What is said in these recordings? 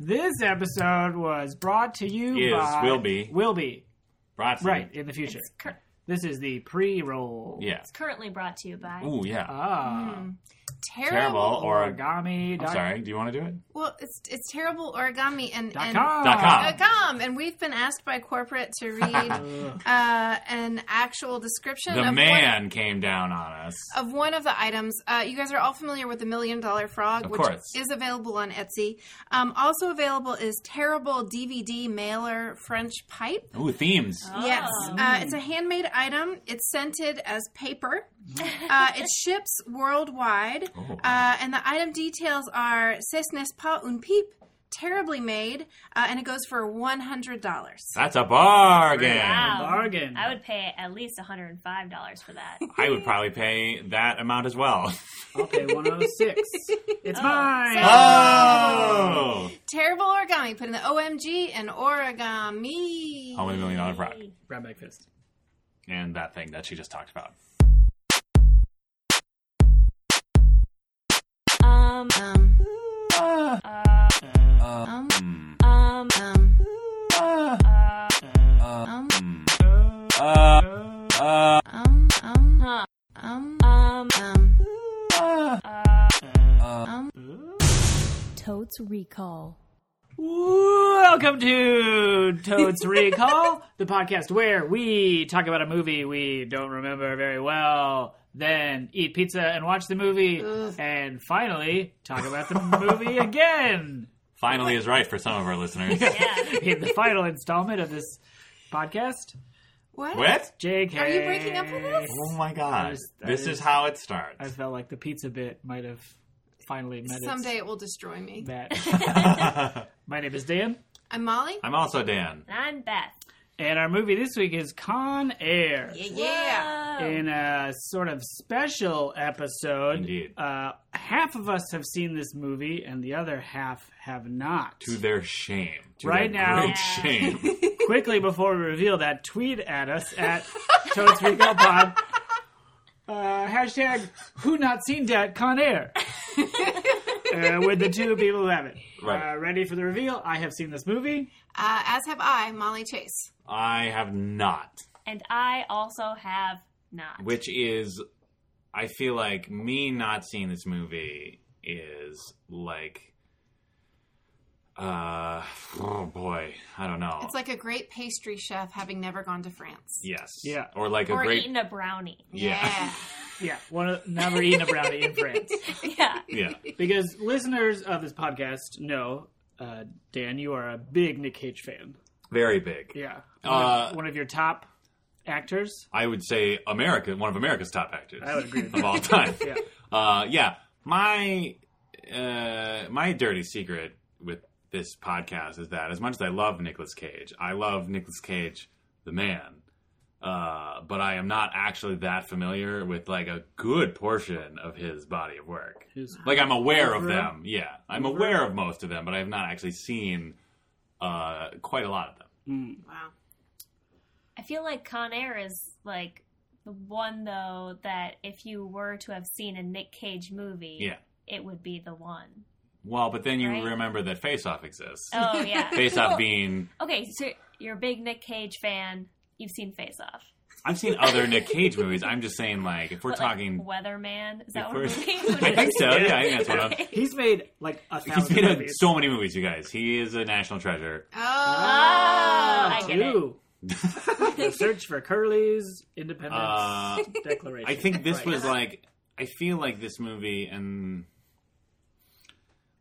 This episode was brought to you Is, by will be. Mm-hmm. will be Brought to you- right in the future. It's, cur- This is the pre-roll. Yeah. it's currently brought to you by Ooh, yeah. Ah, Mm. Terrible or origami. I'm sorry. Do you want to do it? Well, it's it's terrible origami and Dot and com. Dot com. dot com, and we've been asked by corporate to read Ugh. uh, an actual description The of One, man came down on us. Oh. of one of the items. Uh, you guys are all familiar with the Million Dollar Frog, Of which course. is available on Etsy. Um, also available is Terrible DVD Mailer French Pipe. Ooh, themes. Oh. Yes, uh, it's a Mm. handmade item. It's scented as paper. Uh, it ships worldwide, Oh. uh, and the item details are "C'est n'est pas un peep." Terribly made, uh, and it goes for one hundred dollars. That's a bargain. Oh, Wow. Bargain. I would pay at least $105 for that. I would probably pay that amount as well. I'll pay 106. It's Oh. mine. Oh! Terrible origami. Put in the OMG and origami. Home with a million dollar frog. Grab back fist. And that thing that she just talked about. Um, Um, Ah. uh, um, Mm. um, um, Ah. uh, um, Hmm. Uh, um, um, huh, um, um, um. uh, Totes Recall. Welcome to Toad's Recall, the podcast where we talk about a movie we don't remember very well, then eat pizza and watch the movie, and finally talk about the movie again finally is right for some of our listeners. yeah. in the final installment of this podcast. What? What? JK. Are you breaking up with us? Oh my god. That is- that this is- is how it starts. I felt like the pizza bit might have finally met its Someday it will destroy me. match. I'm My name is Dan. I'm Molly. also Dan. And I'm Beth. And our movie this week is Con Air. Yeah. Whoa. In a sort of special episode, Indeed. Uh, half of us have seen this movie, and the other half have not. To their shame. To Right their now- Great Yeah. shame. Quickly before we reveal that, tweet at us at Toads Recall Pod. Uh, hashtag Who Not Seen Dat Con Air. uh, with the two people who haven't. Right. Uh, ready for the reveal? I have seen this movie. Uh, as have I, Molly Chase. I have not. And I also have not. Which is, I feel like me not seeing this movie is like, uh, oh boy, I don't know. It's like a great pastry chef having never gone to France. yes, Yeah. or like a or great, eaten a brownie. yeah, Yeah, one of, never eaten a brownie in France. Yeah. yeah. Because listeners of this podcast know, uh, Dan, you are a big Nick Cage fan. very big. Yeah. Uh, one of your top actors. I would say America, one of America's top actors I would agree with of all time. Yeah. Uh, yeah, my uh, my dirty secret with this podcast is that as much as I love Nicolas Cage, I love Nicolas Cage, the man. Uh, but I am not actually that familiar with like a good portion of his body of work. His- Like I'm aware of Over. them, yeah. I'm Over. aware of most of them, but I have not actually seen uh, quite a lot of them. Mm. Wow. I feel like Con Air is like the one though that if you were to have seen a Nick Cage movie, Yeah. it would be the one. Well, but then you Right. remember that Face Off exists. Oh yeah. Face Off Well, being Okay, so you're a big Nick Cage fan. You've seen Face Off. I've seen other Nick Cage movies. I'm just saying, like, if we're But, like, talking, Weatherman. Is if that what we're- it is? I think so. Yeah, I think that's what I'm. Okay. He's made like a He's thousand made a- movies. so many movies, you guys. He is a national treasure. Ah, Oh, Oh. I get it. Two. the search for Curly's Independence Uh, Declaration. I think this Right. was like. I feel like this movie, and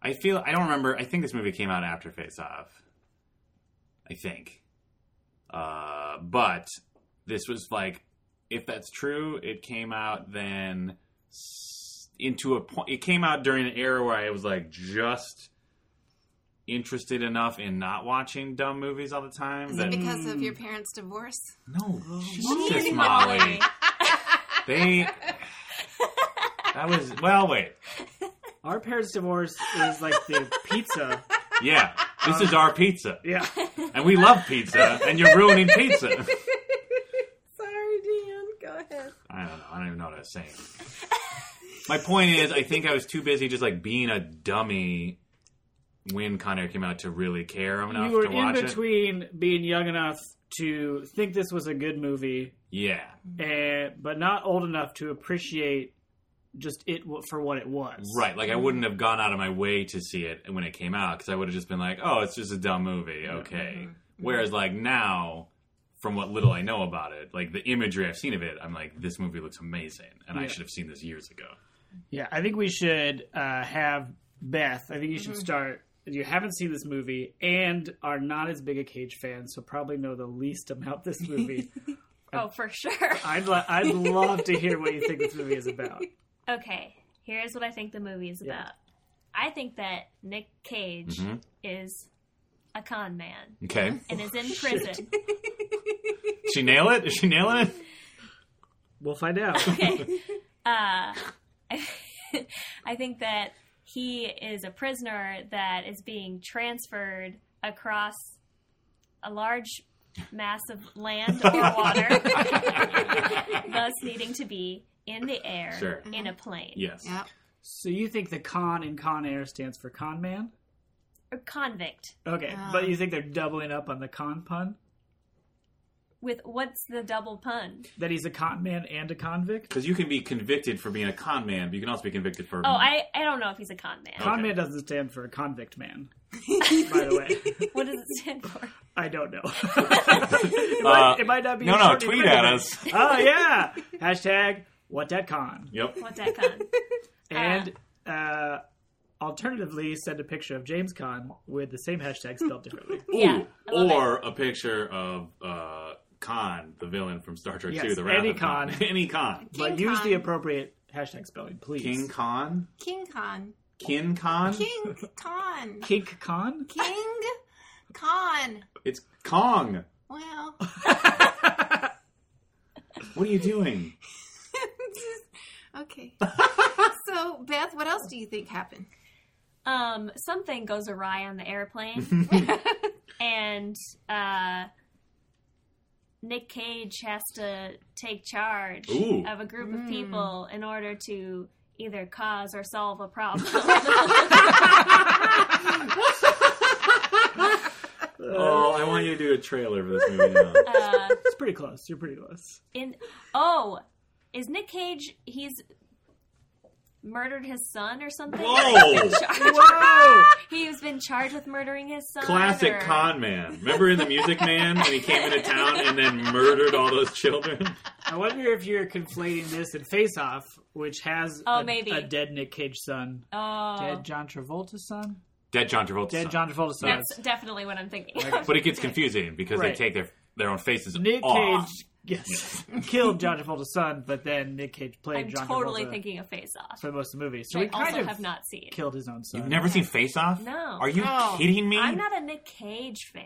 I feel I don't remember. I think this movie came out after Face Off. I think, uh, but this was like, if that's true, it came out then s- into a point. It came out during an era where I was like just interested enough in not watching dumb movies all the time. Is it That because Oh. of your parents' divorce? no, Jeez, Jesus, Molly. They. That was well. Wait. Our parents' divorce is like the pizza. Yeah, this is our pizza, Yeah. and we love pizza, and you're ruining pizza. Sorry, Dan. Go ahead. I don't know. I don't even know what I was saying. My point is, I think I was too busy just like being a dummy when Con Air came out to really care enough you were to watch in it. between being young enough to think this was a good movie, Yeah, and, but not old enough to appreciate just it w- for what it was. right. Like I wouldn't have gone out of my way to see it when it came out because I would have just been like, "Oh, it's just a dumb movie." Okay. Whereas like now, from what little I know about it, like the imagery I've seen of it, I'm like, "This movie looks amazing," and I Yeah. should have seen this years ago. Yeah, I think we should uh, have Beth. I think you Mm-hmm. should start. You haven't seen this movie and are not as big a Cage fan, so probably know the least about this movie. Oh, for sure. I'd lo- I'd love to hear what you think this movie is about. Okay, here's what I think the movie is Yeah. about. I think that Nick Cage Mhm. is a con man Okay, and is Oh, in shit. prison. she nail it. Is she nailing it? We'll find out. Okay. Uh, I think that he is a prisoner that is being transferred across a large mass of land or water, thus needing to be in the air Sure. in a plane. Yes. Yep. So you think the con in Con Air stands for con man? A convict. Okay, Ah. but you think they're doubling up on the con pun? With what's the double pun? That he's a con man and a convict? Because you can be convicted for being a con man, but you can also be convicted for Oh, I, I don't know if he's a con man. Con Okay. man doesn't stand for a convict man. By the way, What does it stand for? I don't know. Uh, it, might, it might not be. no, a no, short tweet at imprisonment. us. Oh yeah! Hashtag what that con. Yep. What's that con? And uh, alternatively, send a picture of James Con with the same hashtag spelled differently. Yeah, Ooh, I love or a picture of uh, Khan, the villain from Star Trek Yes, II, the Wrath any of Khan. Khan. any Khan, but King use Con. the appropriate hashtag spelling, please. King Khan, King Khan. Kin Khan. King Khan. King Con. King Khan. It's Kong. Well, What are you doing? okay. so, Beth, what else do you think happened? um, something goes awry on the airplane, and uh, Nick Cage has to take charge Ooh. of a group of people in order to either cause or solve a problem. oh, I want you to do a trailer for this movie now. uh, It's pretty close. You're pretty close. in oh, is Nick Cage? He's murdered his son or something. Whoa! Whoa! He's been charged with murdering his son. Classic or- con man. Remember in The Music Man when he came into town and then murdered all those children? I wonder if you're conflating this and Face Off, which has Oh, a, maybe. a dead Nick Cage son, Oh, dead John Travolta's son, Dead John Travolta. dead John Travolta's son. that's definitely what I'm thinking. of. But it gets confusing because Right. they take their their own faces Nick off. Cage, yes, killed John Travolta's son, but then Nick Cage played I'm John totally Travolta thinking of Face Off. for most of the movie. So I we kind also of have not seen. killed his own son. You've never seen Face Off? No. Are you No. kidding me? I'm not a Nick Cage fan.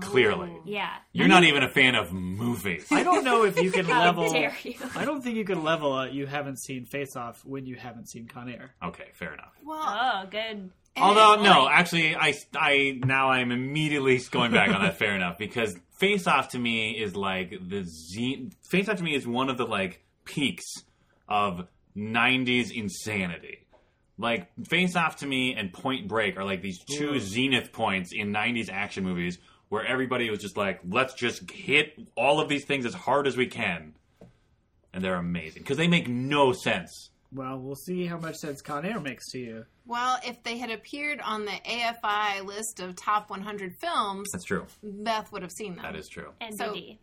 Clearly. Yeah. You're not even a fan of movies. I don't know if you can How level. dare you? I don't think you can level. Uh, you haven't seen Face Off when you haven't seen Con Air. Okay, fair enough. Well, Oh, good. and- Although no, actually, I, I now I'm immediately going back on that. Fair enough, because Face Off to me is like the z Face Off to me is one of the like peaks of '90s insanity. Like Face Off to me and Point Break are like these two zenith points in '90s action movies where everybody was just like, let's just hit all of these things as hard as we can, and they're amazing because they make no sense. Well, we'll see how much sense Con Air makes to you. well, if they had appeared on the AFI list of top 100 films, That's true. Beth would have seen them. That is true. NBD.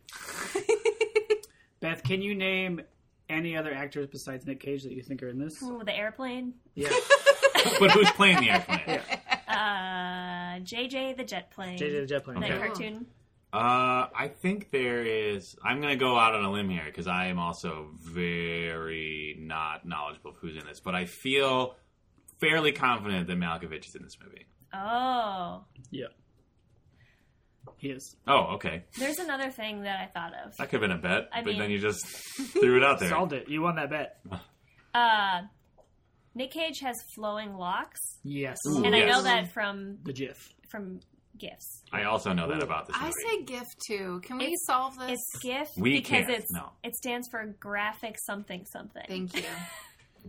Beth, can you name any other actors besides Nick Cage that you think are in this? Ooh, the airplane. Yeah, but who's playing the airplane? Uh, JJ the jet plane. JJ the Jet Plane. The Okay. cartoon. Uh, I think there is. I'm gonna go out on a limb here because I am also very not knowledgeable of who's in this, but I feel fairly confident that Malkovich is in this movie. Oh. Yeah, he is. Oh, okay, There's another thing that I thought of. that could have been a bet, I but mean- then you just threw it out there. Solved it. You won that bet. Uh, Nick Cage has flowing locks. Yes, Ooh. And I yes. know that from the GIF. from GIFs. I also know that about this I movie. say GIF too. Can we It's- solve this? It's GIF We because can't, it's no. it stands for graphic something something. Thank you.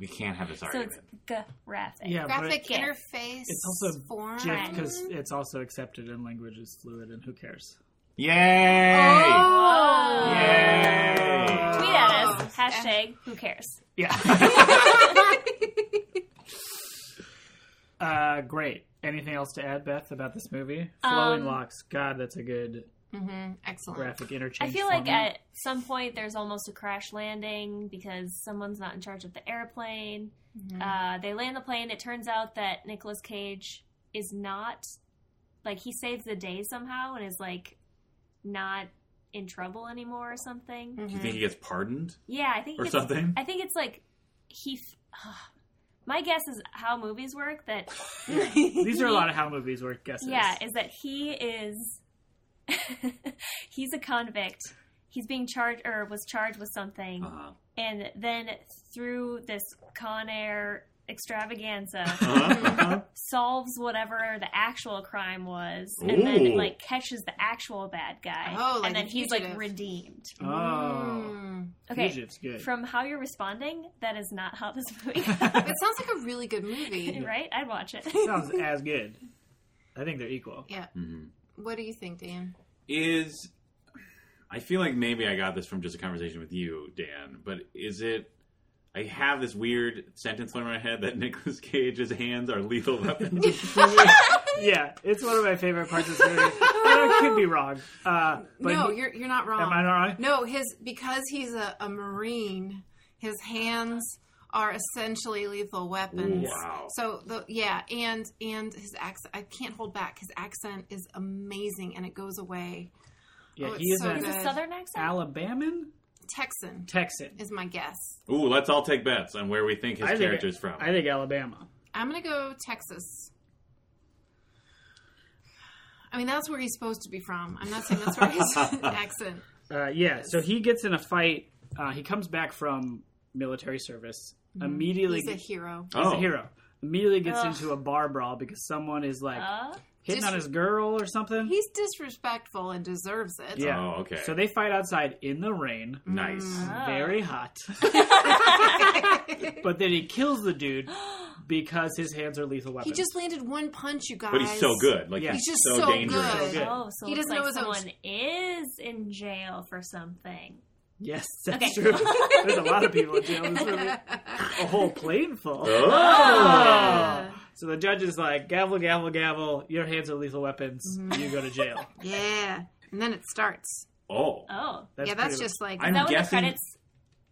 We can't have this So argument. it's graphic. Yeah, Graphic but Yes. interface it's also form. Right. because it's also accepted and language is fluid, and who cares? Yay! Oh! Whoa. Yay! Tweet at us. Hashtag who cares. Yeah. uh, great. Anything else to add, Beth, about this movie? Flowing Um, locks. God, that's a good hmm Excellent. graphic interchange. I feel like format. at some point there's almost a crash landing because someone's not in charge of the airplane. Mm-hmm. Uh, they land the plane. It turns out that Nicolas Cage is not like he saves the day somehow and is like not in trouble anymore or something. Do Mm-hmm. you think he gets pardoned Yeah, I think or it's, something? Uh-huh. I think it's like he. F- my guess is how movies work that these are a lot of how movies work. Guesses. Yeah, is that he is he's a convict. He's being charged or was charged with something, Uh-huh. and then through this con air extravaganza Uh-huh. uh-huh. solves whatever the actual crime was, and then Ooh. like catches the actual bad guy, Oh, like and then the he's like fugitive. redeemed. Ah, Mm-hmm. Oh. Mm. Okay, Fugitive's good. from how you're responding, that is not how this movie It sounds like a really good movie. right? I'd watch it. Sounds as good. I think they're equal. Yeah. Mhm. What do you think, Dan? is I feel like maybe I got this from just a conversation with you, Dan, but is it I have this weird sentence in my head that Nicolas Cage's hands are lethal weapons. Yeah, it's one of my favorite parts of this movie. I could be wrong. Uh, but no, you're you're not wrong. am I not wrong? No, his because he's a, a marine, his hands are essentially lethal weapons. Wow. So the yeah, and and his accent I can't hold back. His accent is amazing and it goes away. Yeah, Oh, he is it's so an It's a good. southern accent. Alabaman Texan Texan. is my guess. Ooh, let's all take bets on where we think his I think character's it- from. I think Alabama. I'm gonna go Texas. I mean that's where he's supposed to be from. I'm not saying that's where his accent. Uh, yeah, so he gets in a fight. Uh, he comes back from military service. Immediately, Mm-hmm. He's a gets- hero. he's oh, a hero. Immediately gets Ugh. into a bar brawl because someone is like Uh, hitting on Dis- his girl or something. He's disrespectful and deserves it. Um, yeah. Oh, okay. So they fight outside in the rain, nice. Mm. Oh. very hot. but then he kills the dude because his hands are lethal He weapons. just landed one punch, you guys. But he's so good. Like Yeah. he's, He's just so, so dangerous. good. Yeah. Oh, so He he doesn't doesn't know like his own someone is in jail for something. yes, that's Okay. true. There's a lot of people in jail in this movie. A whole plane full. Oh. So the judge is like, gavel, gavel, gavel. Your hands are lethal weapons. You go to jail. Mm-hmm. Yeah. And then it starts. Oh. Oh, That's yeah, that's pretty- just like I'm is that when the guessing- credits?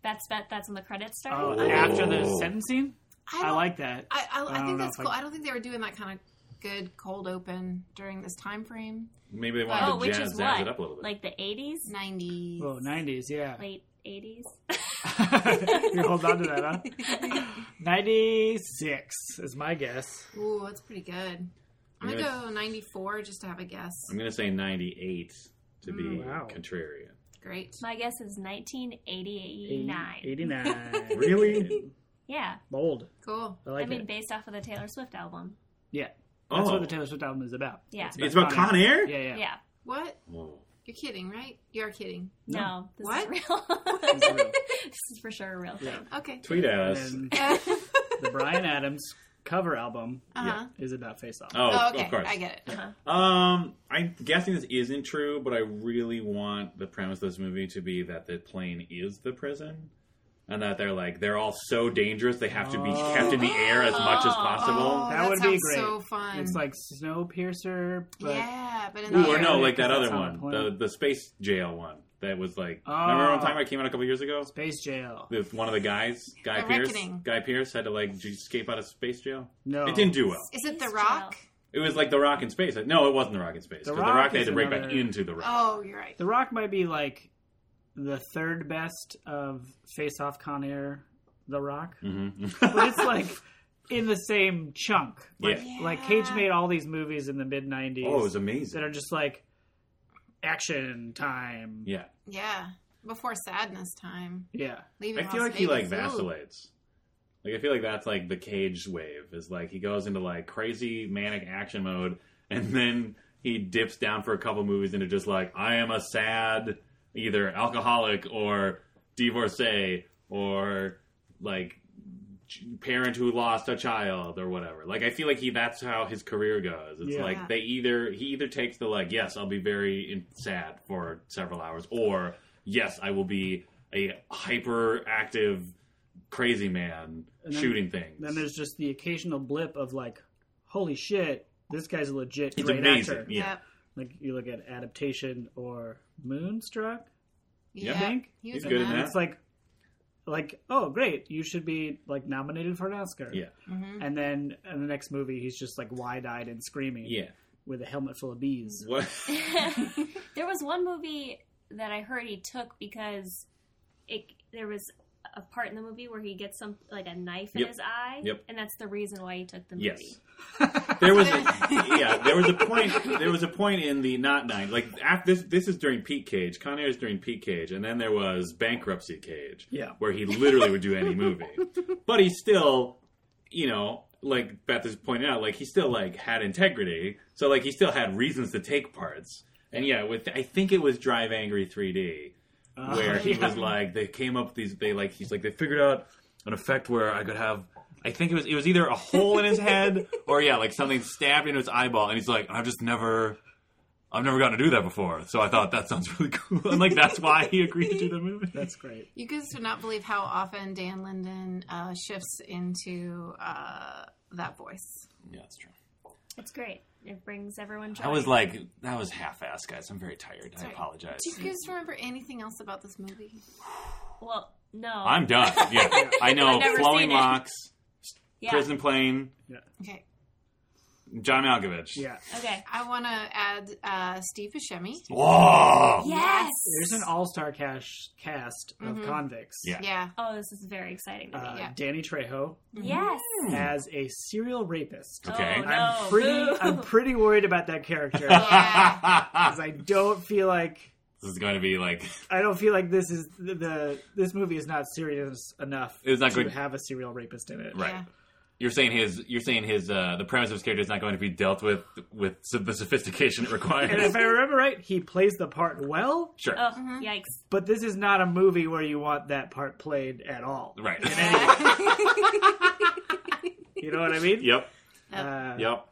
That's that. That's when the credits start. Oh, Whoa. after the sentencing, I, I don't- like that. I, I, I, don't think know that's if I- cool. I, don't think they were doing that kind of good cold open during this time frame. Maybe they Oh, wanted to which jazz, is jazz what? it up a little bit. Like the eighties, Ninety. Oh, 90s, yeah. late eighties. you hold on to that, huh? 96 is my guess. Ooh, that's pretty good. I'm gonna Yes. go ninety four just to have a guess. I'm gonna say ninety eight to be Mm, wow. contrarian. Great. My guess is nineteen eighty nine. 89. Really? Yeah, Bold. Cool. I like I mean, it. based off of the Taylor Swift album. Yeah. Oh. That's what the Taylor Swift album is about. Yeah. It's about Con Air? Yeah, yeah. Yeah. What? Oh. You're kidding, right? You are kidding. No, No. this What? is real. This is real. this is for sure a real thing. Yeah. Okay. Tweet at And us. then uh huh. the Brian Adams cover album Yeah. is about Face Off. Oh, uh-huh. Oh, okay. of course. I get it. Um, I'm guessing this isn't true, but I really want the premise of this movie to be that the plane is the prison, and that they're like they're all so dangerous they have to be Oh. kept in the air as much as Oh, possible. That would be sounds great. So fun. It's like Snowpiercer, but yeah, but in Ooh, the Ooh, or air. no, like Because that other that's on one, the the plane. the space jail one that was like. Oh. Remember what I'm talking about? Came out a couple years ago. Space Jail. With one of the guys, Guy The Pierce. Reckoning. Guy Pierce had to like j- escape out of space jail. No. It didn't do well. Is it The Space Rock? Jail. It was like the Rock in space. No, it wasn't the Rock in space. The 'cause the Rock Rock they is had to break back another- into the Rock. Oh, you're right. The Rock might be like the third best of Face Off Con Air. The Rock, Mm-hmm. Oh, but it's like in the same chunk. Like, Yeah. like Cage made all these movies in the mid '90s Oh, it was that amazing. are just like action time. Yeah. Yeah, before sadness time. Yeah. Leaving I feel Las like he like Vegas. Ooh. vacillates. Like I feel like that's like the cage wave is like he goes into like crazy manic action mode and then he dips down for a couple movies into just like I am a sad either alcoholic or divorcee or like ch- parent who lost a child or whatever. Like I feel like he that's how his career goes. It's Yeah. like Yeah. they either he either takes the like yes I'll be very in- sad for several hours or yes I will be a hyperactive crazy man And then- shooting things. Then there's just the occasional blip of like, holy shit, this guy's a legit it's great amazing. actor. Yeah. Yep. Like you look at adaptation or Moonstruck, Yeah. I think. He He's good in And Yeah. it's like, like oh great, you should be like nominated for an Oscar. Yeah. Mhm. And then in the next movie, he's just like wide eyed and screaming. Yeah. With a helmet full of bees. What? there was one movie that I heard he took because it there was a part in the movie where he gets some like a knife in Yep. his eye, Yep. and that's the reason why he took the movie. Yes. There was a, yeah, there was a point there was a point in the not nine like after this this is during Pete Cage. Con Air is during Pete Cage and then there was Bankruptcy Cage. Yeah. Where he literally would do any movie. But he still, you know, like Beth is pointing out, like he still like had integrity. So like he still had reasons to take parts. And yeah, with I think it was Drive Angry 3D Uh, where he was like they came up with these they like he's like they figured out an effect where I could have I think it was it was either a hole in his head or yeah like something stabbed into his eyeball and he's like I've just never I've never gotten to do that before so I thought that sounds really cool and like that's why he agreed to do the movie That's great. You guys would not believe how often Dan Linden uh, shifts into uh, that voice. yeah that's true It's great. It brings everyone joy. I was like that was half-assed guys I'm very tired I Sorry. apologize Do you guys remember anything else about this movie? well, no, I'm done yeah I know I've never flowing seen it. locks yeah. prison plane Okay, John Malkovich Yeah. Okay, I want to add uh, Steve Buscemi. whoa yes. There's an all star cash cast of Mhm. convicts. Yeah. Yeah. Mm-hmm. Oh, this is very exciting to me. Uh, Yeah. Danny Trejo yes. Hmm. as a serial rapist. mm-hmm. okay Oh, no. I'm pretty. boo. I'm pretty worried about that character Yeah. because I don't feel like This is going to be like I don't feel like this is the, the this movie is not serious enough It's not to good. have a serial rapist in it. right. Yeah. You're saying his you're saying his uh, the premise of his character is not going to be dealt with with so- the sophistication it And requires. if I remember right, he plays the part well, sure, Oh, Mhm. yikes. but this is not a movie where you want that part played at all. right. You know what I mean? yep, Uh, yep.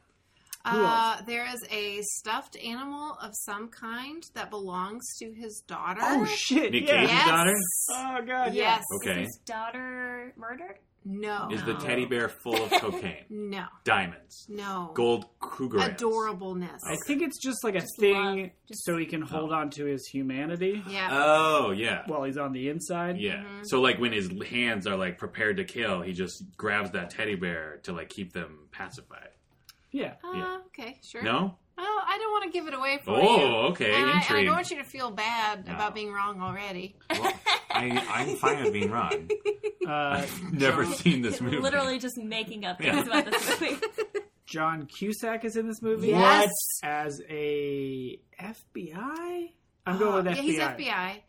Who Uh, there is a stuffed animal of some kind that belongs to his daughter. Oh shit! Nick yeah. Cage's Yes. daughter Oh god. Yeah. Yes. Okay. Is his daughter murdered? No. is the No. teddy bear full of cocaine, No. diamonds, No. gold cougars, Adorableness. I think it's just like a Just thing, love- just- so he can hold on to his humanity Yeah. Oh yeah, while he's on the inside. yeah. Mhm. So like when his hands are like prepared to kill, he just grabs that teddy bear to like keep them pacified. Yeah. Uh, yeah. Okay. Sure. No. Well, I don't want to give it away for you. Oh, okay. And I, and I Intrigue. don't want you to feel bad No. about being wrong already. Well, I, I'm fine with being wrong. Uh, I've never seen this movie. Literally just making up Yeah. things about this movie. John Cusack is in this movie. Yes. As a FBI. I'm going with Uh, FBI. Yeah, he's FBI.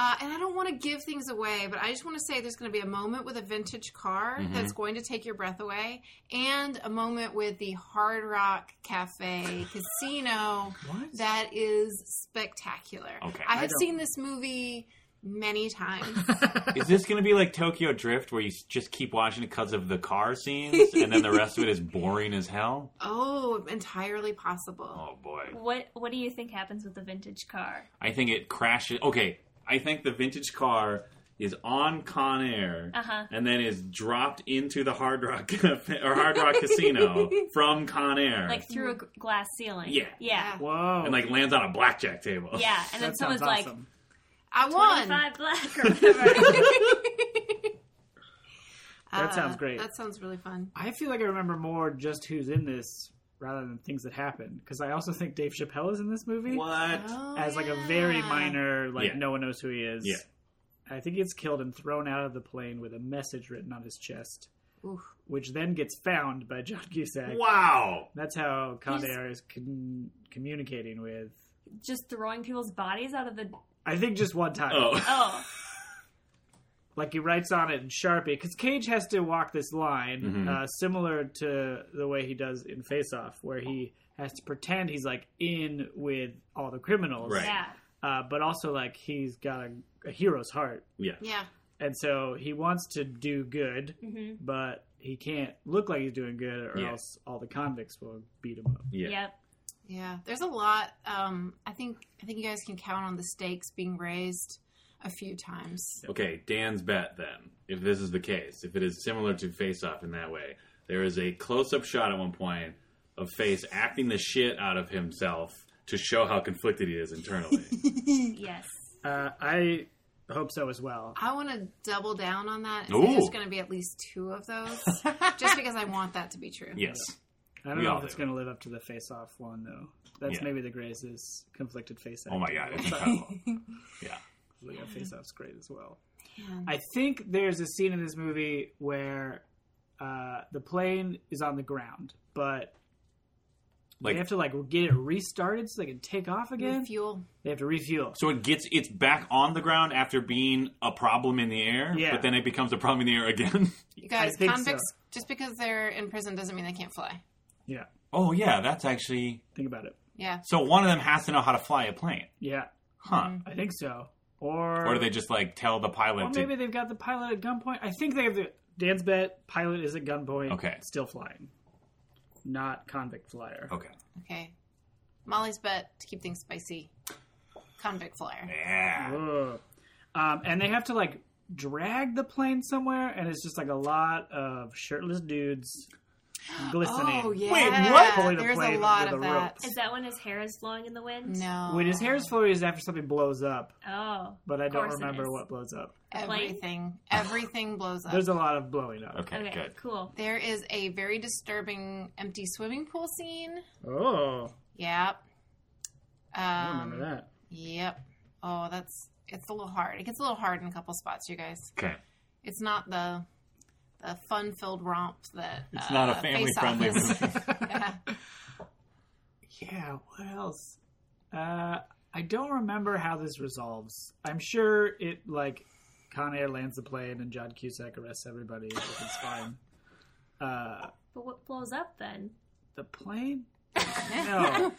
Uh, and I don't want to give things away, but I just want to say there's going to be a moment with a vintage car Mm-hmm. Mhm. that's going to take your breath away, and a moment with the Hard Rock Cafe Casino What? that is spectacular. Okay. I I have don't- seen this movie many times. Is this going to be like Tokyo Drift, where you s- just keep watching it because of the car scenes, and then the rest of it is boring as hell? oh, entirely possible. Oh boy, What What do you think happens with the vintage car? I think it crashes. Okay, I think the vintage car is on Con Air, Uh-huh. and then is dropped into the Hard Rock Cafe- or Hard Rock Casino from Con Air, Like through a g- glass ceiling. Yeah. Yeah. Whoa. and like lands on a blackjack table. Yeah. And then That sounds someone's like, awesome. I won. 25 black or whatever. That Uh, sounds great. That sounds really fun. I feel like I remember more just who's in this rather than things that happen. Because I also think Dave Chappelle is in this movie What? Oh, as like yeah. a very minor, like Yeah. no one knows who he is. Yeah. I think he gets killed and thrown out of the plane with a message written on his chest, Oof. which then gets found by John Cusack. Wow. That's how Con He's- Air is con- communicating with. just throwing people's bodies out of the. I think just one time. Oh. Oh. like he writes on it in sharpie because cage has to walk this line Mhm. uh, similar to the way he does in face off where he has to pretend he's like in with all the criminals Right. Yeah. uh, but also like he's got a, a hero's heart Yeah. Yeah. and so he wants to do good, hmm but he can't look like he's doing good, or Yeah. else all the convicts will beat him up. Yeah. Yep. Yeah, there's a lot. Um, I think I think you guys can count on the stakes being raised a few times. Okay, Dan's bet then. If this is the case, if it is similar to Face Off in that way, there is a close up shot at one point of Face acting the shit out of himself to show how conflicted he is internally. Yes. Uh, I hope so as well. I want to double down on that. and Ooh. say There's going to be at least two of those, just because I want that to be true. yes. I don't We know all if it's do. going to live up to the face-off one though. That's Yeah. maybe the greatest conflicted face. Oh my acting. god, it's incredible. yeah. Yeah, face-off's great as well. Man. I think there's a scene in this movie where uh, the plane is on the ground, but Like they have to like get it restarted so they can take off again. Refuel. They have to refuel. so it gets it's back on the ground after being a problem in the air, Yeah. but then it becomes a problem in the air again. You guys, think so. convicts. Just because they're in prison doesn't mean they can't fly. Yeah, oh yeah, that's actually think about it. Yeah. so one of them has to know how to fly a plane. Yeah, Huh. I think so. Or Or do they just like tell the pilot Mm-hmm. Well, to maybe they've got the pilot at gunpoint. I think they have the Dan's bet. Pilot is at gunpoint. Okay. still flying, not convict flyer. Okay. Okay. Molly's bet to keep things spicy. Convict flyer. Yeah. Ugh. Um, and they have to like drag the plane somewhere, and it's just like a lot of shirtless dudes glistening. Oh yeah. what? Pulling the There's a plane lot with of the that. ropes. Is that when his hair is blowing in the wind? No. Wait, his hair is floaty is after something blows up, Oh. but I don't Course it remember is. what blows up. Plane? Everything. Everything blows up. There's a lot of blowing up. Okay, Okay. Oh, good. Cool. There is a very disturbing empty swimming pool scene. Oh, Yep. I don't Um, remember that. Yep. Oh, that's it's a little hard. It gets a little hard in a couple spots, you guys. Okay. It's not the the fun filled romp that It's uh, not a family Face Off friendly is. movie. yeah. Yeah, what else? Uh, I don't remember how this resolves. I'm sure it like Con Air lands the plane and John Cusack arrests everybody. If it's fine. Uh, But what blows up then? the plane? No.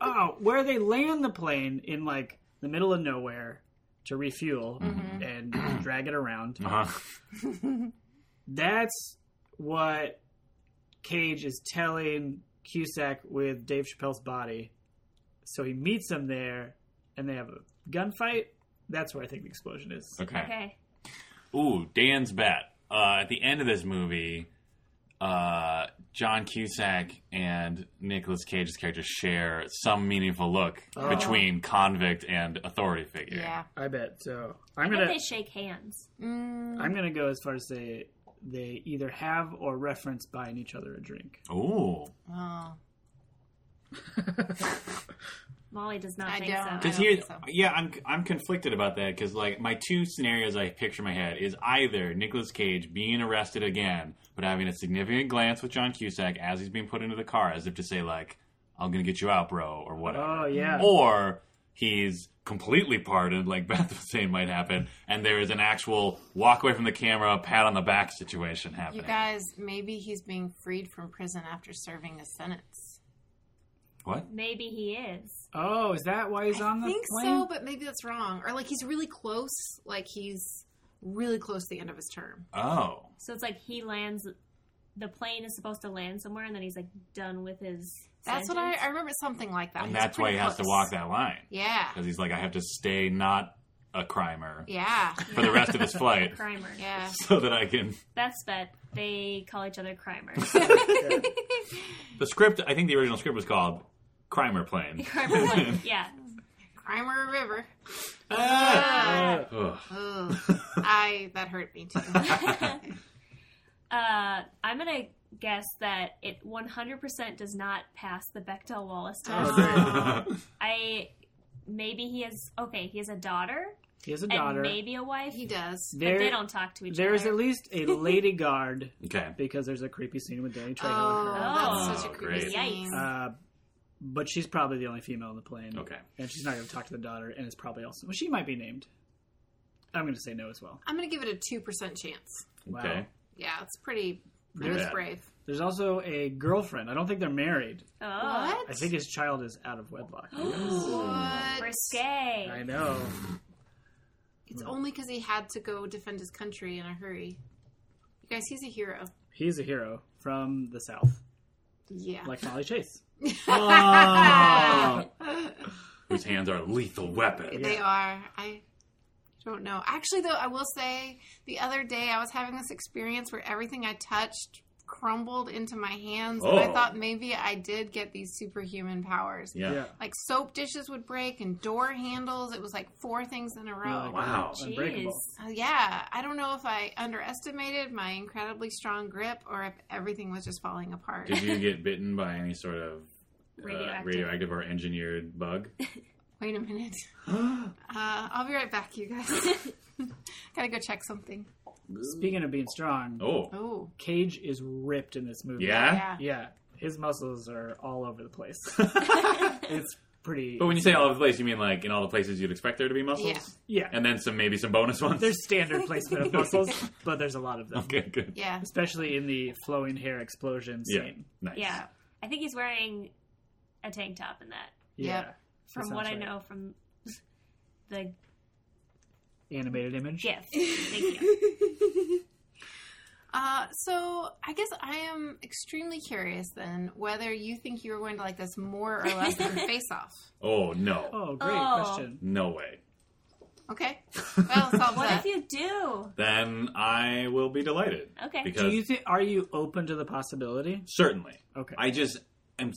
oh, where they land the plane in like the middle of nowhere to refuel Mm-hmm. and drag it around. Uh-huh. That's what Cage is telling Cusack with Dave Chappelle's body. So he meets him there, and they have a gunfight. That's where I think the explosion is. Okay. Okay. Ooh, Dan's bet. Uh, at the end of this movie, uh, John Cusack and Nicolas Cage's character share some meaningful look Oh. between convict and authority figure. yeah. I bet. So I'm I think gonna they shake hands. Mm, I'm gonna go as far as say they either have or reference buying each other a drink. Ooh. oh. Molly does not I think don't. so. Because I here, think so. yeah, I'm I'm conflicted about that because like my two scenarios I picture in my head is either Nicolas Cage being arrested again, but having a significant glance with John Cusack as he's being put into the car, as if to say like, "I'm gonna get you out, bro," or whatever. Oh yeah. Or he's completely pardoned, like Beth was saying might happen, and there is an actual walk away from the camera, pat on the back situation You happening. guys, maybe he's being freed from prison after serving his sentence. what? Maybe he is. Oh, is that why he's on I the think plane? so, but maybe that's wrong. Or like he's really close, like he's really close to the end of his term. Oh, So it's like he lands. The plane is supposed to land somewhere, and then he's like done with his. That's what I, sentence. I remember something like that. and He's that's why he pretty has to close. walk that line Yeah. because he's like, I have to stay not a crimer Yeah. for the rest of this flight. Crimer. Yeah. so that I can. Beth's bet. They call each other crimers. Uh, The script, I think the original script was called Crimer Plane. Crimer plane. Yeah. Crimer River. Ah. Uh, Ugh. Ugh. I that hurt me too. Uh, I'm gonna guess that it 100% does not pass the Bechdel Wallace test. Uh, Oh. I maybe he has okay. He has a daughter, he has a and daughter. maybe a wife, he does. but they There- don't talk to each There other. is at least a lady guard okay. because there's a creepy scene with Danny Trejo and her. Oh, that's Oh, such a creepy great. scene. Uh, but she's probably the only female on the plane. Okay. And she's not going to talk to the daughter, and it's probably also. Well, she might be named. I'm going to say no as well. I'm gonna give it a two percent chance. Wow. Okay. Yeah, it's pretty. There's- That's brave. There's also a girlfriend. I don't think they're married. oh, I think his child is out of wedlock. I guess. What? risque. I know. It's Hmm. only because he had to go defend his country in a hurry. You guys, he's a hero. He's a hero from the South, Yeah. like Molly Chase. oh. whose hands are lethal weapons. They are. I don't know. Actually, though, I will say the other day I was having this experience where everything I touched crumbled into my hands, and I Oh. thought maybe I did get these superhuman powers. Yeah. Yeah. Like soap dishes would break and door handles. It was like four things in a row. Like, Wow. Unbreakable. Jeez. Uh, yeah, I don't know if I underestimated my incredibly strong grip or if everything was just falling apart. Did you get bitten by any sort of uh, Radioactive. radioactive or engineered bug? Oh. Wait a minute. Uh, I'll be right back, you guys. Gotta go check something. Speaking of being strong, Oh, Oh, Cage is ripped in this movie. yeah? yeah. Yeah. His muscles are all over the place. it's pretty. But when you say all over the place, you mean like in all the places you'd expect there to be muscles? Yeah. yeah. And then some, maybe some bonus ones? There's standard placement of muscles, but there's a lot of them. okay, good. Yeah. Especially in the flowing hair explosion Yeah. scene. Nice. Yeah. I think he's wearing a tank top in that, Yep. from what I sounds right. know from the Animated image. GIF. Thank you. Uh, so I guess I am extremely curious then whether you think you were going to like this more or less than Face Off. Oh, no. Oh, great Oh. question. No way. Okay. Well, solve What if that. you do? Then I will be delighted. Okay. Because Do you think are you open to the possibility? certainly. Okay. I just am.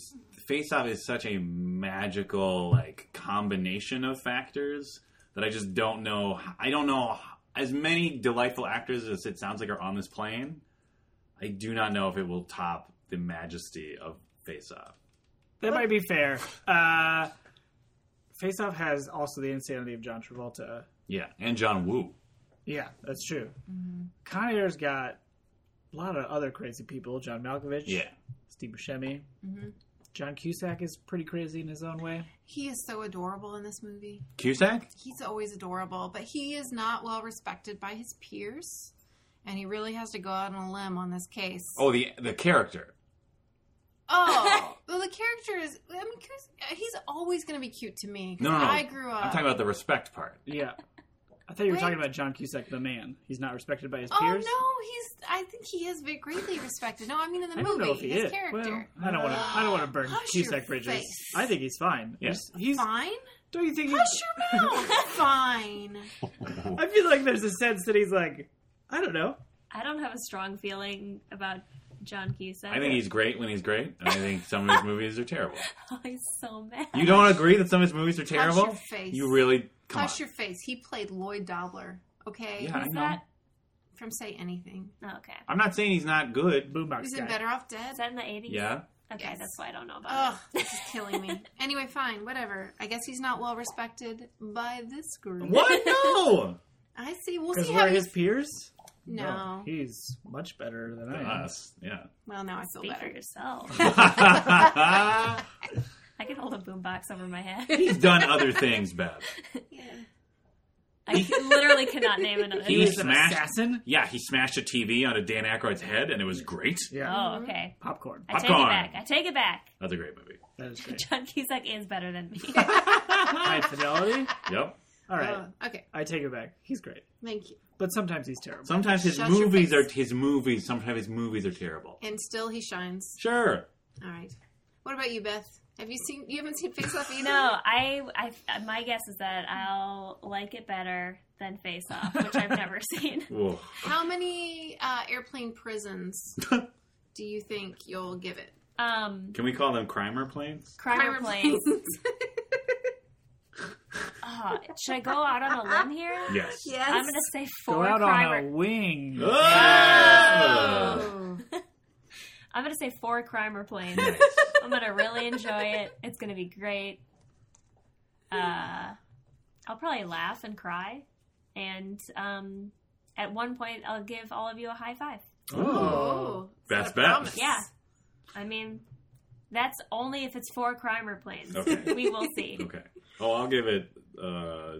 Face Off is such a magical like combination of factors that I just don't know. I don't know as many delightful actors as it sounds like are on this plane. I do not know if it will top the majesty of Face Off. that might be fair. Uh, Face Off has also the insanity of John Travolta. Yeah, and John Woo. Yeah, that's true. Mm-hmm. Con Air's got a lot of other crazy people. John Malkovich. Yeah, Steve Buscemi. John Cusack is pretty crazy in his own way. Mm-hmm. He is so adorable in this movie. Cusack. He's always adorable, but he is not well respected by his peers, and he really has to go out on a limb on this case. Oh, the the character. Oh, well, the character is. I mean, Cus- he's always going to be cute to me. 'cause No, no, no. I grew up. I'm talking about the respect part. Yeah. I thought you were Wait. talking about John Cusack, the man. He's not respected by his Oh peers. no, he's. I think he is ve- greatly respected. No, I mean in the I don't movie, know if he his is. Well, character. I don't want to. I don't want to burn Hush your Cusack bridges. face. I think he's fine. Yeah. He's, he's- Fine. Don't you think? Hush he's, your mouth. Fine. I feel like there's a sense that he's like, I don't know. I don't have a strong feeling about John Cusack. I think he's great when he's great, and I think some of his movies are terrible. Oh, he's so mad. You don't agree that some of his movies are terrible? your face. You really come Hush on. your face. He played Lloyd Dobler. Okay. Yeah, I Who's know. that? From Say Anything. Oh, okay. I'm not saying he's not good. Boombox He's guy. in Better Off Dead. Is that in the 80s? Yeah. Okay, Yes. that's why I don't know about Ugh, this is killing me. anyway, fine, whatever. I guess he's not well respected by this group. What? No. I see. We'll Because see how. we're His... his peers. Oh, No. he's much better than Than I am. us. Yeah. Well, now I it. feel Speak for better. yourself. I can hold a boombox over my head. he's done other things, Beth. I can- literally cannot name another. He He's is an smashed- assassin. Yeah, he smashed a TV onto Dan Aykroyd's head, and it was great. Uh, Yeah. Mm-hmm. Oh, okay. Popcorn. I take it Popcorn. back. I take it back. That's a great movie. That is great. John Cusack is better than me. High fidelity. Yep. All right. Oh, okay, I take it back. He's great, thank you. but sometimes he's terrible. Sometimes his Shut your movies are face. his movies. Sometimes his movies are terrible. And still he shines. Sure. All right. What about you, Beth? Have you seen? You haven't seen Face Off either. no, I, I. My guess is that I'll like it better than Face Off, which I've never seen. Whoa. How many uh, airplane prisons do you think you'll give it? Um, Can we call them crimer planes? Crime Planes. Oh, should I go out on a limb here? Yes. yes. I'm gonna say Go four out on a crimer. wing. Ah! Oh. I'm gonna say four crimer planes. Nice. I'm gonna really enjoy it. It's gonna be great. Uh, I'll probably laugh and cry, and um, at one point I'll give all of you a high five. Oh. Beth's Is that a Beth. promise? Yeah, I mean, that's only if it's four crimer planes. Okay. We will see. Okay. Oh, I'll give it uh,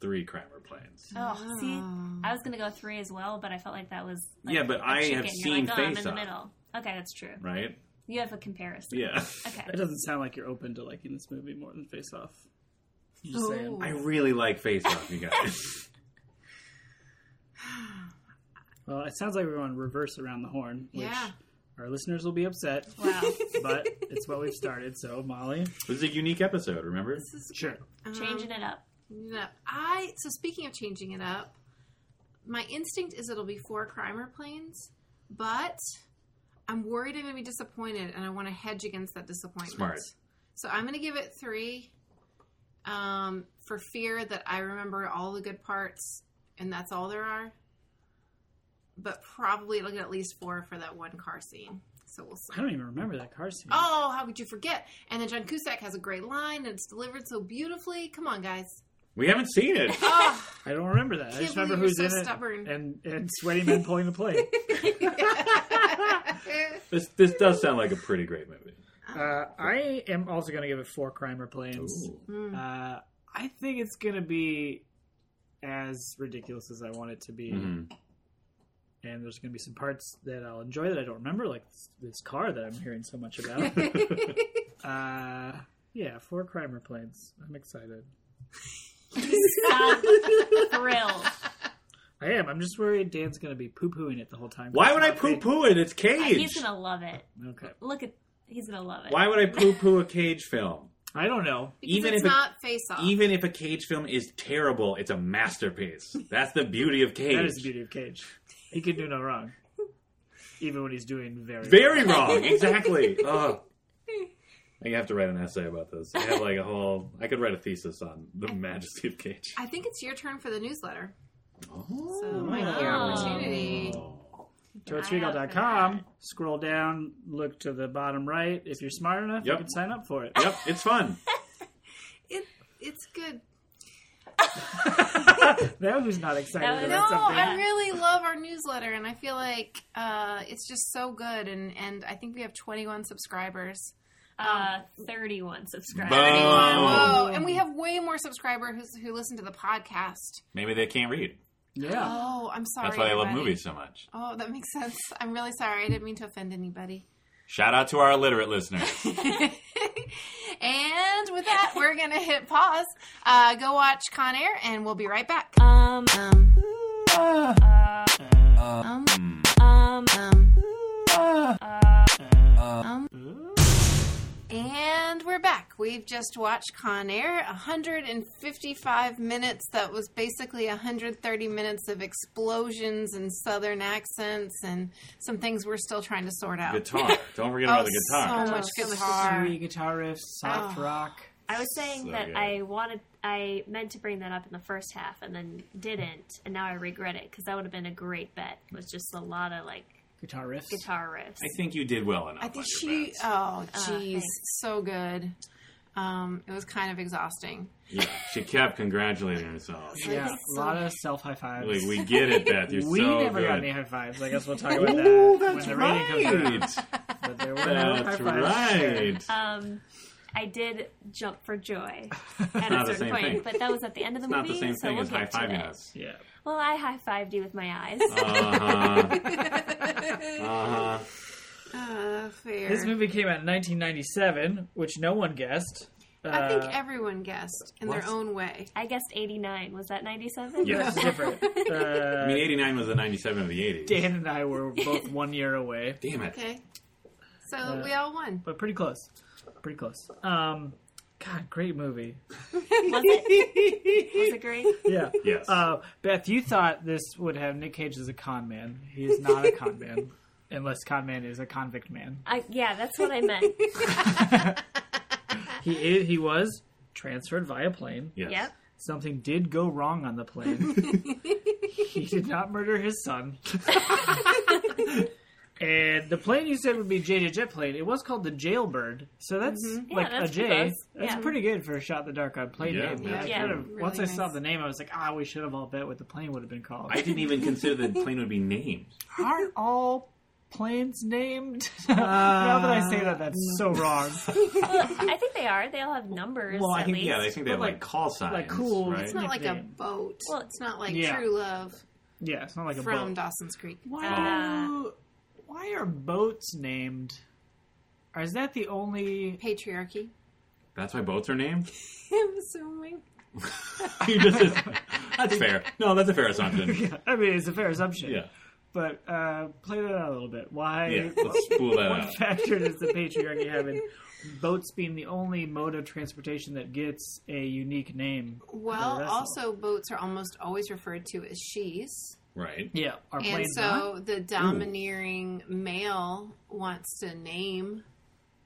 three Kramer planes. Oh, see, Oh. I was gonna go three as well, but I felt like that was like, Yeah, but a I chicken. have You're seen like, oh, I'm Face in the Off. middle. Okay, that's true. Right? You have a comparison. Yeah. Okay. That doesn't sound like you're open to liking this movie more than Face Off. Just saying. Ooh. I really like Face Off, you guys. Well, it sounds like we're going reverse around the horn, which Yeah. our listeners will be upset, Wow. but it's what we've started. So, Molly, it was a unique episode, remember? This is um, sure. Changing it up. No, I. So speaking of changing it up, my instinct is it'll be four Crimer planes, but I'm worried I'm going to be disappointed, and I want to hedge against that disappointment. Smart. So I'm going to give it three, um, for fear that I remember all the good parts, and that's all there are. But probably it'll get at least four for that one car scene. So we'll see. I don't even remember that car scene. Oh, how could you forget? And then John Cusack has a great line, and it's delivered so beautifully. Come on, guys. We haven't seen it. Oh. I don't remember that. I Can't just remember believe who's you're in so it stubborn. and and sweaty men pulling the plate. This this does sound like a pretty great movie. Uh, I am also going to give it four crimer planes. Ooh. Mm. Uh, I think it's going to be as ridiculous as I want it to be, Mhm. and there's going to be some parts that I'll enjoy that I don't remember, like this, this car that I'm hearing so much about. uh, yeah, four crimer planes. I'm excited. Sound Uh, thrilled. I am. I'm just worried Dan's going to be poo pooing it the whole time. Why would I poo poo it? It's Cage. He's gonna love it. Okay. Look at he's gonna love it. Why would I poo poo a Cage film? I don't know. Because Even it's if it- not face off. Even if a Cage film is terrible, it's a masterpiece. That's the beauty of Cage. That is the beauty of Cage. He can do no wrong, even when he's doing very. Very wrong. Exactly. oh. I have to write an essay about this. I have like a whole. I could write a thesis on the majesty of Cage. I think it's your turn for the newsletter. Oh. So it might be your opportunity. ToadSregal.com. Scroll down, look to the bottom right. If you're smart enough, you Yep. can sign up for it. Yep, it's fun. It it's good. That was not excited That was- No, about something. I really love our newsletter, and I feel like uh, it's just so good. And and I think we have 21 subscribers. Uh, Um, thirty-one subscribers. Boom. Whoa! Oh. And we have way more subscribers who, who listen to the podcast. Maybe they can't read. Yeah. Oh, I'm sorry. That's why I love everybody. movies so much. Oh, that makes sense. I'm really sorry. I didn't mean to offend anybody. Shout out to our illiterate listeners. and with that, we're gonna hit pause. Uh, go watch Con Air, and we'll be right back. Um, Um, um, um, um, um. And we're back. We've just watched Con Air, 155 minutes. That was basically 130 minutes of explosions and southern accents and some things we're still trying to sort out. guitar. Don't forget Oh, about the guitar. so much guitar. Three guitar riffs, soft Oh. rock. I was saying So that good. I wanted, I meant to bring that up in the first half and then didn't, and now I regret it because that would have been a great bet. It was just a lot of like Guitar riffs. guitar riffs. I think you did well enough. I think on your she. bets. Oh, jeez, thanks. so good. Um, it was kind of exhausting. Yeah, she kept congratulating herself. Yeah, think a so. lot of self high fives. Like, we get it, Beth. You're We so never good. got any high fives. I guess we'll talk about that Ooh, when that's the rating comes around. right. But there were no high That's fives. right. Um, I did jump for joy at not the a certain same point, thing. but that was at the end of the Not movie. the same so thing we'll as high get to fiving that. us. Yeah. Well, I high fived you with my eyes. Uh huh. Uh huh. Uh, fair. This movie came out in 1997, which no one guessed. I think Uh, everyone guessed in their what? own way. I guessed 89. Was that 97? Yeah. That's different. I mean, Uh, 89 was the 97 of the 80s. Dan and I were both one year away, Damn it. Okay, so we all won. but pretty close. Pretty close. Um, God, great movie. Was it? Was it great? Yeah. Yes. Uh, Beth, you thought this would have Nick Cage as a con man. He is not a con man, unless con man is a convict man. I, yeah, that's what I meant. He is, he was transferred via plane. yes. Yep. Something did go wrong on the plane. he did not murder his son. and the plane you said would be JJ Jet plane. It was called the Jailbird, so Mm-hmm. that's Yeah, like that's a pretty J. close. That's Yeah. pretty good for a shot in the dark on plane Yeah, name. yeah. I Yeah. kind of- Really once I saw nice. the name, I was like, ah, we should have all bet what the plane would have been called. I didn't even consider the plane would be named. Aren't all planes named? now that I say that, that's so wrong. Well, I think they are. They all have numbers. Well, I at think- least. Yeah, I think they But have like, like- call signs. like, cool. Right? It's not like a nickname. boat. Well, it's not like yeah. True Love Yeah, it's not like a from boat. Dawson's Creek. Why, Ah. do- why are boats named? Or is that the only Patriarchy. That's why boats are named. I'm assuming. You just that's fair. No, that's a fair assumption. I mean, it's a fair assumption. Yeah, But uh, play that out a little bit. Why? yeah. Let's spool that What out. factor does the patriarchy have in boats being the only mode of transportation that gets a unique name? Well, vessel. also boats are almost always referred to as she's. Right. Yeah, our And planes not? so the domineering male wants to name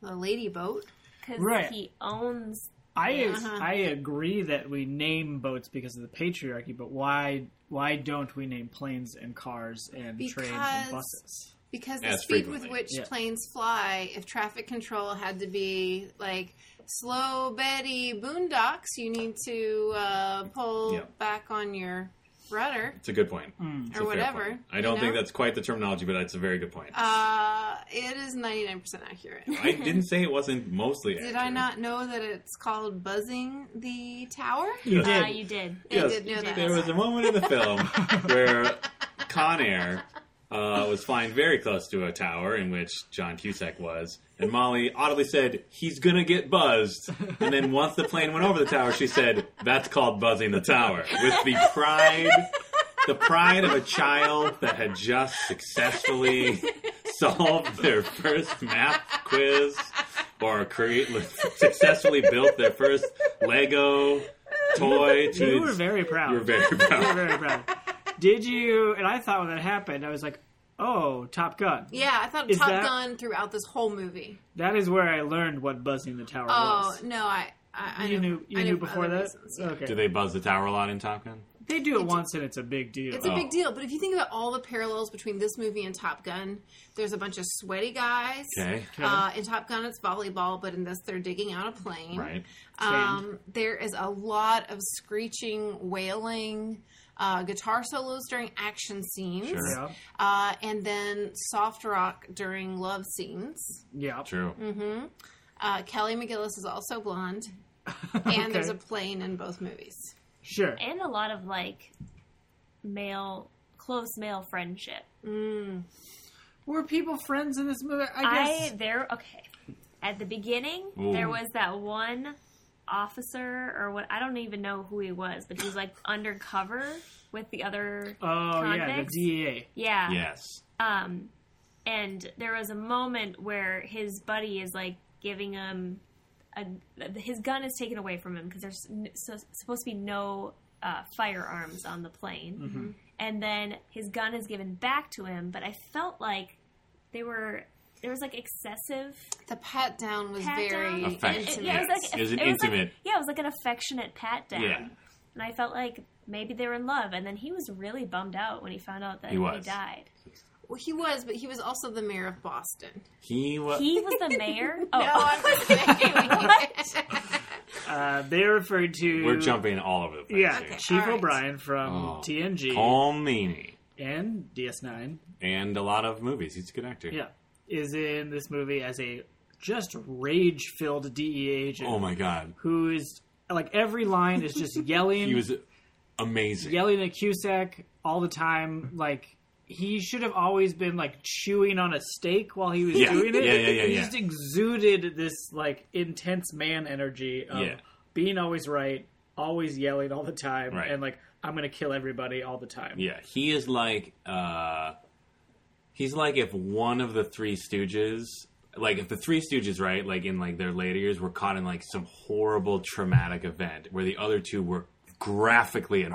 the lady boat. because Right. he owns. I Uh-huh. I agree that we name boats because of the patriarchy, but why why don't we name planes and cars and trains and Because- buses? Because the As speed frequently. with which Yeah. planes fly, if traffic control had to be like slow Betty boondocks, you need to uh, pull Yeah. back on your rudder. It's a good point. Mm. It's Or a fair whatever, point. I you don't think know? that's quite the terminology, but it's a very good point. Uh, it is 99% accurate. I didn't say it wasn't mostly. Did accurate. I not know that it's called buzzing the tower? You Ah, did. you did. Yes, did know you that. There was a moment in the film where Con Air uh, was flying very close to a tower in which John Cusack was, and Molly audibly said, "He's gonna get buzzed." And then once the plane went over the tower, she said, "That's called buzzing the tower," with the pride, the pride of a child that had just successfully solved their first math quiz or create successfully built their first Lego toy. To You were very proud. you were very proud. You were very proud. Did you? And I thought when that happened, I was like, "Oh, Top Gun." Yeah, I thought Is Top that- Gun throughout this whole movie. That is where I learned what buzzing the tower Oh, was. no, I. I, I you know- knew you I knew for before other that. reasons, yeah. Okay, Do they, they buzz the tower a lot in Top Gun? do it once, and it's a big deal. Uh, It's a Oh. big deal, but if you think about all the parallels between this movie and Top Gun, there's a bunch of sweaty guys. Okay, Uh, in Top Gun, it's volleyball, but in this, they're digging out a plane. right. Um, there is a lot of screeching, wailing, uh, guitar solos during action scenes, Sure. yeah, uh, and then soft rock during love scenes. yeah. True. hmm Uh, Kelly McGillis is also blonde, and Okay. there's a plane in both movies. Sure. and a lot of like male close male friendship. Mm. Were people friends in this movie? I I, guess. there okay. At the beginning, Ooh. there was that one officer or what I don't even know who he was, but he was like undercover with the other oh yeah, the Convicts? DEA. yeah. Yes. Um and there was a moment where his buddy is like giving him a, his gun is taken away from him because there's n- so, supposed to be no uh, firearms on the plane. Mm-hmm. Mm-hmm. Mhm. and then his gun is given back to him. But I felt like they were there was like excessive. The pat down was Pat very down? Affectionate. intimate. yeah, it was Yes. like It was an like- intimate- yeah, it was like an affectionate pat down. Yeah. And I felt like maybe they were in love, and then he was really bummed out when he found out that He he, was. died. Well, he was, but he was also the mayor of Boston. He was. He was the mayor. Oh, No, I'm just kidding. Uh, they referred to. We're jumping all over the place. Yeah, here. Chief all right. O'Brien from Oh. TNG Paul Meany and DS9. and a lot of movies. He's a good actor. Yeah, is in this movie as a just rage-filled DEA agent Oh my god, who is like every line is just yelling. he was amazing. yelling at Cusack all the time. Like he should have always been like chewing on a steak while he was Yeah. doing it. Yeah, yeah, yeah, He yeah. just exuded this like intense man energy of Yeah. being always right, always yelling all the time, Right. and like I'm gonna kill everybody all the time. Yeah, he is like uh he's like if one of the three Stooges like if the three Stooges, right, like in like their later years were caught in like some horrible traumatic event where the other two were graphically and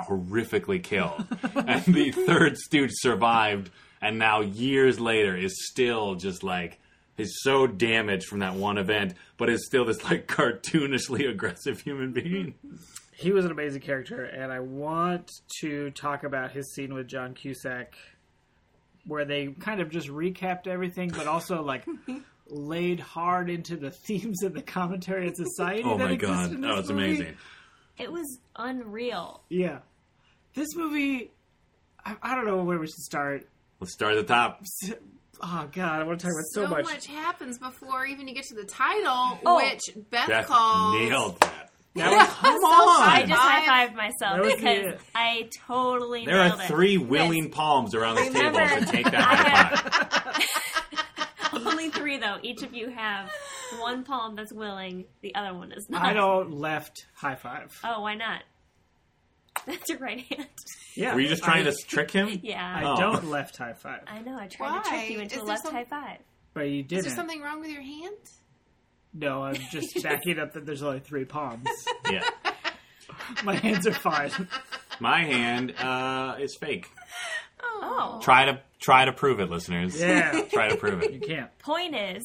horrifically killed. and the third Stooge survived and now years later is still just like is so damaged from that one event, but is still this like cartoonishly aggressive human being. He was an amazing character, and I want to talk about his scene with John Cusack. Where they kind of just recapped everything, but also like laid hard into the themes of the commentary and society. Oh that my exists god, in that this was movie. amazing. It was unreal. Yeah. This movie, I, I don't know where we should start. Let's start at the top. Oh, God, I want to talk about so, so much. happens before even you get to the title, Oh. which Beth, Beth calls. nailed that. That was, come on! I just Five. high fived myself That was because it. I totally There are nailed it. three willing palms around this table Remember- to take that high five. only only three, though. Each of you have one palm that's willing, the other one is not. I don't left high five. Uh, Oh, why not? That's your right hand. Yeah. Were you just trying to trick him? I Yeah. Oh. don't left high five, I know. I tried to trick Why? you into Is a there left some- high five. but you Is didn't. there something wrong with your hand? No, I'm just backing up that there's only three palms. Yeah. My hands are fine. My hand uh, is fake. Oh. Try to try to prove it, listeners. Yeah. Try to prove You it. can't. Point is,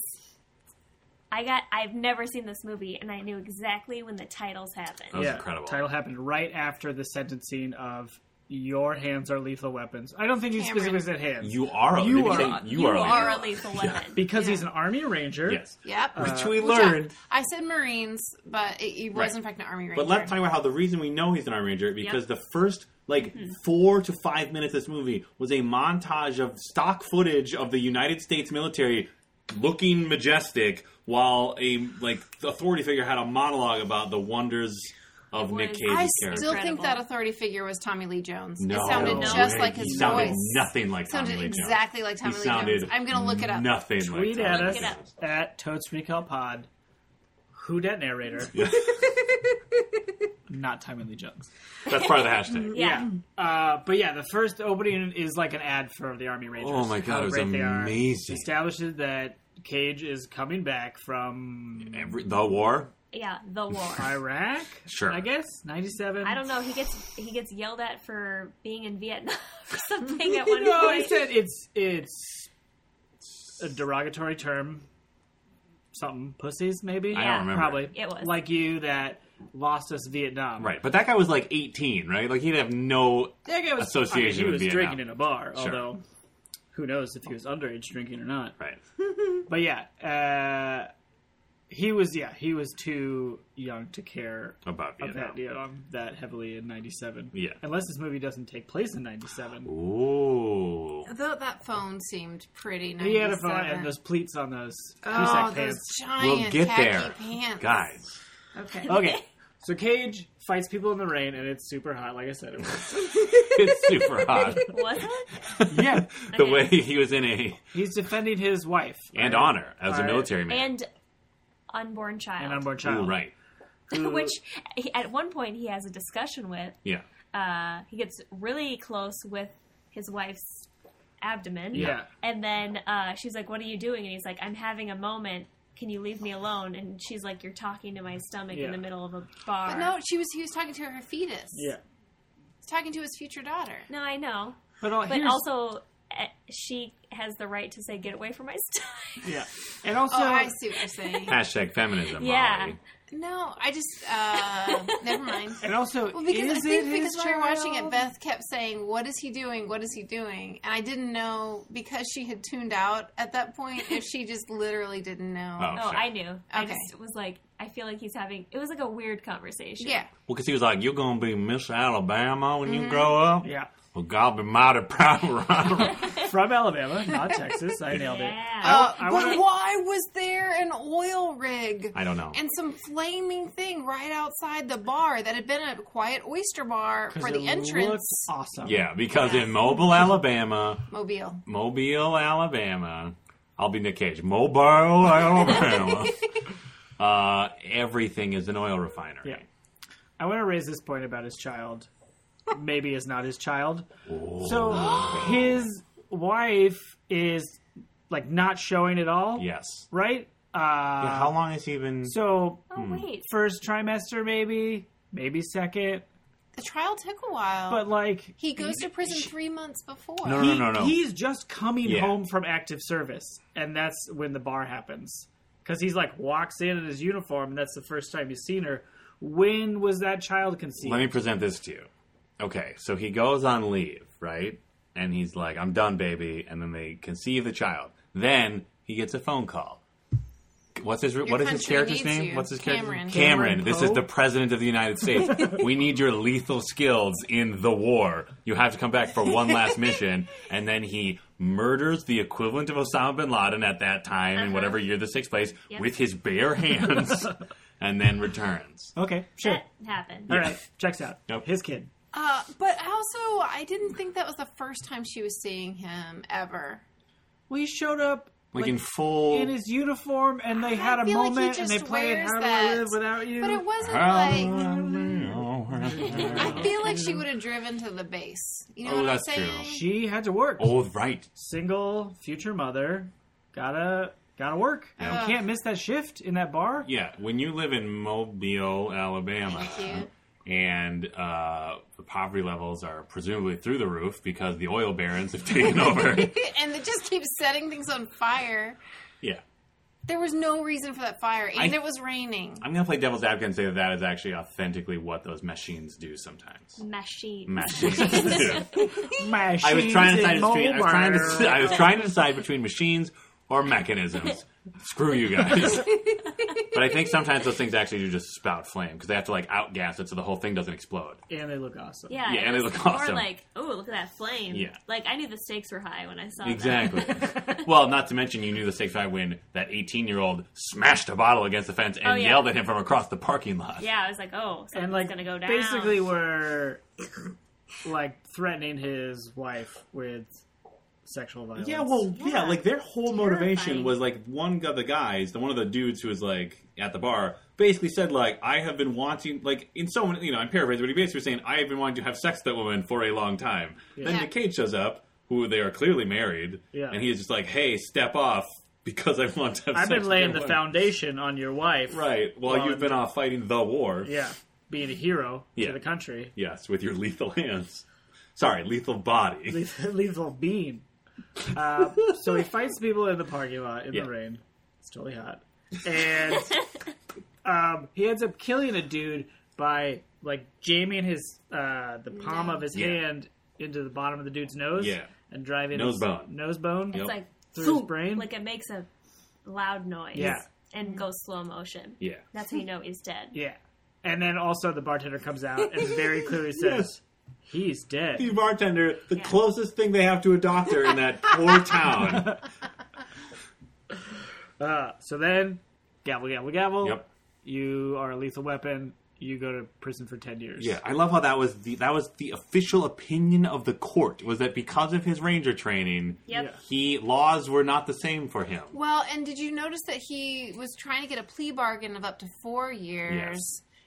I got. I've never seen this movie, and I knew exactly when the titles happened. That was yeah. incredible. Title happened right after the sentencing of your hands are lethal weapons. I don't think he Cameron. specifically said hands. You are. A, You did he are- say you, are. are a leader? lethal weapon. because he's an army ranger. Yes. Yep. Which Uh, we Which I- learned. I, said Marines, but it, it was Right. in fact an Army Ranger. But let's talk about how the reason we know he's an Army Ranger because Yep. the first like Mm-hmm. four to five minutes of this movie was a montage of stock footage of the United States military looking majestic while a like authority figure had a monologue about the wonders of It Nick was- Cage's I character. still think Incredible. that authority figure was Tommy Lee Jones. no, it sounded way. just like his he sounded voice. nothing like sounded Tommy Lee Jones. exactly like Tommy he Lee sounded Jones. I'm going to look it up. Nothing Tweet like at Tommy us Lee Look it up. Jones. at Totes Recall Pod. Who dat narrator? Yeah. Not timely jokes. That's part of the hashtag. yeah. Uh, but yeah, the first opening is like an ad for the Army Rangers. Oh my God, How it was great they are. amazing. Establishes that Cage is coming back from Every, the war. Yeah, the war. Iraq. Sure. I guess ninety-seven. I don't know. He gets he gets yelled at for being in Vietnam or something at one No, point. he said it's it's a derogatory term. Something pussies maybe. I don't remember. Probably It was. like you that lost us Vietnam. Right, but that guy was like 18, right? Like he'd have no That guy was Association I mean, he with was Vietnam. drinking in a bar, Sure. although who knows if he was underage drinking or not. right. But yeah, uh, he was. Yeah, he was too young to care About Vietnam. about Vietnam that heavily in '97. Yeah. unless this movie doesn't take place in '97. Ooh. Though that phone seemed pretty nice. He had a phone and those pleats on those oh, Cusack those pants. giant We'll get khaki there. Oh, pants. Guys. Okay. Okay. So Cage fights people in the rain, and it's super hot. Like I said, it was. It's super hot. Was it? yeah, The Okay. way he was in a he's defending his wife and right? honor as a Alright. military man. And unborn child. an unborn Ooh, child. right. Who- Which he, at one point he has a discussion with. Yeah. Uh, he gets really close with his wife's abdomen. Yeah. And then uh, she's like, "What are you doing?" And he's like, "I'm having a moment. Can you leave me alone?" And she's like, "You're talking to my stomach Yeah. in the middle of a bar." But no, she was. He was talking to her fetus. Yeah. He's talking to his future daughter. No, I know, But, all, but here's- also. eh, She has the right to say, "Get away from my stomach." yeah, and also oh, I see what you're saying. Hashtag feminism. Yeah. Molly. no, I just. Uh, never mind. And also, Well, because is I think it because his we were watching it, child? Beth kept saying, "What is he doing? What is he doing?" And I didn't know because she had tuned out at that point if she just literally didn't know. Oh. No, sure. I knew. I Okay. just was like, I feel like he's having. It was like a weird conversation. Yeah, Well, because he was like, "You're gonna be Miss Alabama when you grow up." Mm-hmm. Yeah, Well, God be mighty proud of you." from Alabama, not Texas. I nailed it. Yeah. Uh, I but wanna- why was there an oil rig I don't know. and some flaming thing right outside the bar that had been a quiet oyster bar for Because the it entrance? looks awesome. yeah, because in Mobile, Alabama, Mobile. Mobile, Alabama. I'll be Nick Cage. Mobile, Alabama. uh, everything is an oil refinery. Yeah. I want to raise this point about his child. Maybe it's not his child. So Oh. his wife is like not showing at all, Yes. right? Uh, Yeah, how long has he been? so Oh wait. first trimester, maybe, maybe second, The trial took a while. but like he goes to prison three months before. No, he, no, no, no. he's just coming Yeah. home from active service, and that's when the bar happens because he's like walks in in his uniform, and that's the first time he's seen her. When was that child conceived? Let me present this to you. Okay, so he goes on leave, right? And he's like, "I'm done, baby." And then they conceive the child. Then he gets a phone call. What's his What is his country character's needs name? you. What's his Cameron. character's name? Cameron. Cameron this Poe? is the president of the United States. we need your lethal skills in the war. You have to come back for one last mission, and then he murders the equivalent of Osama bin Laden at that time Uh-huh. in whatever year the sixth place Yep. with his bare hands, and then returns. okay, sure. That happened. All right, checks out. Yep. His kid. Uh, but also, I didn't think that was the first time she was seeing him ever. Well, he showed up Like, in full. in his uniform, and they had a feel like he moment, and they just played wears "How Do I that. Live Without You." But it wasn't like I feel like she would have driven to the base. You know Oh, what that's I'm saying? true. she had to work. oh, right. Single future mother, gotta gotta work. Yeah. You can't miss that shift in that bar. Yeah, when you live in Mobile, Alabama, Thank and uh, the poverty levels are presumably through the roof because the oil barons have taken over. and it just keeps setting things on fire. yeah. There was no reason for that fire, and I- it was raining. I'm going to play devil's advocate and say that that is actually authentically what those machines do sometimes. machine. Machines do. I was Machines trying to in decide between, I was trying mobile. to, I was trying to decide between machines or mechanisms. Screw you guys. but I think sometimes those things actually do just spout flame because they have to like outgas it so the whole thing doesn't explode. and they look awesome. Yeah, Yeah, and they was look more awesome. like, oh, look at that flame. Yeah. Like, I knew the stakes were high when I saw Exactly. well, not to mention you knew the stakes high when that 18 year old smashed a bottle against the fence and Oh, yeah. yelled at him from across the parking lot. that. Yeah, I was like, oh, something's and like going to go down. basically were like threatening his wife with sexual violence. Yeah, well, yeah, Yeah. like their whole motivation Terrifying. was like one of the guys, the one of the dudes who was like at the bar, basically said like, "I have been wanting like in so many, you know, I'm paraphrasing, but he basically was saying, "I have been wanting to have sex with that woman for a long time." Then Yeah. McCade shows up, who they are clearly married, Yeah. and he is just like, "Hey, step off because I want to have I've sex." been with laying your the wife." foundation on your wife, right while Well, you've been off fighting the war. Yeah, being a hero Yeah. to the country, Yes, with your lethal hands. Sorry, lethal body. lethal, lethal bean. Uh, so he fights people in the parking lot in Yeah. the rain. It's totally hot, and um, he ends up killing a dude by like jamming his uh, the palm of his Yeah. hand into the bottom of the dude's nose, Yeah. and driving Nose his bone. nose bone. Yep. it's like, Through his thump, brain? Like, it makes a loud noise. Yeah. And goes slow motion. Yeah. That's how you know he's dead. Yeah. And then also the bartender comes out and very clearly says, he's The dead. bartender, the Yeah. closest thing they have to a doctor in that poor town. Uh, so then, gavel, gavel, gavel. Yep. You are a lethal weapon. You go to prison for 10 years. Yeah, I love how that was the that was the official opinion of the court was that because of his ranger training, Yep. Yeah. he laws were not the same for him. Well, and did you notice that he was trying to get a plea bargain of up to four years? Yes.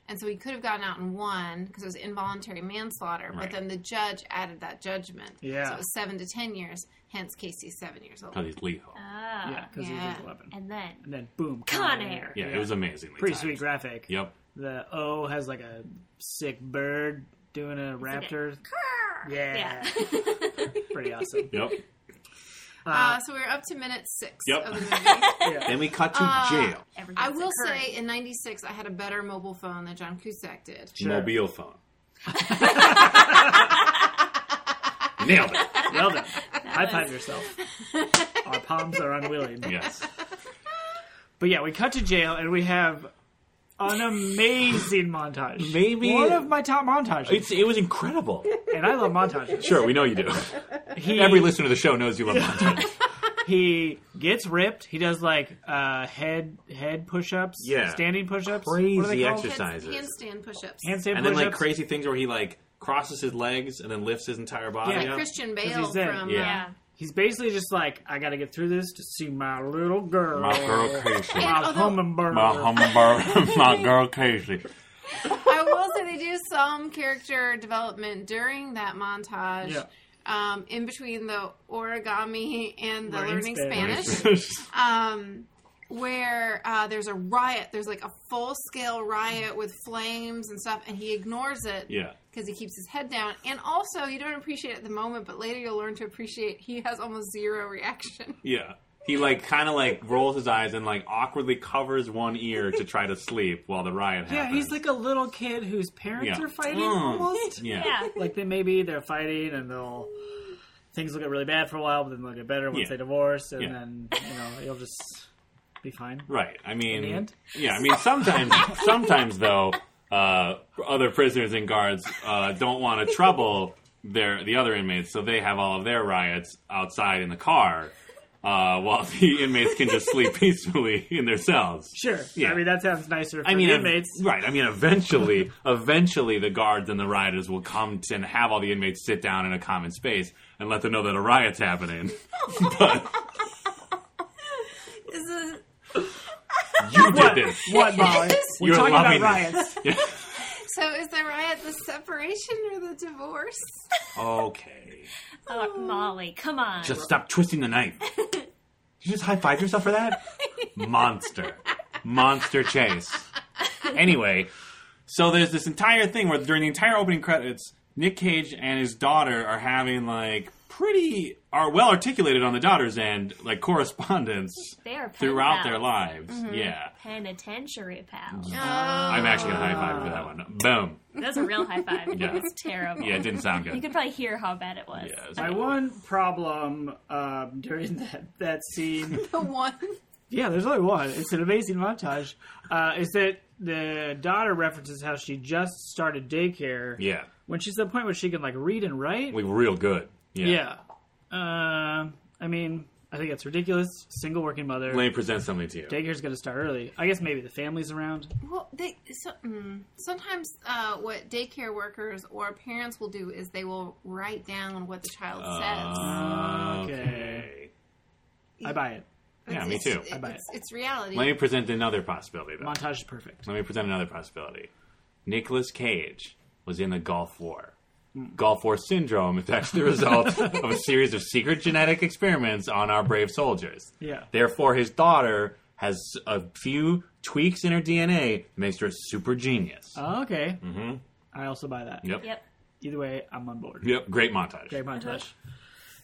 And so he could have gotten out in one because it was involuntary manslaughter, Right. but then the judge added that judgment. Yeah. So it was seven to ten years, hence Casey's seven years old. Because he's lethal. Ah. Yeah, because he's a Yeah. lethal weapon. And then, And then, boom. Con Air. yeah, it was amazingly Pretty timed. sweet graphic. Yep. The O has like a sick bird doing a raptor. Yeah. Pretty awesome. Yep. Uh, so we were up to minute six Yep. of the movie. Yeah. then we cut to Uh, jail. Everything's I will occurring. say in 96, I had a better mobile phone than John Cusack did. Sure. Mobile phone. Nailed it. Well done. High five yourself. Our palms are unwilling. Yes. But yeah, we cut to jail and we have an amazing montage. Maybe- one of my top montages, It's, it was incredible. and I love montages. Sure, we know you do. He, Every listener to the show knows you love montages. he gets ripped. He does like uh, head head push ups, Yeah. standing push ups, Crazy Heads- exercises. Handstand push ups. handstand And push then like ups. crazy things where he like crosses his legs and then lifts his entire body Yeah. up. Christian Bale he's dead. from. uh, Yeah. Yeah. Yeah. He's basically just like, I got to get through this to see my little girl, My girl Casey. my Although- hummingbird. My hummingbird. My girl Casey. I will say they do some character development during that montage. Yeah. Um, in between the origami and the Learning learning Spanish. Spanish, um, where uh, there's a riot, there's like a full scale riot with flames and stuff, and he ignores it yeah. because he keeps his head down. And also, you don't appreciate it at the moment, but later you'll learn to appreciate he has almost zero reaction. Yeah. He like kind of like rolls his eyes and like awkwardly covers one ear to try to sleep while the riot happens. yeah, he's like a little kid whose parents Yeah. are fighting Mm. almost. yeah. Yeah. like they maybe they're fighting and they'll things will get really bad for a while, but then they'll get better once Yeah. they divorce, and Yeah. then you know you'll just be fine. Right. I mean, the end? yeah. I mean, sometimes, sometimes though, uh, other prisoners and guards uh, don't want to trouble their the other inmates, so they have all of their riots outside in the car, uh, while the inmates can just sleep peacefully in their cells. Sure. Yeah. I mean that sounds nicer for I mean, ev- inmates. right? I mean, eventually, eventually, the guards and the rioters will come to and have all the inmates sit down in a common space and let them know that a riot's happening. but You did this. What, Molly? We're You're talking about loving riots. this. So is the riot the separation or the divorce? okay. Oh, Molly, come on. Just stop twisting the knife. Did you just high five yourself for that? Monster. Monster chase. Anyway, so there's this entire thing where during the entire opening credits, Nick Cage and his daughter are having like pretty are well articulated on the daughter's end, like correspondence they Mm-hmm. are pen throughout pals. their lives. Yeah. Penitentiary pals. I'm actually gonna high five for that one. Boom. That's a real high five. Yeah. It's terrible. Yeah, it didn't sound You good. could probably hear how bad it was. Yeah, it was My one problem um, during that, that scene Um, The one. Yeah, there's only one. It's an amazing montage. Uh, is that the daughter references how she just started daycare Yeah. when she's at the point where she can like read and write. We were real good. Yeah. yeah. Uh, I mean, I think that's ridiculous. Single working mother. Let me present something to you. Daycare's going to start early. I guess maybe the family's around. Well, they so, mm, sometimes uh, what daycare workers or parents will do is they will write down what the child Uh, says. Ah, Okay. I buy it. Yeah, me It's- too. It's, I buy it's, it's reality. Let me present another possibility, though. Montage is perfect. Let me present another possibility. Nicolas Cage was in the Gulf War. Gulf War syndrome is actually the result of a series of secret genetic experiments on our brave soldiers. Yeah. Therefore, his daughter has a few tweaks in her DNA that makes her a super genius. Okay. Mm-hmm. I also buy that. yep. yep. Yep. Either way, I'm on board. Great montage. Great montage.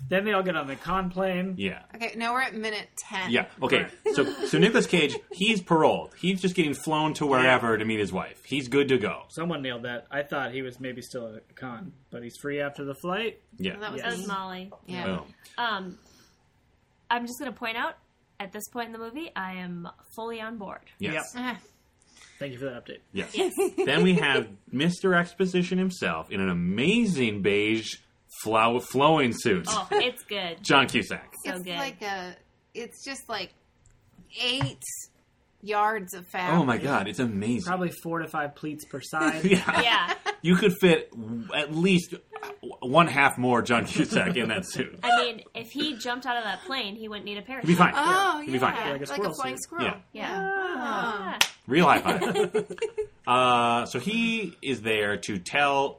Then they all get on the con plane. Yeah. okay, now we're at minute ten. Yeah. Okay. So so Nicolas Cage, he's paroled. He's just getting flown to wherever to meet his wife. He's good to go. Someone nailed that. I thought he was maybe still at a con, but he's free after the flight. Yeah. that was That Yes. was Molly. Yeah. Boom. Um, I'm just going to point out at this point in the movie, I am fully on board. Yes. Ah, Thank you for that update. Yes. then we have Mr. Exposition himself in an amazing beige flow- flowing suit. Oh, it's good. John Cusack. So it's good. like a. It's just like eight yards of fabric. Oh my god, it's amazing. Probably four to five pleats per side. Yeah. yeah. You could fit w- at least one half more John Cusack in that suit. I mean, if he jumped out of that plane, he wouldn't need a parachute. You'd be fine. Oh You'd yeah, be fine. Like a like, squirrel a flying suit. squirrel. Uh-huh. Yeah. Yeah. Ah. Real high five. uh, so he is there to tell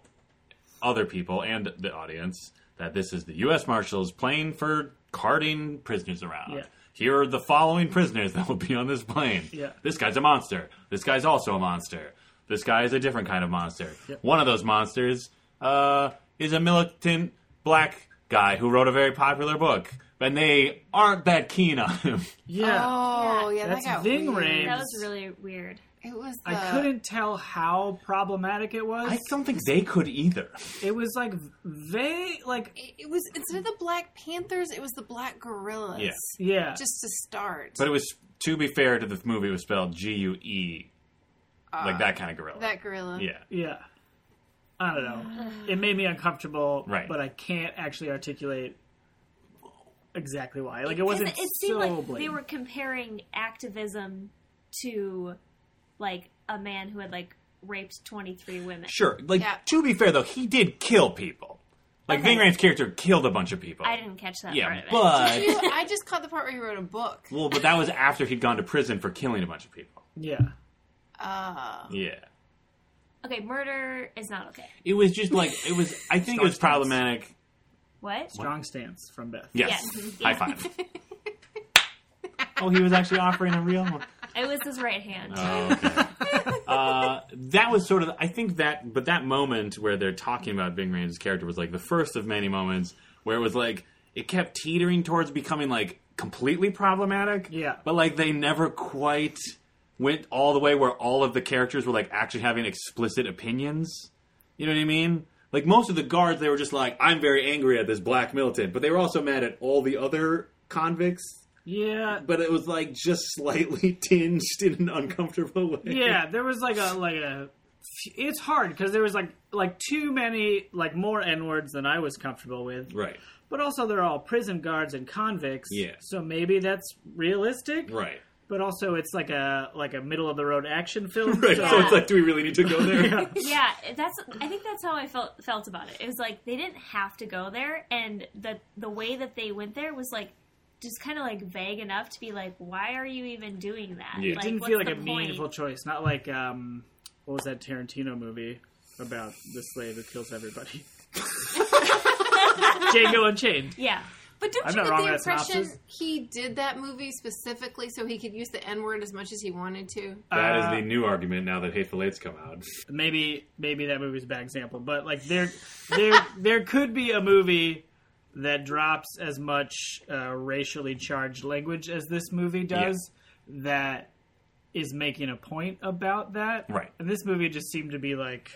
other people and the audience that this is the U.S. Marshals playing for carting prisoners around. Yeah. Here are the following prisoners that will be on this plane. Yeah. This guy's a monster. This guy's also a monster. This guy is a different kind of monster. One of those monsters uh, is a militant black guy who wrote a very popular book, and they aren't that keen on him. Yeah. Oh yeah, That's that got Ving weird. Rhames. That was really weird. It was. The, I couldn't tell how problematic it was. I don't think they could either. It was like they like It, it was instead of the Black Panthers, it was the Black Gorillas. Yeah. yeah. Just to start, But it was to be fair to the movie, it was spelled G U E, Ah. like that kind of gorilla. that gorilla. yeah, yeah. I don't know. It made me uncomfortable, Right. but I can't actually articulate exactly why. Like it wasn't it so seemed like blatant. they were comparing activism to like a man who had like raped 23 women. sure. Like Yeah. to be fair though, he did kill people. Like Okay. Ving Rhames' character killed a bunch of people. I didn't catch that part Yeah, of it. but You- I just caught the part where he wrote a book. well, but that was after he'd gone to prison for killing a bunch of people. yeah. Oh. Uh, Yeah, okay, murder is not okay. it was just like it was. I think it was problematic. What? Strong stance from Beth. Yes, Yes. high five. oh, he was actually offering a real one. It was his right hand. Oh, okay. uh, that was sort of, I think that, but that moment where they're talking about Bing Rhames' character was like the first of many moments where it was like, it kept teetering towards becoming like completely problematic. Yeah. But like they never quite went all the way where all of the characters were like actually having explicit opinions. You know what I mean? Like most of the guards, they were just like, I'm very angry at this black militant, but they were also mad at all the other convicts. Yeah. But it was like just slightly tinged in an uncomfortable way. yeah there was like a like a it's hard because there was like like too many like more n words than i was comfortable with Right. but also they're all prison guards and convicts Yeah. so maybe that's realistic Right. but also it's like a like a middle of the road action film Right. so- So it's like, do we really need to go there? yeah, that's. I think that's how I felt felt about it. It was like they didn't have to go there, and the the way that they went there was like just kind of like vague enough to be like, why are you even doing that? Yeah. It It didn't feel like what's a the meaningful point? choice. Not like um, what was that Tarantino movie about the slave who kills everybody? Django Unchained. Yeah, But don't I'm you not get wrong the with that impression synopsis. he did that movie specifically so he could use the N word as much as he wanted to? That is Uh, the new argument now that Hateful Eight's come out. maybe maybe that movie's a bad example, but like there there there could be a movie that drops as much uh, racially charged language as this movie does that is making a point about that. Right. And this movie just seemed to be like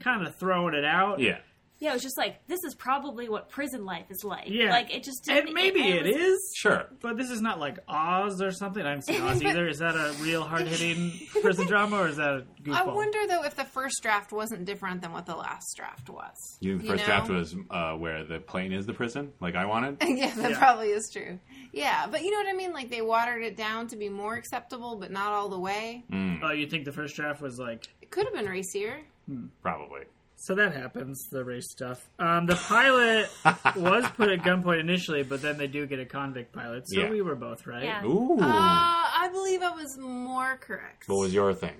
kind of throwing it out. Yeah. yeah. It was just like this is probably what prison life is like. Yeah. like it just And maybe it was- is. Sure. But this is not like Oz or something. I haven't seen Oz either. Is that a real hard hitting prison drama or is that a goofball? I wonder though if the first draft wasn't different than what the last draft was. You think the first know? draft was uh, where the plane is the prison, like I wanted? yeah, that Yeah. probably is true. Yeah, but you know what I mean? Like they watered it down to be more acceptable, but not all the way. Mm. Hmm. Oh, you think the first draft was like It could have been racier. Probably. So that happens, the race stuff. Um, the pilot was put at gunpoint initially, but then they do get a convict pilot. So Yeah. we were both right. Yeah. Ooh. Uh, I believe I was more correct what was your thing?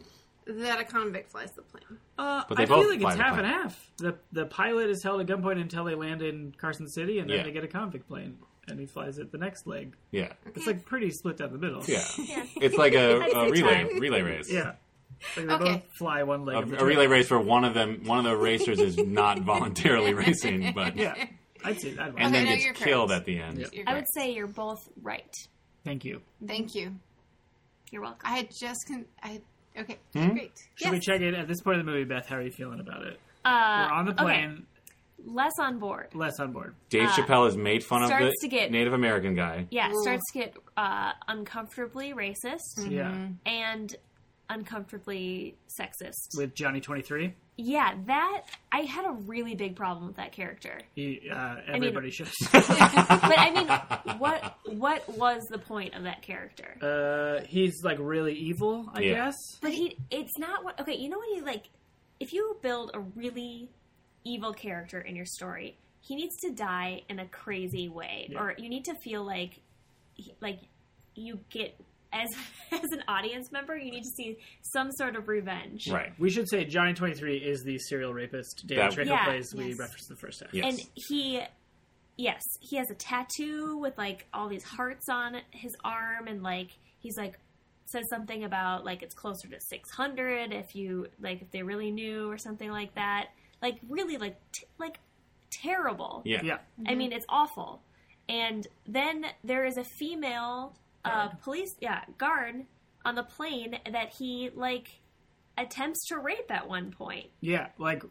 that a convict flies the plane. Uh, But they I feel both like fly it's the half plane. and half. The the pilot is held at gunpoint until they land in Carson City, and then Yeah. they get a convict plane, and he flies it the next leg. Yeah. It's like pretty split down the middle. Yeah. Yeah. It's like a, That's a the relay time. relay race. yeah. Like they Okay. both fly one leg. A, of the a relay track. race where one of them, one of the racers is not voluntarily racing, but Yeah, I'd say that. and Okay, then no, gets you're correct. killed at the end. Yep. You're I correct. would say you're both right. Thank you. Thank you. You're welcome. I had just con- I okay. Hmm? Great. Should we Yes. check in at this point of the movie, Beth? How are you feeling about it? uh, We're on the okay, plane, less on board. less on board. Dave Chappelle has made fun of the starts to get- Native American guy. Yeah, it Ooh. starts to get uh, uncomfortably racist Yeah, Mm-hmm. and uncomfortably sexist. with Johnny Twenty Three. yeah, that I had a really big problem with that character. He, uh, everybody should. but I mean, what what was the point of that character? Uh, he's like really evil, I Yeah. guess. But he, it's not what. Okay, you know when you like, if you build a really evil character in your story, he needs to die in a crazy way, Yeah. or you need to feel like, he- like you get as as an audience member, you need to see some sort of revenge. Right. We should say Johnny Twenty Three is the serial rapist David That- Trejo Yeah, plays. We yes. referenced in the first half. Yeah. And Yes. he, yes, he has a tattoo with like all these hearts on his arm, and like he's like says something about like it's closer to six hundred if you like if they really knew or something like that. Like really like t- like terrible. Yeah. Yeah, I mean it's awful. And then there is a female uh, police yeah guard on the plane that he like attempts to rape at one point. yeah, like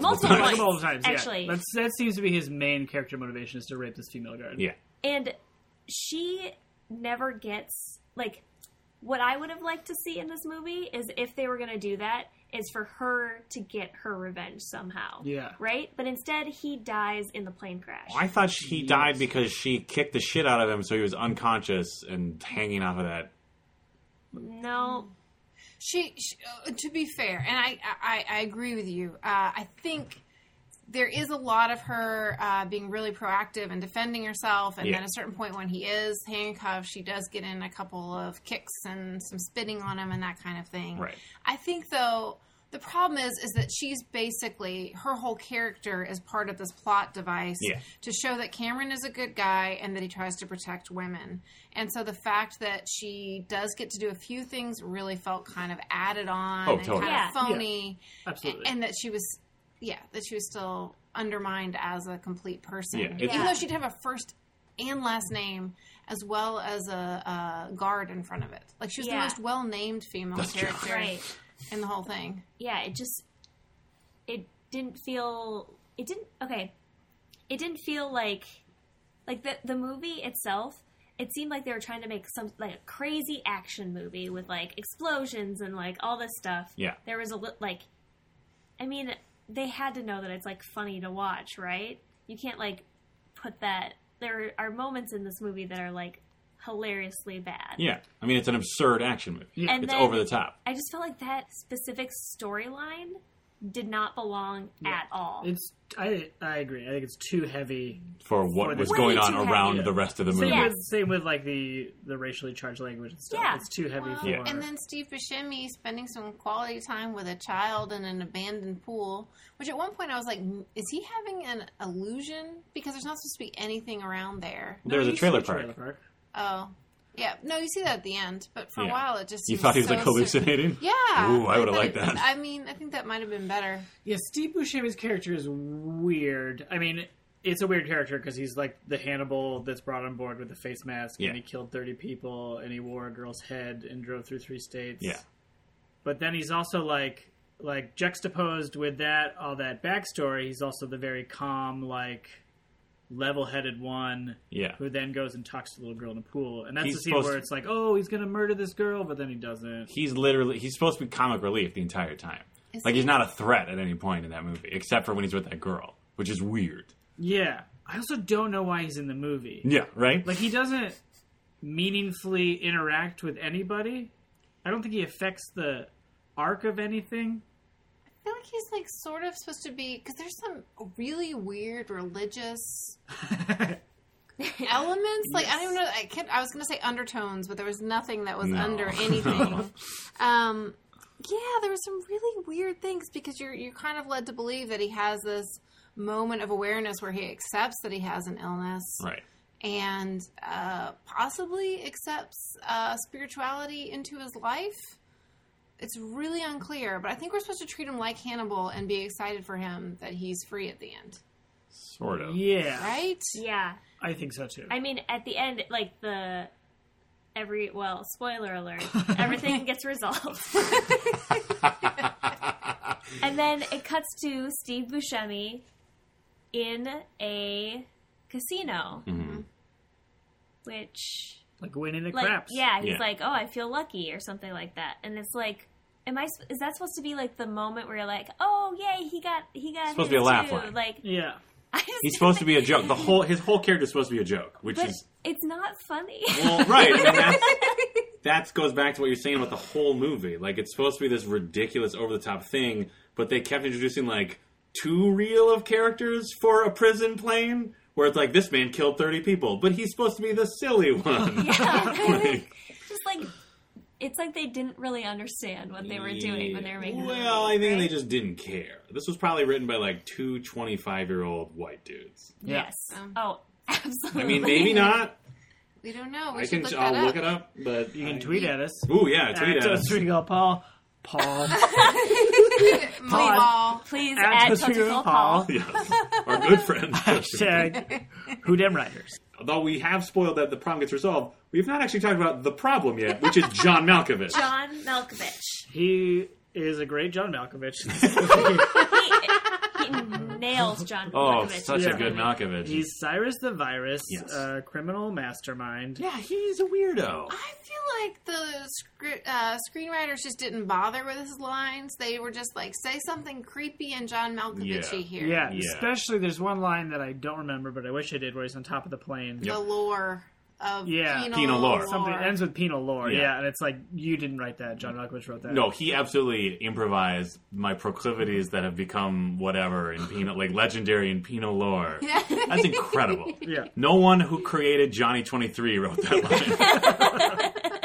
Multiple multiple, times. like times, multiple times. actually. yeah. That's, that seems to be his main character motivation is to rape this female guard. Yeah. and she never gets like what I would have liked to see in this movie is if they were going to do that is for her to get her revenge somehow. Yeah. Right? But instead he dies in the plane crash. Oh, I thought she died because she kicked the shit out of him, so he was unconscious and hanging off of that. No. She, she uh, to be fair, and I, I, I agree with you. Uh, I think there is a lot of her uh, being really proactive and defending herself, and Yeah. then at a certain point when he is handcuffed, she does get in a couple of kicks and some spitting on him and that kind of thing. Right. I think though the problem is is that she's basically her whole character is part of this plot device Yeah. to show that Cameron is a good guy and that he tries to protect women. And so the fact that she does get to do a few things really felt kind of added on Oh, and totally. kind Yeah. of phony absolutely. and that she was yeah, that she was still undermined as a complete person. Yeah, it's- Even Yeah. though she'd have a first and last name as well as a, a guard in front of it. Like she was Yeah. the most well named female That's true. character Right. in the whole thing. Yeah, it just it didn't feel it didn't okay. It didn't feel like like the the movie itself it seemed like they were trying to make some like a crazy action movie with like explosions and like all this stuff Yeah. there was a li- like i mean they had to know that it's like funny to watch right you can't like put that there are moments in this movie that are like hilariously bad Yeah. I mean, it's an absurd action movie. Yeah. And it's then- over the top. i just felt like that specific storyline did not belong at all. It's I I agree. I think it's too heavy. for what For the- was Way going on too heavy. around Yeah. the rest of the movie. Same, Yeah. with, same with like the the racially charged language and stuff. Yeah. It's too heavy Well, for. Yeah. And then Steve Buscemi spending some quality time with a child in an abandoned pool, which at one point I was like, "M- is he having an illusion? Because there's not supposed to be anything around there. No, There's you a see trailer the park. Oh, yeah. No, you see that at the end, but for Yeah. a while it just You seemed thought he was so like sim- hallucinating? Yeah. Ooh, I would've thought liked it- that. I mean, I think that might have been better. Yeah, Steve Buscemi's character is weird. I mean, it's a weird character because he's like the Hannibal that's brought on board with the face mask, Yeah. and he killed thirty people, and he wore a girl's head, and drove through three states. Yeah. but then he's also like like juxtaposed with that all that backstory. He's also the very calm, like level-headed one Yeah. who then goes and talks to the little girl in the pool, and that's He's the scene supposed where to- it's like, oh, he's gonna murder this girl, but then he doesn't. He's literally he's supposed to be comic relief the entire time. Is like he? he's not a threat at any point in that movie, except for when he's with that girl, which is weird. Yeah, I also don't know why he's in the movie. Yeah, right? Like he doesn't meaningfully interact with anybody. I don't think he affects the arc of anything. I feel like he's like sort of supposed to be because there's some really weird religious elements. Like I don't even know. I kept, I was going to say undertones, but there was nothing that was No. under anything. um, yeah, there were some really weird things because you're you're kind of led to believe that he has this moment of awareness where he accepts that he has an illness right. and uh, possibly accepts uh, spirituality into his life. It's really unclear, but I think we're supposed to treat him like Hannibal and be excited for him that he's free at the end, Sort of. Yeah, right? yeah. I think so too. I mean, at the end, like the every well, spoiler alert, everything gets resolved, and then it cuts to Steve Buscemi in a casino, Mhm. which like winning the like craps. yeah, he's Yeah. like, oh, I feel lucky or something like that, and it's like. Am I? sp- Is that supposed to be like the moment where you're like, "Oh, yay, he got he got"? Supposed to be a his laugh too. line. Like, yeah. I just, He's supposed to be a joke. The whole his whole character is supposed to be a joke, which but is it's not funny. well, right. and that's, that goes back to what you're saying about the whole movie. Like it's supposed to be this ridiculous, over the top thing, but they kept introducing like two reel of characters for a prison plane, where it's like this man killed 30 people, but he's supposed to be the silly one. yeah, Like, just like it's like they didn't really understand what they were doing when they were making. the Well, movie, I think right? they just didn't care. This was probably written by like two 25 year old white dudes. Yeah. yes. Um, oh, absolutely. I mean, maybe not. We don't know. I We should can. look I'll that look up. it up, but You I- can tweet at us. Ooh, yeah, tweet at at us. Toast Regal Paul. Paul. Molly Ball. Please At add Toast Tootsie Regal Roll Paul. Paul. Yes, our good friend. Oh, Hashtag Who Dem Writers. Although we have spoiled that the problem gets resolved, we've not actually talked about the problem yet, which is John Malkovich. John Malkovich. He is a great John Malkovich. He, he nails John Oh, Malkovich. such Yeah. a good Malkovich. He's Cyrus the Virus, Yes. uh, criminal mastermind. yeah, he's a weirdo. I feel like the script, uh, screenwriters just didn't bother with his lines. They were just like, say something creepy and John Malkovich Yeah. here. Yeah, Yeah. especially there's one line that I don't remember, but I wish I did, where he's on top of the plane. The lore of Yeah. penal, Penal lore. Something it ends with penal lore, yeah. Yeah. and it's like you didn't write that. John Malkovich wrote that. No, he absolutely improvised my proclivities that have become whatever in penal, like legendary in penal lore. That's incredible. Yeah. No one who created Johnny 23 wrote that line.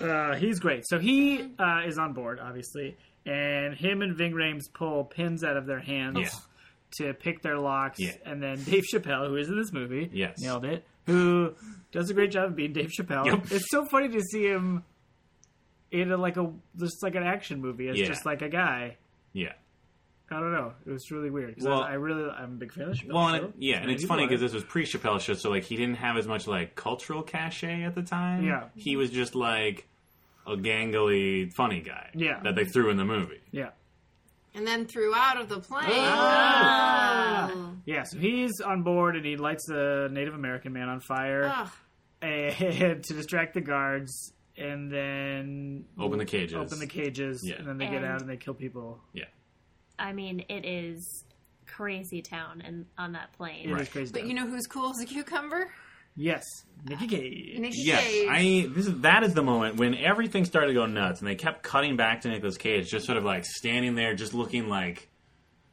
Uh, he's great. So he uh, is on board, obviously, and him and Ving Rhames pull pins out of their hands Yeah. to pick their locks, Yeah. and then Dave Chappelle, who is in this movie, Yes. nailed it, who does a great job of being Dave Chappelle. Yep. It's so funny to see him in a, like a just like an action movie as Yeah. just like a guy. yeah. I don't know. It was really weird 'cause Well- I, I really I'm a big fan of Chappelle. Well, and show. it, yeah, and Maybe it's you funny are. because this was pre Chappelle show, so like he didn't have as much like cultural cachet at the time. Yeah. he was just like a gangly funny guy. Yeah. that they threw in the movie. yeah. And then threw out of the plane. Ah. Yeah, so he's on board and he lights the Native American man on fire Ah. Ugh. and to distract the guards, and then Open the cages. open the cages, Yeah. and then they get And- out and they kill people. Yeah, I mean, it is crazy town and on that plane. It is Right. crazy. But you know who's cool as a cucumber? Yes, Nikki Cage. Nicolas Yes, Cage. I. This is that is the moment when everything started to go nuts, and they kept cutting back to Nicolas Cage, just sort of like standing there, just looking like,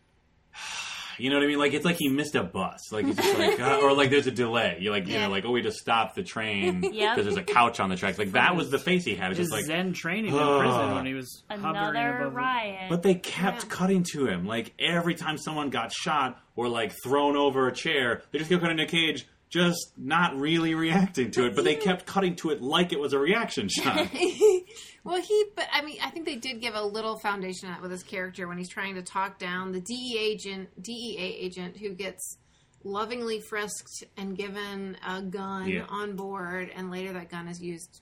you know what I mean? Like it's like he missed a bus, like he's just like, uh, or like there's a delay. You're like, you Yeah. know, like oh, we just stopped the train because Yep. there's a couch on the tracks. Like that was the face he had. It's His just like, Zen training in Ugh. prison when he was hovering Another above. riot. But they kept Yeah. cutting to him. Like every time someone got shot or like thrown over a chair, they just kept cutting to Cage, just not really reacting to it. But they kept cutting to it like it was a reaction shot. well, he, but I mean, I think they did give a little foundation out with his character when he's trying to talk down the DEA agent, DEA agent who gets lovingly frisked and given a gun Yeah. on board, and later that gun is used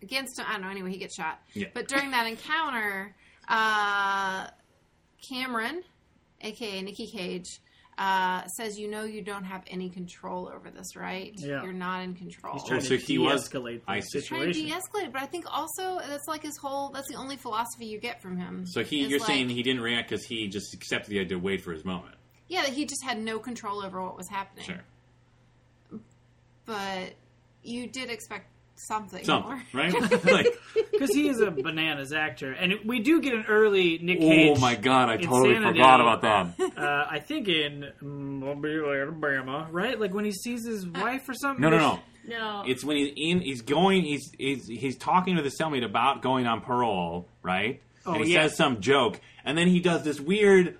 against him. I don't know. Anyway, he gets shot. Yeah. But during that encounter, uh, Cameron, aka Nikki Cage. Uh, says you know you don't have any control over this, right? Yeah. You're not in control. He's trying Oh, to so he was- de-escalate I the see. Trying to situation. de-escalate, it, but I think also that's like his whole. That's the only philosophy you get from him. So he, It's you're like- saying he didn't react because he just accepted the idea to wait for his moment. yeah, that he just had no control over what was happening. Sure, but you did expect something. something more. right? like, oh Because he is a bananas actor, and we do get an early Nick Cage. oh my god, I totally insanity. forgot about that. Uh, I think in Mobile, Alabama, right? Like when he sees Uh, his wife or something. No, no, no. no. It's when he's in, he's going, he's he's, he's talking to the cellmate about going on parole, right? Oh, and he yeah. says some joke, and then he does this weird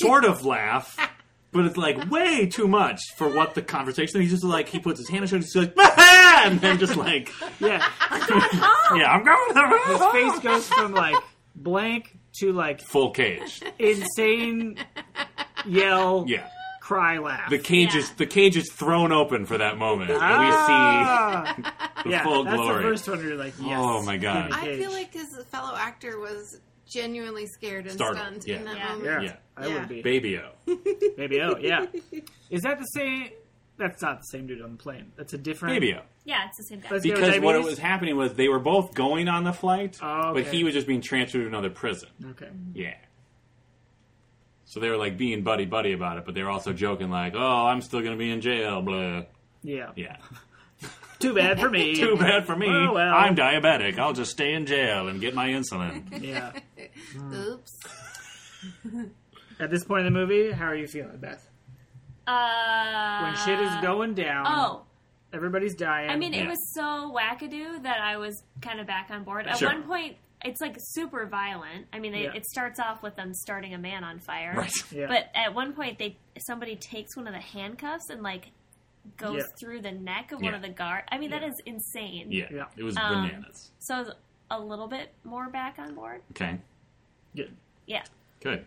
sort of laugh, but it's like way too much for what the conversation. He's just like he puts his hand on his shoulder, he's like, "Ah!" and then just like, Yeah, yeah, I'm going. his face goes from like blank to like Full cage, insane yell, yeah. cry, laugh. The cage is Yeah. the cage is thrown open for that moment, and Ah! we see the yeah, full that's glory. the first one where you're like, yes. Oh my God. give me I feel Cage. like his fellow actor was genuinely scared and Startled, stunned yeah. in that Yeah. moment. Yeah, Yeah. I Yeah. would be. Baby O. Baby oh yeah. Is that the same? That's not the same dude on the plane. That's a different. Baby O. yeah, it's the same guy. Let's get with Because what diabetes? was happening was they were both going on the flight, Oh, okay. but he was just being transferred to another prison. Okay. Yeah. So they were like being buddy buddy about it, but they were also joking like, "Oh, I'm still gonna be in jail." Blah. Yeah. Yeah. Too bad for me. Too bad for me. Oh, well. I'm diabetic. I'll just stay in jail and get my insulin. Yeah. Oops. At this point in the movie, how are you feeling, Beth? Uh, When shit is going down, Oh, everybody's dying. I mean, it Yeah. was so wackadoo that I was kind of back on board. At Sure. one point, it's like super violent. I mean, they, Yeah. it starts off with them starting a man on fire, Right. Yeah. but at one point, they somebody takes one of the handcuffs and like goes Yeah. through the neck of one Yeah. of the guard. I mean, that is insane. Yeah. Yeah. It was Um, bananas. So I was a little bit more back on board. Okay. Good. Yeah. Good.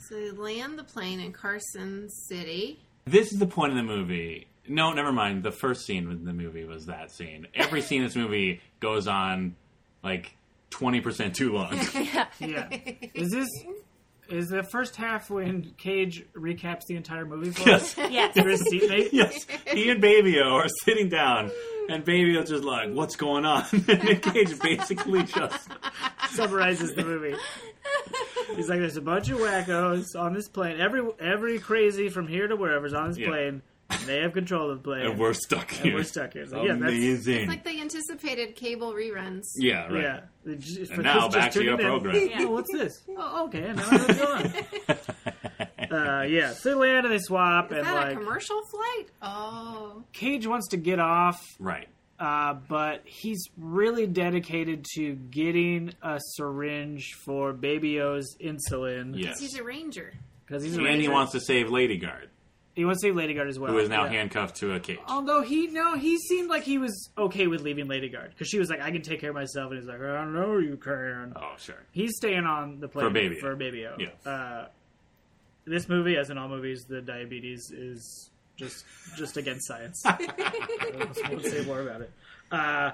So they land the plane in Carson City. This is the point of the movie. No, never mind. The first scene in the movie was that scene. Every scene in this movie goes on like 20% too long. Yeah. Is this is the first half when Cage recaps the entire movie for us? yes. Yes. For his seatmate? Yes. He and Baby O are sitting down, and Baby O's just like, what's going on? And Nick Cage basically just. Summarizes the movie. He's like, there's a bunch of wackos on this plane. Every every crazy from here to wherever's on this Yeah. plane. and They have control of the plane. And we're stuck And here. we're stuck here. It's like, yeah, that's, Amazing. It's like they anticipated cable reruns. yeah, right. Yeah. They ju- for- now just back to turned your it in. program. Yeah. Oh, what's this? Oh, okay. Now I know what's going on. Uh, yeah. So they land and they swap, Is and that like a commercial flight? Oh, Cage wants to get off, Right. uh, but he's really dedicated to getting a syringe for Baby O's insulin Yes. he's a ranger. because he's a And he ranger. wants to save Lady Guard, he wants to see Lady Guard as well, who is now yeah. handcuffed to a cage. Although he no, he seemed like he was okay with leaving Lady Guard because she was like, "I can take care of myself," and he's like, "I know you can." Oh, sure. He's staying on the plane For Baby O. For Baby O. Yeah. Uh, this movie, as in all movies, the diabetes is just just against science. I won't say more about it. Uh,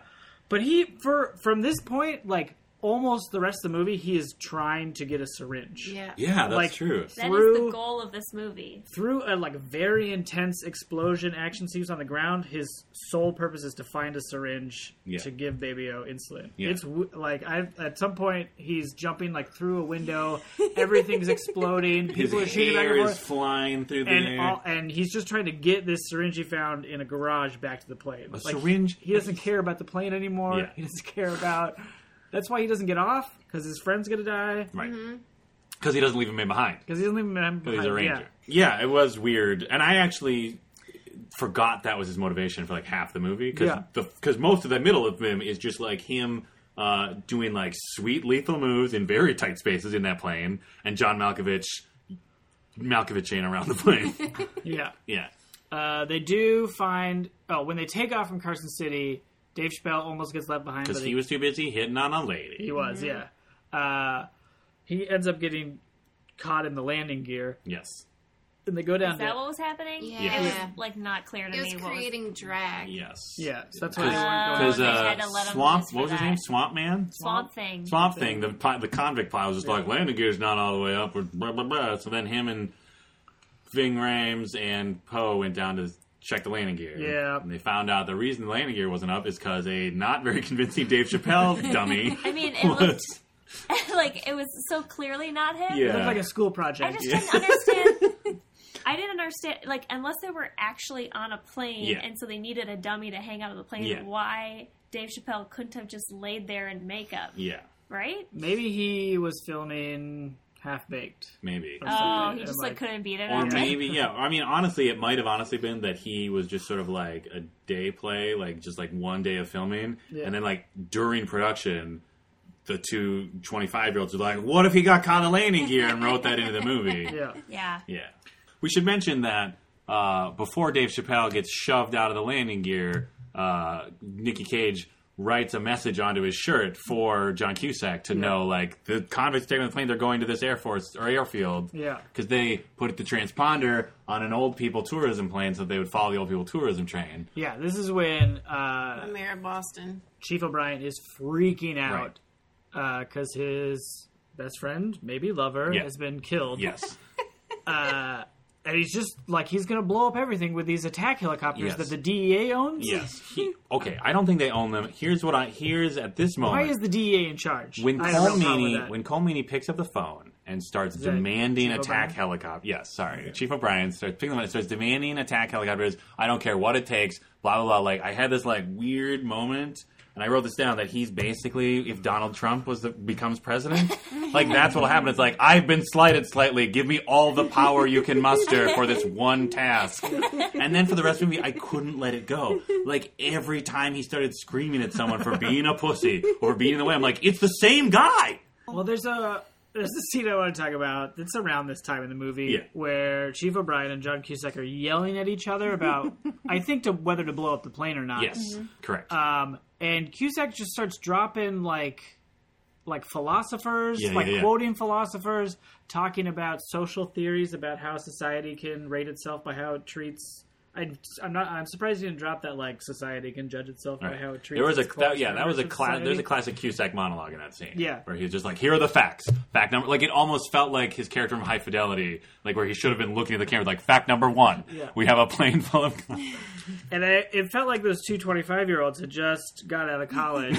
but he for from this point, like almost the rest of the movie he is trying to get a syringe. Yeah. Yeah, that's Like- true. That is Through- the goal of this movie. Through a like very intense explosion action sequence on the ground, his sole purpose is to find a syringe Yeah. to give Baby O insulin. Yeah. It's w- like I at some point he's jumping like through a window, everything's exploding, His people are shooting back hair and is forth, flying through the and air. all, and he's just trying to get this syringe he found in a garage back to the plane. a Like, syringe. He doesn't care about the plane anymore. Yeah. He doesn't care about. That's why he doesn't get off because his friend's gonna die Right. Mm-hmm. Because he doesn't leave him in behind. because he doesn't even remember. He's a yeah. ranger. Yeah. it was weird, and I actually forgot that was his motivation for like half the movie because Yeah. most of the middle of him is just like him uh, doing like sweet lethal moves in very tight spaces in that plane, and John Malkovich Malkoviching around the plane. Yeah. yeah, Uh, they do find. Oh, when they take off from Carson City, Dave Chappelle almost gets left behind. because but he was too busy hitting on a He lady. was. Mm-hmm. Yeah. Uh, he ends up getting caught in the landing gear, Yes. and they go down. Is that to- what was happening? Yeah. It was Yeah. like not clear to It me was what was creating drag. Yes. yeah. So that's why they weren't going. Oh, Because they down. had uh, to let him swamp, loose for what was his that. name? Swamp Man. Swamp Thing. Swamp Thing, the pi- the convict pile was just like landing gear's not all the way up, or blah blah blah. So then him and Ving Rhames and Poe went down to check the landing gear. Yeah. and they found out the reason the landing gear wasn't up is because a not very convincing Dave Chappelle dummy. I mean, it looked was like it was so clearly not him. it looked yeah. like a school I project. just didn't understand. I didn't understand, like, unless they were actually on a plane Yeah. and so they needed a dummy to hang out of the plane, Yeah. why Dave Chappelle couldn't have just laid there in makeup, yeah, right? Maybe he was filming half baked. maybe. Oh, he and, just, like, like- couldn't beat it. Or on tape. maybe, yeah. I mean, honestly, it might have honestly been that he was just sort of like a day play, like just like one day of filming. Yeah. And then, like, during production, the two 25 year olds were like, what if he got caught in landing gear and wrote that into the movie? Yeah. Yeah. Yeah. We should mention that uh, before Dave Chappelle gets shoved out of the landing gear, uh, Nicky Cage writes a message onto his shirt for John Cusack to know, like, the convicts taking the plane, they're going to this Air Force or airfield. Yeah. Because they put the transponder on an old people tourism plane so they would follow the old people tourism train. Yeah. This is when uh, The mayor of Boston. Chief O'Brien is freaking out because his best friend, maybe lover, Yeah. has been killed. Yes. And he's just like, he's going to blow up everything with these attack helicopters Yes. that the DEA owns? yes. He, okay, I don't think they own them. Here's what I. Here's at this moment. Why is the DEA in charge? When I have a real problem with Colmeany, that. when Colmeany picks up the phone and starts that demanding Chief attack O'Brien? helicopters, yes, sorry, Chief O'Brien starts picking them up and starts demanding attack helicopters. I don't care what it takes. Blah blah blah. Like I had this like weird moment, and I wrote this down that he's basically if Donald Trump was the, becomes president, like that's what'll happen. It's like I've been slighted slightly. Give me all the power you can muster for this one task, and then for the rest of the movie, I couldn't let it go. Like every time he started screaming at someone for being a pussy or being in the way, I'm like, it's the same guy. Well, there's a there's a scene I want to talk about. It's around this time in the movie Yeah. where Chief O'Brien and John Cusack are yelling at each other about, I think, to whether to blow up the plane or not. Yes, correct. Um, and Cusack just starts dropping like like philosophers, Yeah, like yeah, yeah. quoting philosophers, talking about social theories about how society can rate itself by how it treats. I, I'm not. I'm surprised you didn't drop that. Like society can judge itself by Right. how it treats. There was a its that, close yeah, that was members a of cla- there's a society. classic Cusack monologue in that scene. Yeah. where he's just like, "Here are the facts. Fact number." Like it almost felt like his character from High Fidelity, like where he should have been looking at the camera, like, "Fact number one: Yeah. We have a plane full of." And I, it felt like those two 25 year olds had just got out of college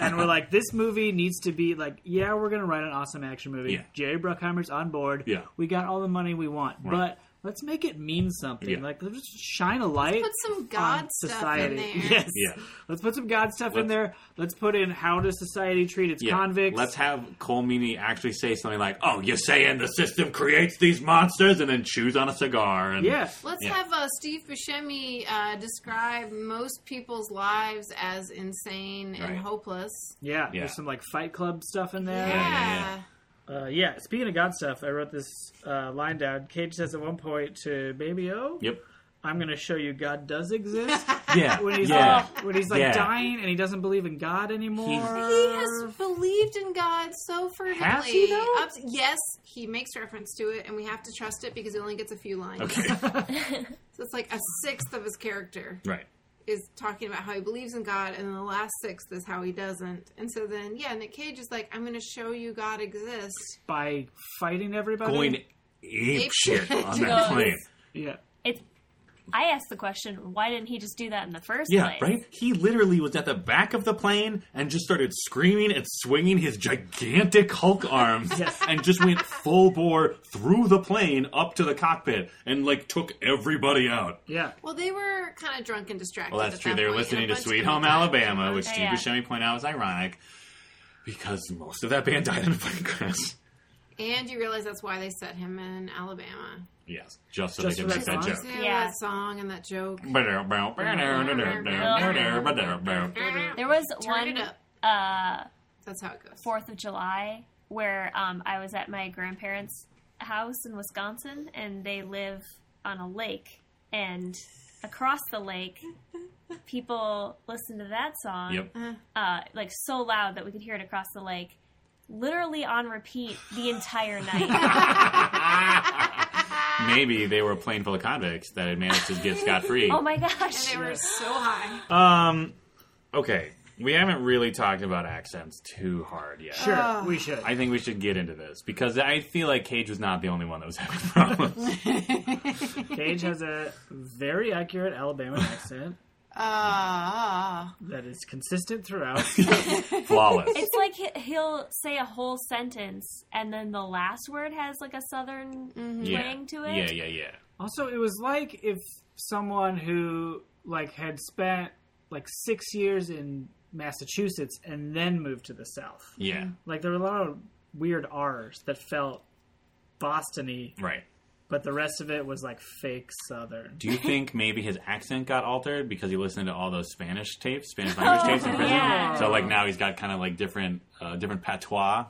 and were like, this movie needs to be like, yeah, we're going to write an awesome action movie. Yeah. Jerry Bruckheimer's on board. Yeah. We got all the money we want. But let's make it mean something. Yeah. Like, let's just shine a light Put some on God stuff society. in there. Yes. Yeah. Let's put some God stuff in Let's- there. Let's put in how does society treat its Yeah. convicts. Let's have Cole Meany actually say something like, "Oh, you're saying the system creates these monsters," and then chews on a cigar. And yeah. Let's Yeah. have uh, Steve Buscemi uh, describe most people's lives as insane and Right. hopeless. yeah. Yeah. There's some like Fight Club stuff in there. yeah, yeah. Uh, yeah, speaking of God stuff, I wrote this uh, line down. Cage says at one point to Baby O, Yep. I'm going to show you God does exist. Yeah. when he's yeah. like, when he's like Yeah. dying and he doesn't believe in God anymore. He has believed in God so fervently. Has he, though? Up- yes, he makes reference to it, and we have to trust it because he only gets a few lines. Okay. So it's like a sixth of his character right. is talking about how he believes in God, and then the last sixth is how he doesn't. And so then, yeah, Nick Cage is like, "I'm going to show you God exists." by fighting everybody. Going ape shit on that Yes. plane. yeah. It's. I asked the question, why didn't he just do that in the first Yeah, place? right? He literally was at the back of the plane and just started screaming and swinging his gigantic Hulk arms Yes. and just went full bore through the plane up to the cockpit and like took everybody out. Yeah. Well, they were kind of drunk and distracted. Well, that's at true. that They were point, and listening a to bunch Sweet of Home people- Alabama, "Oh, which Steve Yeah. Buscemi pointed out was ironic because most of that band died in a plane crash. And you realize that's why they set him in Alabama. Yes, just so Just they for could make that that song? joke. Yeah, Yeah. that song and that joke. There was Turn one it up. uh That's how it goes. Fourth of July where um, I was at my grandparents' house in Wisconsin, and they live on a lake, and across the lake, people listen to that song, Yep. uh, like so loud that we could hear it across the lake, literally on repeat the entire night. Maybe they were a plane full of convicts that had managed to get scot free. oh my And gosh! they were so high. Um, okay, we haven't really talked about accents too hard yet. Sure. we should. I think we should get into this because I feel like Cage was not the only one that was having problems. Cage has a very accurate Alabama accent Ah, that is consistent throughout. Flawless. It's like he- he'll say a whole sentence, and then the last word has like a southern Mm-hmm. yeah. twang to it. yeah, yeah, yeah. also, it was like if someone who like had spent like six years in Massachusetts and then moved to the South. Yeah. Like there were a lot of weird R's that felt Bostony, Hmm. Right. but the rest of it was like fake Southern. Do you think maybe his accent got altered because he listened to all those Spanish tapes, Spanish language tapes in prison? yeah. So like now he's got kind of like different, uh, different patois.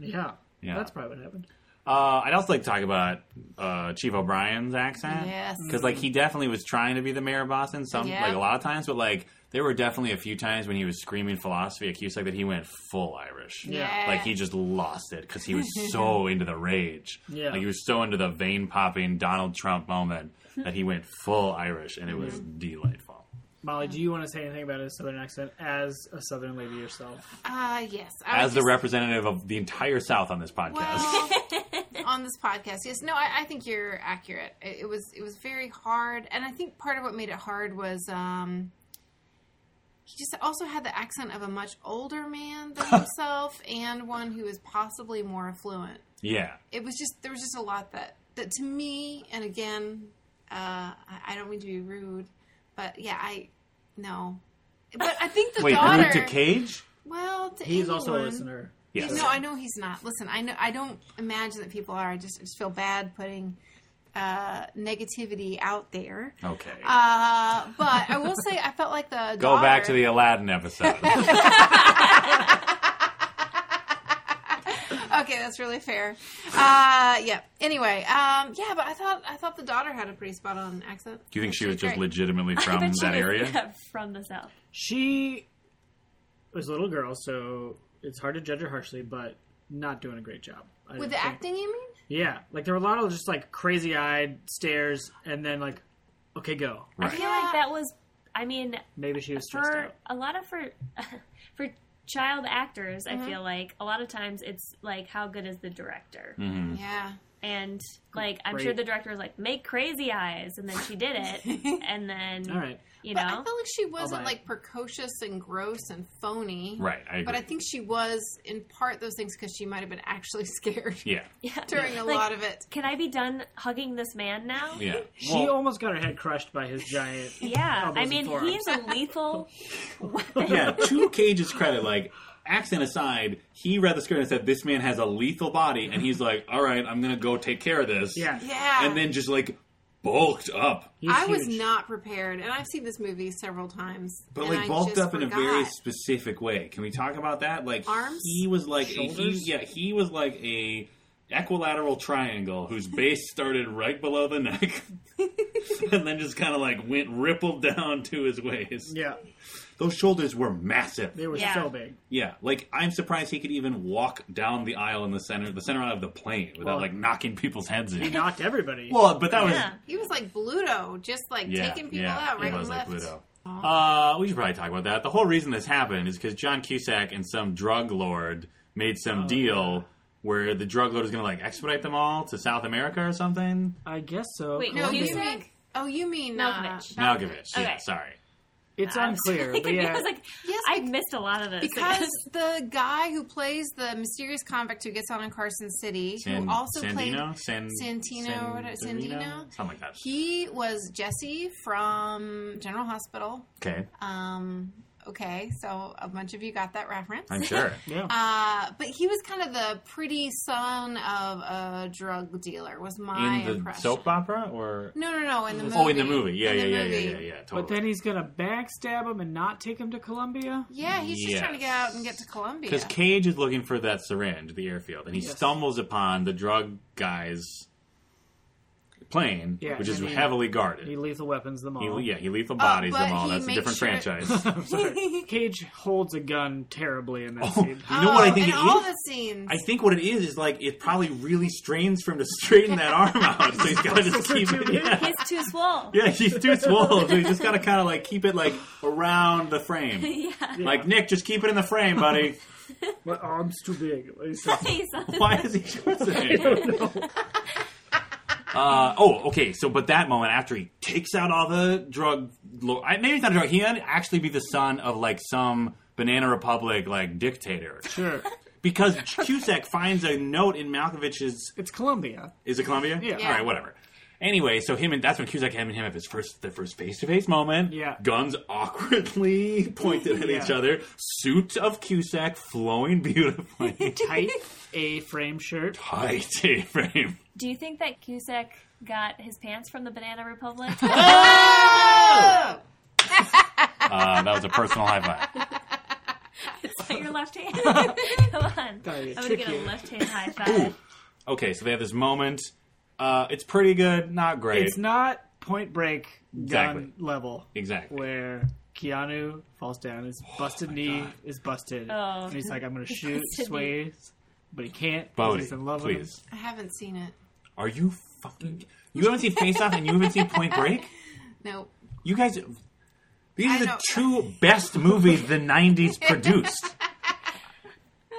Yeah. Yeah. That's probably what happened. Uh, I'd also like to talk about uh, Chief O'Brien's accent. Yes. Because, like, he definitely was trying to be the mayor of Boston, some, Yeah. like, a lot of times, but, like, there were definitely a few times when he was screaming philosophy at Cusack that he went full Irish. Yeah. Like, he just lost it because he was so into the rage. Yeah. Like, he was so into the vein popping Donald Trump moment that he went full Irish, and it was Mm-hmm. delightful. Molly, do you want to say anything about his southern accent as a southern lady yourself? Ah, yes. I As was the just- representative of the entire South on this podcast. Well, on this podcast, yes. No, I, I think you're accurate. It, it was it was very hard, and I think part of what made it hard was um, he just also had the accent of a much older man than himself, and one who was possibly more affluent. yeah. It was just there was just a lot that that to me, and again, uh, I, I don't mean to be rude, but yeah, I no. But I think the Wait, daughter. rude to Cage? Well, to He's also a anyone. listener. Yes. No, I know he's not. Listen, I know I don't imagine that people are. I just, I just feel bad putting uh, negativity out there. Okay. Uh, but I will say, I felt like the Go back daughter- to the Aladdin episode. okay, that's really fair. Uh, yeah. Anyway, um, yeah, but I thought I thought the daughter had a pretty spot on accent. Do you think she was just Great. legitimately I from bet she that was, area? yeah, from the south. She was a little girl, so it's hard to judge her harshly, but not doing a great job. I with don't the think. acting? You mean? Yeah. Like there were a lot of just like crazy eyed stares and then like, okay, go. I feel like that was. I mean, Maybe she was stressed for out. a lot of for for child actors, Mm-hmm. I feel like a lot of times it's like how good is the director, Mm-hmm. Yeah. and like I'm sure Mm. Great. the director was like make crazy eyes, and then she did it, and then All right. you But I know felt like she buy wasn't it. like precocious and gross and phony. Right, I agree. But I think she was in part those things because she might have been actually scared yeah, during a Like- lot of it. can I be done hugging this man now? yeah. She almost got her head crushed by his giant. Yeah, Elbows I and mean forearms. he's a lethal. yeah, to Cage's credit, like, accent aside, he read the script and said, this man has a lethal body, and he's like, all right, I'm going to go take care of this. Yeah. Yeah. And then just, like, bulked up. He's I was huge. not prepared, and I've seen this movie several times. But, and like, I bulked just up in a very forgot. specific way. Can we talk about that? Like, Arms? he was like, a, he, Shoulders? yeah, he was like a equilateral triangle whose base started right below the neck and then just kind of, like, went rippled down to his waist. Yeah. Those shoulders were massive. They were Yeah. so big. yeah, like I'm surprised he could even walk down the aisle in the center, the center aisle of the plane without Well- like knocking people's heads in. Knocked everybody. well, but that was Yeah. He was like Bluto, just like yeah, taking people yeah, out right it and was like left. Oh. Pluto. Uh, we should probably talk about that. The whole reason this happened is because John Cusack and some drug lord made Oh, some deal where the drug lord is going to like expedite them all to South America or something. I guess so. Wait, No, you Cusack? mean? Oh, you mean uh, Malkovich. Malkovich. Yeah, Okay. sorry. It's I'm unclear, really but confused. yeah. I was like, Yes, I missed a lot of this. because the guy who plays the mysterious convict who gets on in Carson City, San, who also Sandino? played, San, Santino or whatever- Sandino? Sandino? Something like that. he was Jesse from General Hospital. Okay, Um, okay, so a bunch of you got that reference. I'm sure. yeah. um, Uh, but he was kind of the pretty son of a drug dealer. Was my in the impression. soap opera or No, no, no. In the movie. oh, in the movie? Yeah, In yeah, the yeah, yeah, movie. yeah, yeah. Totally. But then he's gonna backstab him and not take him to Columbia. Yeah, he's just trying to get out and get Yes. to Columbia. Because Cage is looking for that syringe, the airfield, and he Yes. stumbles upon the drug guy's plane, Yeah, which is and he- heavily guarded. He lethal weapons them all. He, yeah, he lethal bodies but them all. he That's a makes different sure- franchise. I'm sorry. Cage holds a gun terribly in that Oh, scene. you know what I Oh, think in it all is? the scenes. I think what it is is like it probably really strains for him to straighten that arm out, so he's got to just keep it. Yeah. He's too swole. Yeah, he's too swole, so he's just got to kind of like keep it like around the frame. yeah. Like Nick, just keep it in the frame, buddy. My arm's too big. Like, so- He's- Why is he twisting? Uh, oh, okay. So, but that moment after he takes out all the drug, lo- I, maybe it's not a drug. He might actually be the son of like some banana republic like dictator sure. because Cusack finds a note in Malkovich's It's Columbia. is it Columbia? Yeah. All right, whatever. Anyway, so him and that's when Cusack him and him have his first their first face to face moment. Yeah. Guns awkwardly pointed at Yeah. each other. Suit of Cusack flowing beautifully. Tight A frame shirt. High T frame. Do you think that Cusack got his pants from the Banana Republic? Oh! Uh, that was a personal high five. Is that your left hand? Come on. Sorry, I would get tricky. a left hand high five. Okay, so they have this moment. Uh, it's pretty good, not great. It's not Point Break gun Exactly. level exactly. Oh where Keanu falls down. His busted knee is busted, Oh. and he's like, "I'm gonna shoot." Busted knee. Sways, but he can't. 'cause Bodhi, he's in love with please. him. I haven't seen it. Are you fucking? You haven't seen Face Off and you haven't seen Point Break. Nope. You guys, these I are the know. two best movies the '90s produced.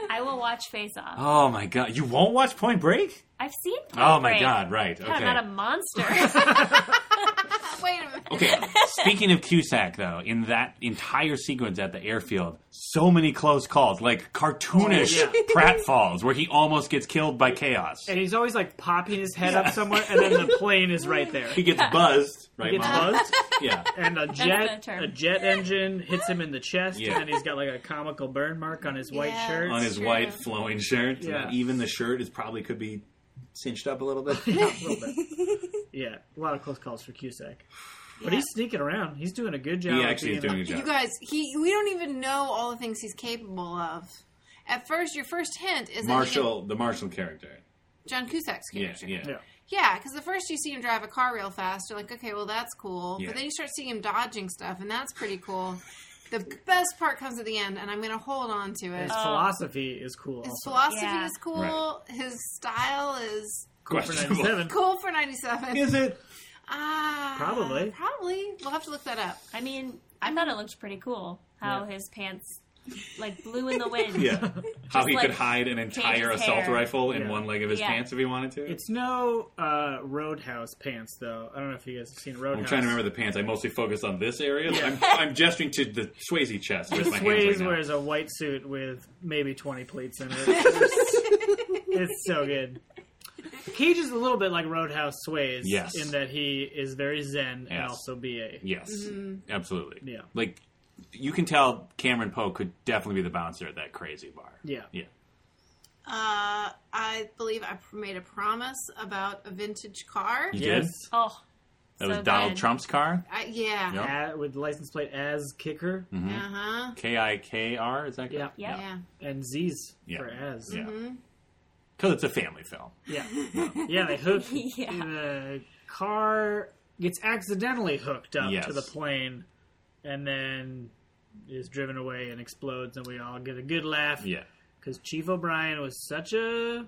I will watch Face Off. Oh my god, you won't watch Point Break? I've seen Point Oh my Break. god, right? God, I'm not a Okay. monster. Wait a minute. Okay. Speaking of Cusack, though, in that entire sequence at the airfield, so many close calls, like cartoonish Oh, yeah. pratfalls, where he almost gets killed by chaos. And he's always like popping his head up somewhere, and then the plane is right there. He gets buzzed, right? He gets Mom? buzzed, Yeah. and a the jet term. a jet engine hits him in the chest, Yeah. and then he's got like a comical burn mark on his white Yeah. shirt. On his true. white flowing shirt, so Yeah. that even the shirt is probably could be cinched up a little bit. A little bit. yeah, a lot of close calls for Cusack, but he's sneaking around. He's doing a good job. he of actually is being- doing a job. uh, You guys, he we don't even know all the things he's capable of. At first, your first hint is that he Marshall, the Marshall character. can- John Cusack's Yeah, character. yeah. Yeah. because the first you see him drive a car real fast, you're like, okay, well that's cool. Yeah. But then you start seeing him dodging stuff, and that's pretty cool. The best part comes at the end, and I'm going to hold on to it. His Oh. philosophy is cool. His also. philosophy Yeah. is cool. His style is For Questionable. 97. cool for '97. Is it? Ah, Probably. probably. We'll have to look that up. I mean, I thought it looked pretty cool how Yeah. his pants like blew in the wind. Yeah. How he like could hide an entire his assault hair. rifle in Yeah. one leg of his Yeah. pants if he wanted to. It's no uh, Roadhouse pants, though. I don't know if you guys have seen Roadhouse. I'm trying to remember the pants. I mostly focus on this area. I'm, I'm gesturing to the Swayze chest with my hands Swayze right now. wears a white suit with maybe 20 pleats in it. it's it's so good. Cage is a little bit like Roadhouse Swayze Yes. in that he is very zen and Yes. also BA. Yes, absolutely. Yeah. Like, you can tell Cameron Poe could definitely be the bouncer at that crazy bar. Yeah. Yeah. Uh, I believe I pr- made a promise about a vintage car. You Yes. did? Oh, That so was Donald good. Trump's car? I, yeah. Yep. A- with license plate as kicker Hmm. Uh huh. K I K R, is that Yeah. correct? Yeah. Yeah. Mm-hmm. and Z's Yeah. for as. Yeah. Because it's a family film. Yeah. Yeah, they hook Yeah. the car gets accidentally hooked up Yes. to the plane and then is driven away and explodes and we all get a good laugh Yeah. because Chief O'Brien was such a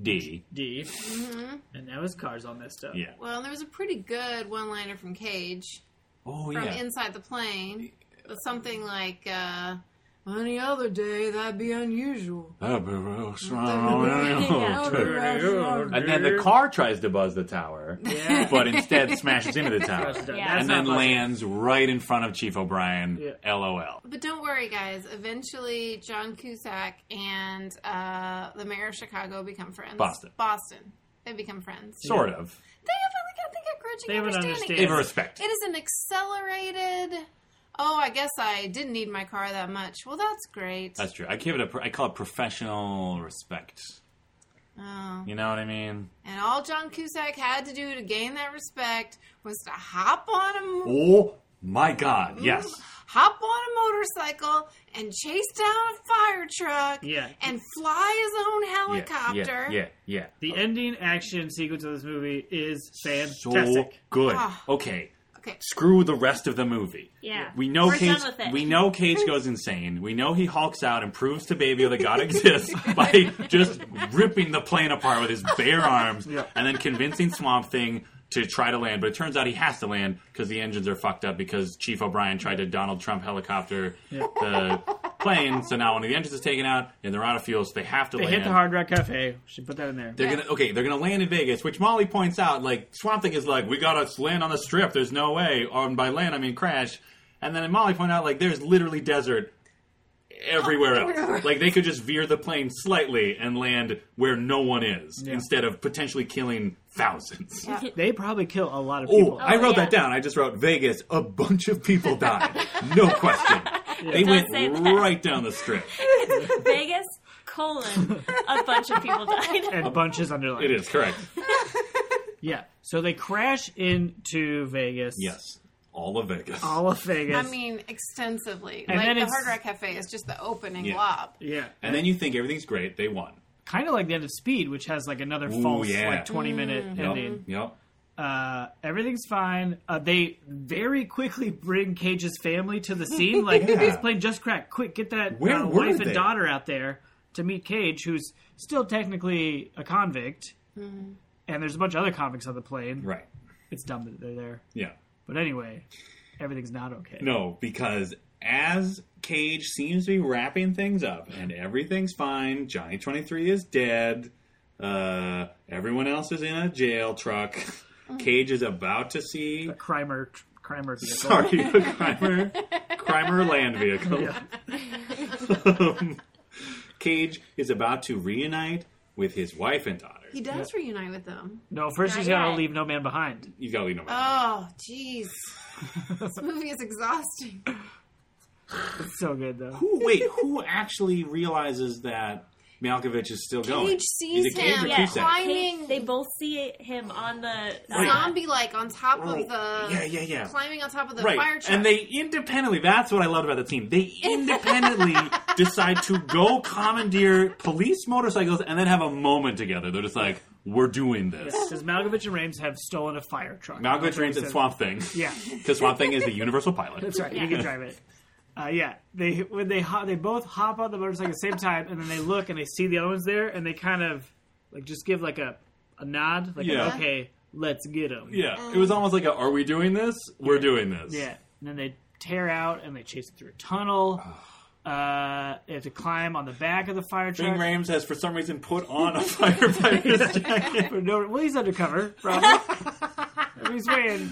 D. D Mm-hmm. and now his car's all messed up. Yeah. Well, there was a pretty good one-liner from Cage Oh from yeah. inside the plane. But something like, uh, any other day, that'd be unusual. That'd be real Yeah. strong. And then the car tries to buzz the tower, Yeah. but instead smashes into the tower. That's done. Yeah. That's and not then possible. lands right in front of Chief O'Brien. LOL. But don't worry, guys. Eventually, John Cusack and uh, the mayor of Chicago become friends. Boston. Boston. They become friends. Sort of. They have like I think a grudging They have an understanding. understanding. Give her Yes. respect. It is an accelerated. Oh, I guess I didn't need my car that much. Well, that's great. That's true. I give it a. pro- I call it professional respect. oh. You know what I mean? And all John Cusack had to do to gain that respect was to hop on a mo- Oh my God! Mm, Yes. hop on a motorcycle and chase down a fire truck. Yeah. And fly his own Yeah, helicopter. Yeah. Yeah. yeah. The ending action sequence of this movie is So fantastic. good. Ah. Okay. Okay. Screw the rest of the movie. Yeah. We know We're Cage. done with it. We know Cage goes insane. We know he hulks out and proves to Baby that God exists by just ripping the plane apart with his bare arms, and then convincing Swamp Thing to try to land. But it turns out he has to land because the engines are fucked up because Chief O'Brien tried to Donald Trump helicopter the plane. So now one of the engines is taken out and they're out of fuel, so they have to They land. hit the Hard Rock Cafe. Should put that in there. They're Yeah. gonna okay. They're gonna land in Vegas, which Molly points out. Like Swamp Thing is like, we gotta land on the strip. There's no way. On by land, I mean crash. And then Molly pointed out like, there's literally desert everywhere else. Like they could just veer the plane slightly and land where no one is, Yeah. instead of potentially killing thousands. They probably kill a lot of Oh, people. I wrote yeah. that down. I just wrote Vegas. A bunch of people died. no question. They went say that. right down the strip. Vegas colon a bunch of people died. and bunches underlined. It is correct. Yeah. So they crash into Vegas. Yes, all of Vegas. All of Vegas. I mean, extensively. And like then the it's- Hard Rock Cafe is just the opening Yeah. lob. yeah. and then you think everything's great. They won. kind of like the end of Speed, which has like another Ooh, false yeah. like twenty minute Mm-hmm. Yep. ending. Yep. Uh, everything's fine. Uh, they very quickly bring Cage's family to the scene. Like Yeah. this plane just cracked. Quick, get that Where uh, were wife they? and daughter out there to meet Cage, who's still technically a convict. Mm-hmm. And there's a bunch of other convicts on the plane. Right. It's dumb that they're there, Yeah. but anyway, everything's not okay. No, because as Cage seems to be wrapping things up and everything's fine, Johnny 23 is dead, uh, everyone else is in a jail truck, Cage is about to see. A crimer, crimer vehicle. Sorry, a Crimer, Crimer land vehicle. Um, Cage is about to reunite with his wife and daughter. He does reunite with them. No, first Not he's got to yet. leave no man behind. You gotta leave no man. Oh, jeez. this movie is exhausting. It's so good though. Who, wait, who actually realizes that Malkovich is still going? Cage sees Is it Cage him. or Yeah, Cusack? Why- Cage- they both see him on the. uh, Right. Zombie like on top Right. of the. Yeah, yeah, yeah. Climbing on top of the right. fire truck. And they independently, that's what I loved about the team. They independently decide to go commandeer police motorcycles and then have a moment together. They're just like, we're doing this. Because Malkovich and Rames have stolen a fire truck. Malkovich reigns and Swamp Thing. Yeah, Because Swamp Thing is the universal pilot. that's right. You can drive it. Uh, yeah, they when they ho- they both hop on the motorcycle at the same time, and then they look and they see the other ones there, and they kind of like just give like a a nod, like Yeah. okay, let's get them. Oh. Yeah. It was almost like, a, are we doing this? We're doing this. Yeah, and then they tear out and they chase it through a tunnel. Ah. Uh, they have to climb on the back of the fire Bing truck. Rames has, for some reason, put on a firefighter's jacket. For no, well, he's undercover, probably. he's wearing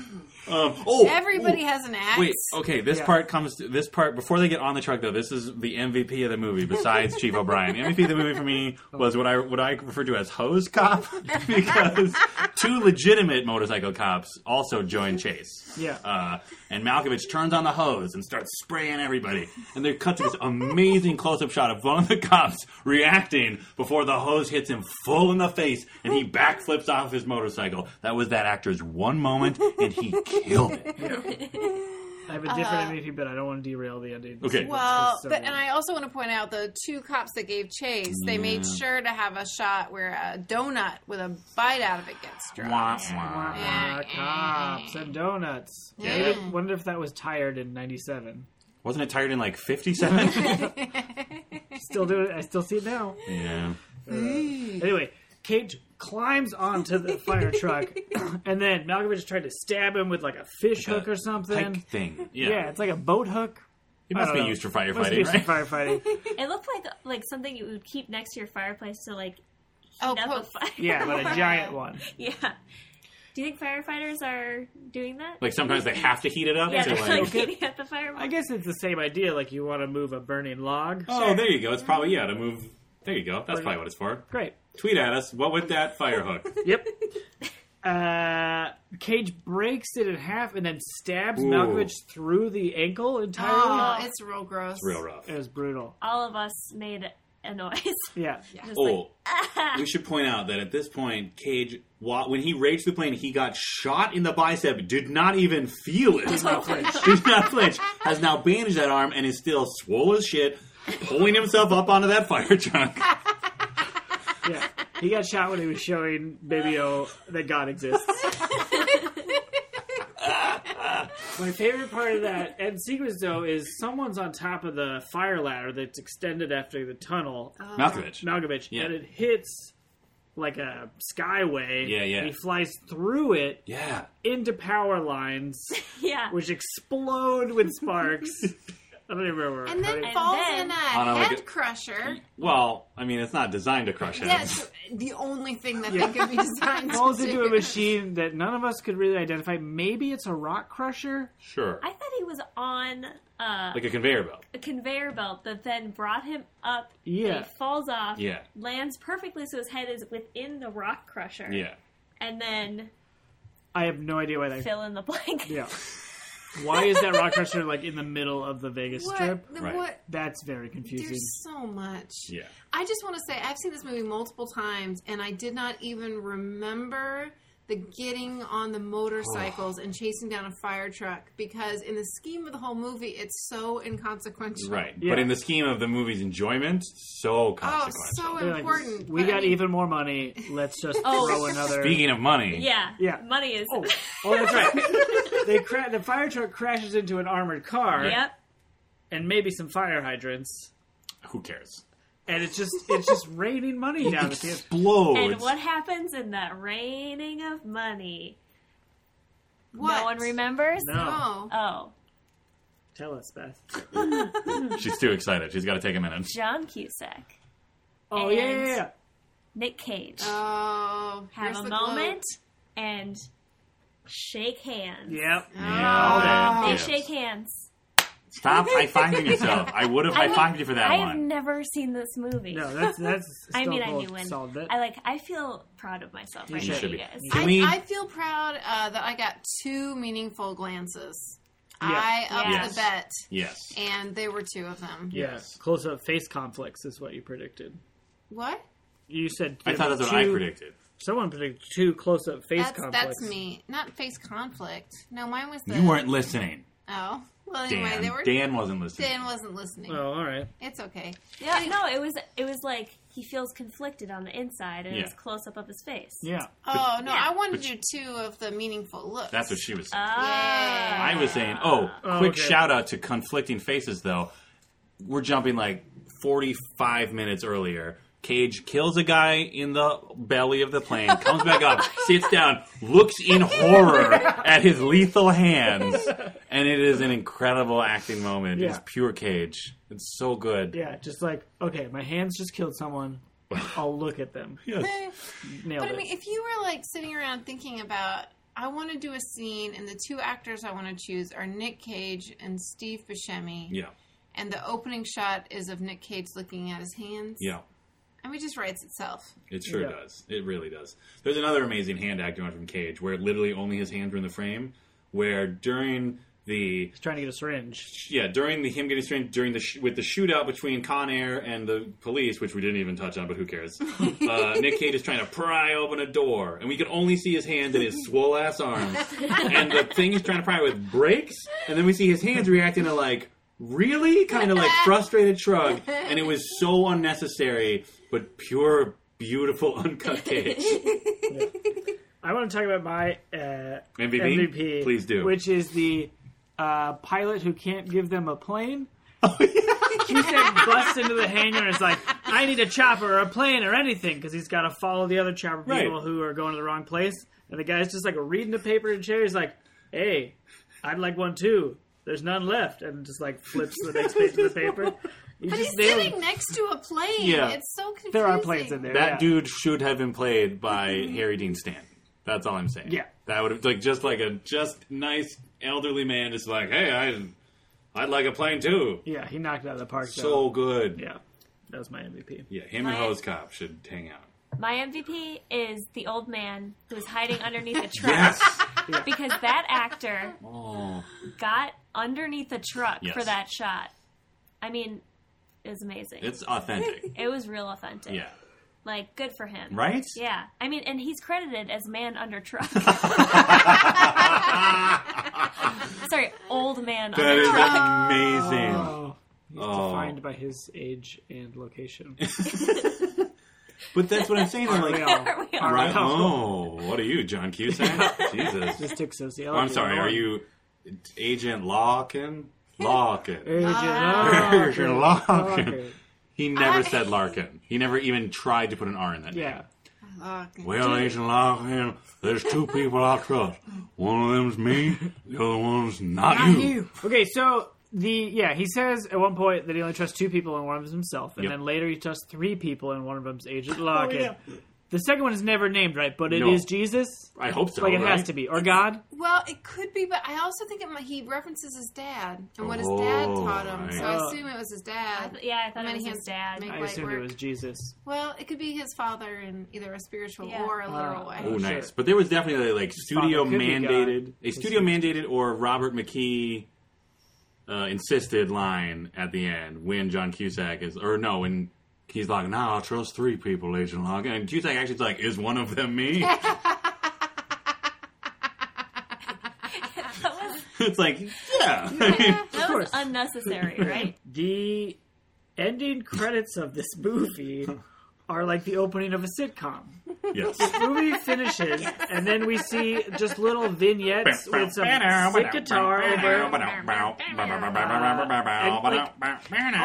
Um, oh, Everybody ooh. has an axe. Wait, okay, this Yeah. part comes this part before they get on the truck though. This is the MVP of the movie besides Chief O'Brien. The MVP of the movie for me was what I what I refer to as hose cop because two legitimate motorcycle cops also join chase. Yeah. Uh, and Malkovich turns on the hose and starts spraying everybody. And they cut to this amazing close up shot of one of the cops reacting before the hose hits him full in the face and he backflips off his motorcycle. That was that actor's one moment and he killed it. I have a different MVP, but I don't want to derail the ending. Okay. Well, So- but and I also want to point out the two cops that gave chase. They made sure to have a shot where a donut with a bite out of it gets dropped. Wah, wah. Ah, cops and donuts. Yeah. I didn't- wonder if that was tired in '97. Wasn't it tired in like 57? Still do it. I still see it now. Uh, yeah. Anyway, Cage climbs onto the fire truck, and then Malkovich tried to stab him with like a fish Like a hook or something. Pike thing. yeah. Yeah. it's like a boat hook. It I must be don't know. used for Must be firefighting, used for right? firefighting. It looked like like something you would keep next to your fireplace to like Oh, nap a poke. fire. Yeah, but a giant one. yeah. Do you think firefighters are doing that? Like sometimes they have to heat it up. yeah, to they're like, like getting at the fire. I guess it's the same idea. Like you want to move a burning log. oh, there you go. It's probably yeah to move. There you go. That's probably what it's for. Great. Tweet at us. What would that fire hook? Yep. Uh, Cage breaks it in half and then stabs Ooh. Malkovich through the ankle entirely. Oh, it's real gross. It's real rough. It was brutal. All of us made a noise. Yeah. Just Oh, like, we should point out that at this point, Cage, wa- when he raged the plane, he got shot in the bicep, did not even feel it. Did not flinch. did not flinch. Has now bandaged that arm and is still swole as shit, pulling himself up onto that fire truck. Yeah. He got shot when he was showing Baby O that God exists. My favorite part of that end sequence, though, is someone's on top of the fire ladder that's extended after the tunnel, Malkovich. Malkovich, Yeah. and it hits like a skyway. Yeah, yeah. And he flies through it Yeah. into power lines, yeah. which explode with sparks. I don't even remember. And then how falls then- in a Oh, no, like head it- crusher. Well, I mean, it's not designed to crush heads. Yes, the only thing that Yeah. they could be designed he falls to into do. a machine that none of us could really identify. Maybe it's a rock crusher. Sure. I thought he was on uh, Like a conveyor belt. a conveyor belt that then brought him up. Yeah. and he falls off. Yeah. lands perfectly so his head is within the rock crusher. Yeah. and then I have no idea why they. fill in the blank. Yeah. Why is that rock crusher like in the middle of the Vegas Strip? What? the- Right. what? That's very confusing. There's so much. Yeah. I just want to say I've seen this movie multiple times, and I did not even remember the getting on the motorcycles and chasing down a fire truck because, in the scheme of the whole movie, it's so inconsequential. Right. Yeah. But in the scheme of the movie's enjoyment, so Oh, consequential. so They're like, important. we But, I got mean, even more money. Let's just Oh. throw another. Speaking of money. yeah, Yeah. Money is. Oh, oh, that's right. they cra- the fire truck crashes into an armored car Yep. and maybe some fire hydrants, Who cares? and it's just it's just raining money down. at the end. Explodes. And what happens in that raining of money? What? No one remembers? No, Oh, Oh, tell us, Beth. She's too excited. She's got to take a minute. John Cusack, Oh And- yeah, yeah, yeah. Nick Cage oh, have here's a the glow. moment and shake hands. Yep. Oh. Yeah, They yeah. shake hands. Stop high fiving yourself. I would have high fived you for that I have one. never seen this movie. No, that's that's. I mean, I Stone Cold knew when. solved it. I like. I feel proud of myself right should be. now, you guys. Can I, we- I feel proud uh, that I got two meaningful glances. I upped Yes. the bet, yes. and there were two of them. yeah, Yes. close up face conflicts is what you predicted. What? You said I thought that's what I two- predicted. Someone predicted two close up face That's conflicts. that's me, not face conflict. No, mine was the You weren't listening, Oh, well, anyway, Dan. they were. Dan, Dan wasn't listening. wasn't listening. Oh, all right. It's okay. Yeah, no, it was. It was like he feels conflicted on the inside, and Yeah. it's close up of his face. Yeah. Oh no, yeah. I wanted But you two of the meaningful looks. That's what she was saying. Ah. I was saying, oh, Oh, quick okay. shout out to conflicting faces, though. We're jumping like 45 minutes earlier. Cage kills a guy in the belly of the plane, comes back up, sits down, looks in horror at his lethal hands, and it is an incredible acting moment. It's Yeah. pure Cage. It's so good. Yeah, just like okay, my hands just killed someone. I'll look at them. Yes. Nailed but I it. mean, if you were like sitting around thinking about, I want to do a scene, and the two actors I want to choose are Nick Cage and Steve Buscemi, Yeah. and the opening shot is of Nick Cage looking at his hands. Yeah. I mean, it just writes itself. It sure Yeah. does. It really does. There's another amazing hand acting one from Cage where literally only his hands were in the frame, where during the He's trying to get a syringe. yeah during the him getting strained during the sh- with the shootout between Con Air and the police, which we didn't even touch on, but who cares? uh, Nick Cage is trying to pry open a door, and we can only see his hands and his swole ass arms, and the thing he's trying to pry with breaks, and then we see his hands reacting to like really kind of like frustrated shrug, and it was so unnecessary, but pure beautiful uncut Cage. I want to talk about my uh, MVP? MVP. Please do. Oh, Which is the uh, pilot who can't give them a plane. Cusack busts into the hangar and is like, I need a chopper or a plane or anything because he's got to follow the other chopper Right. people who are going to the wrong place. And the guy's just like reading the paper and chair. He's like, hey, I'd like one too. There's none left. And just like flips the next page of the paper. You But he's just nailed sitting it. next to a plane. Yeah. It's so confusing. There are planes in there. That yeah. dude should have been played by Harry Dean Stanton. That's all I'm saying. Yeah. that would have like just like a just nice elderly man, just like, hey, I, I'd like a plane too. Yeah, he knocked it out of the park. So So, good. yeah, that was my MVP. Yeah, him My- and Hose Cop should hang out. My MVP is the old man who's hiding underneath a truck Yes. because that actor oh, got underneath a truck Yes. for that shot. I mean, it was amazing. it's authentic. it was real authentic. Yeah. Like, good for him. Right? Yeah. I mean, and he's credited as man under truck. Sorry, old man That under is truck. amazing. he's Oh. defined by his age and location. But that's what I'm saying. I'm Aren't like, we all? Are we all- right? Aren't we all? Oh, what are you, John Cusack? Jesus. Just took sociology. Oh, I'm sorry. Are you Agent Larkin? Larkin. Agent Agent Larkin. Larkin. He never I- said Larkin. He never even tried to put an R in that. name. Yeah. Uh, Well, Agent Larkin, there's two people I trust. One of them's me. The other one's not, you. Okay, so the yeah, he says at one point that he only trusts two people and one of them's himself, and Yep. then later he trusts three people and one of them's Agent Larkin. yeah. The second one is never named, right? But it is No. Jesus. I hope so. Like it right? has to be, or God. well, it could be, but I also think it might, he references his dad and what his Oh, dad taught him. So I right. assume it was his I dad. th- yeah, I thought it Many was his hands dad. make- I Like assumed it work. was Jesus. Well, it could be his father in either a spiritual Yeah. or a literal Oh. way. Oh, Sure. nice. But there was definitely like studio father could be mandated, God. a studio mandated or Robert McKee uh, insisted line at the end when John Cusack is, or no, when he's like, nah, I'll trust three people, Agent Logan. And Cusack actually is like, is one of them me? That was, it's like, yeah. I mean, that was course. unnecessary, right? The ending credits of this movie are like the opening of a sitcom. yes. movie finishes, and then we see just little vignettes with some sick guitar over. All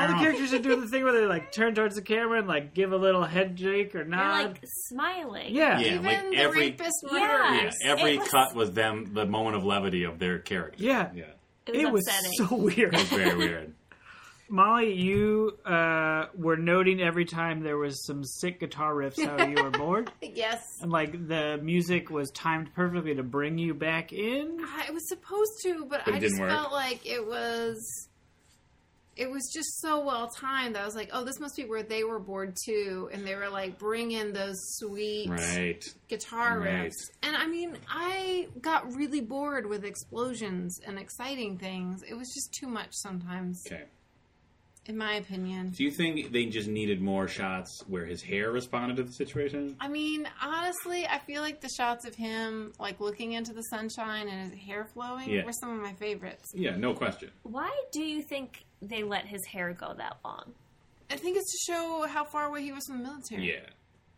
the characters are doing the thing where they like turn towards the camera and like give a little head shake or They're nod. like smiling. yeah. Yeah. Even like the every- rapist Yeah. murderer. Yeah, every It was- cut was them, the moment of levity of their character. Yeah. Yeah. It was It was upsetting. so weird. Very weird. Molly, you uh, were noting every time there was some sick guitar riffs how you were bored. Yes. And like the music was timed perfectly to bring you back in. I was supposed to, but, But it I didn't just work. felt like it was it was just so well timed. that I was like, oh, this must be where they were bored too, and they were like, bring in those sweet Right. guitar Right. riffs. And I mean, I got really bored with explosions and exciting things. It was just too much sometimes, Okay. in my opinion. Do you think they just needed more shots where his hair responded to the situation? I mean, honestly, I feel like the shots of him like looking into the sunshine and his hair flowing Yeah. were some of my favorites. Yeah, no question. Why do you think they let his hair go that long? I think it's to show how far away he was from the military. Yeah.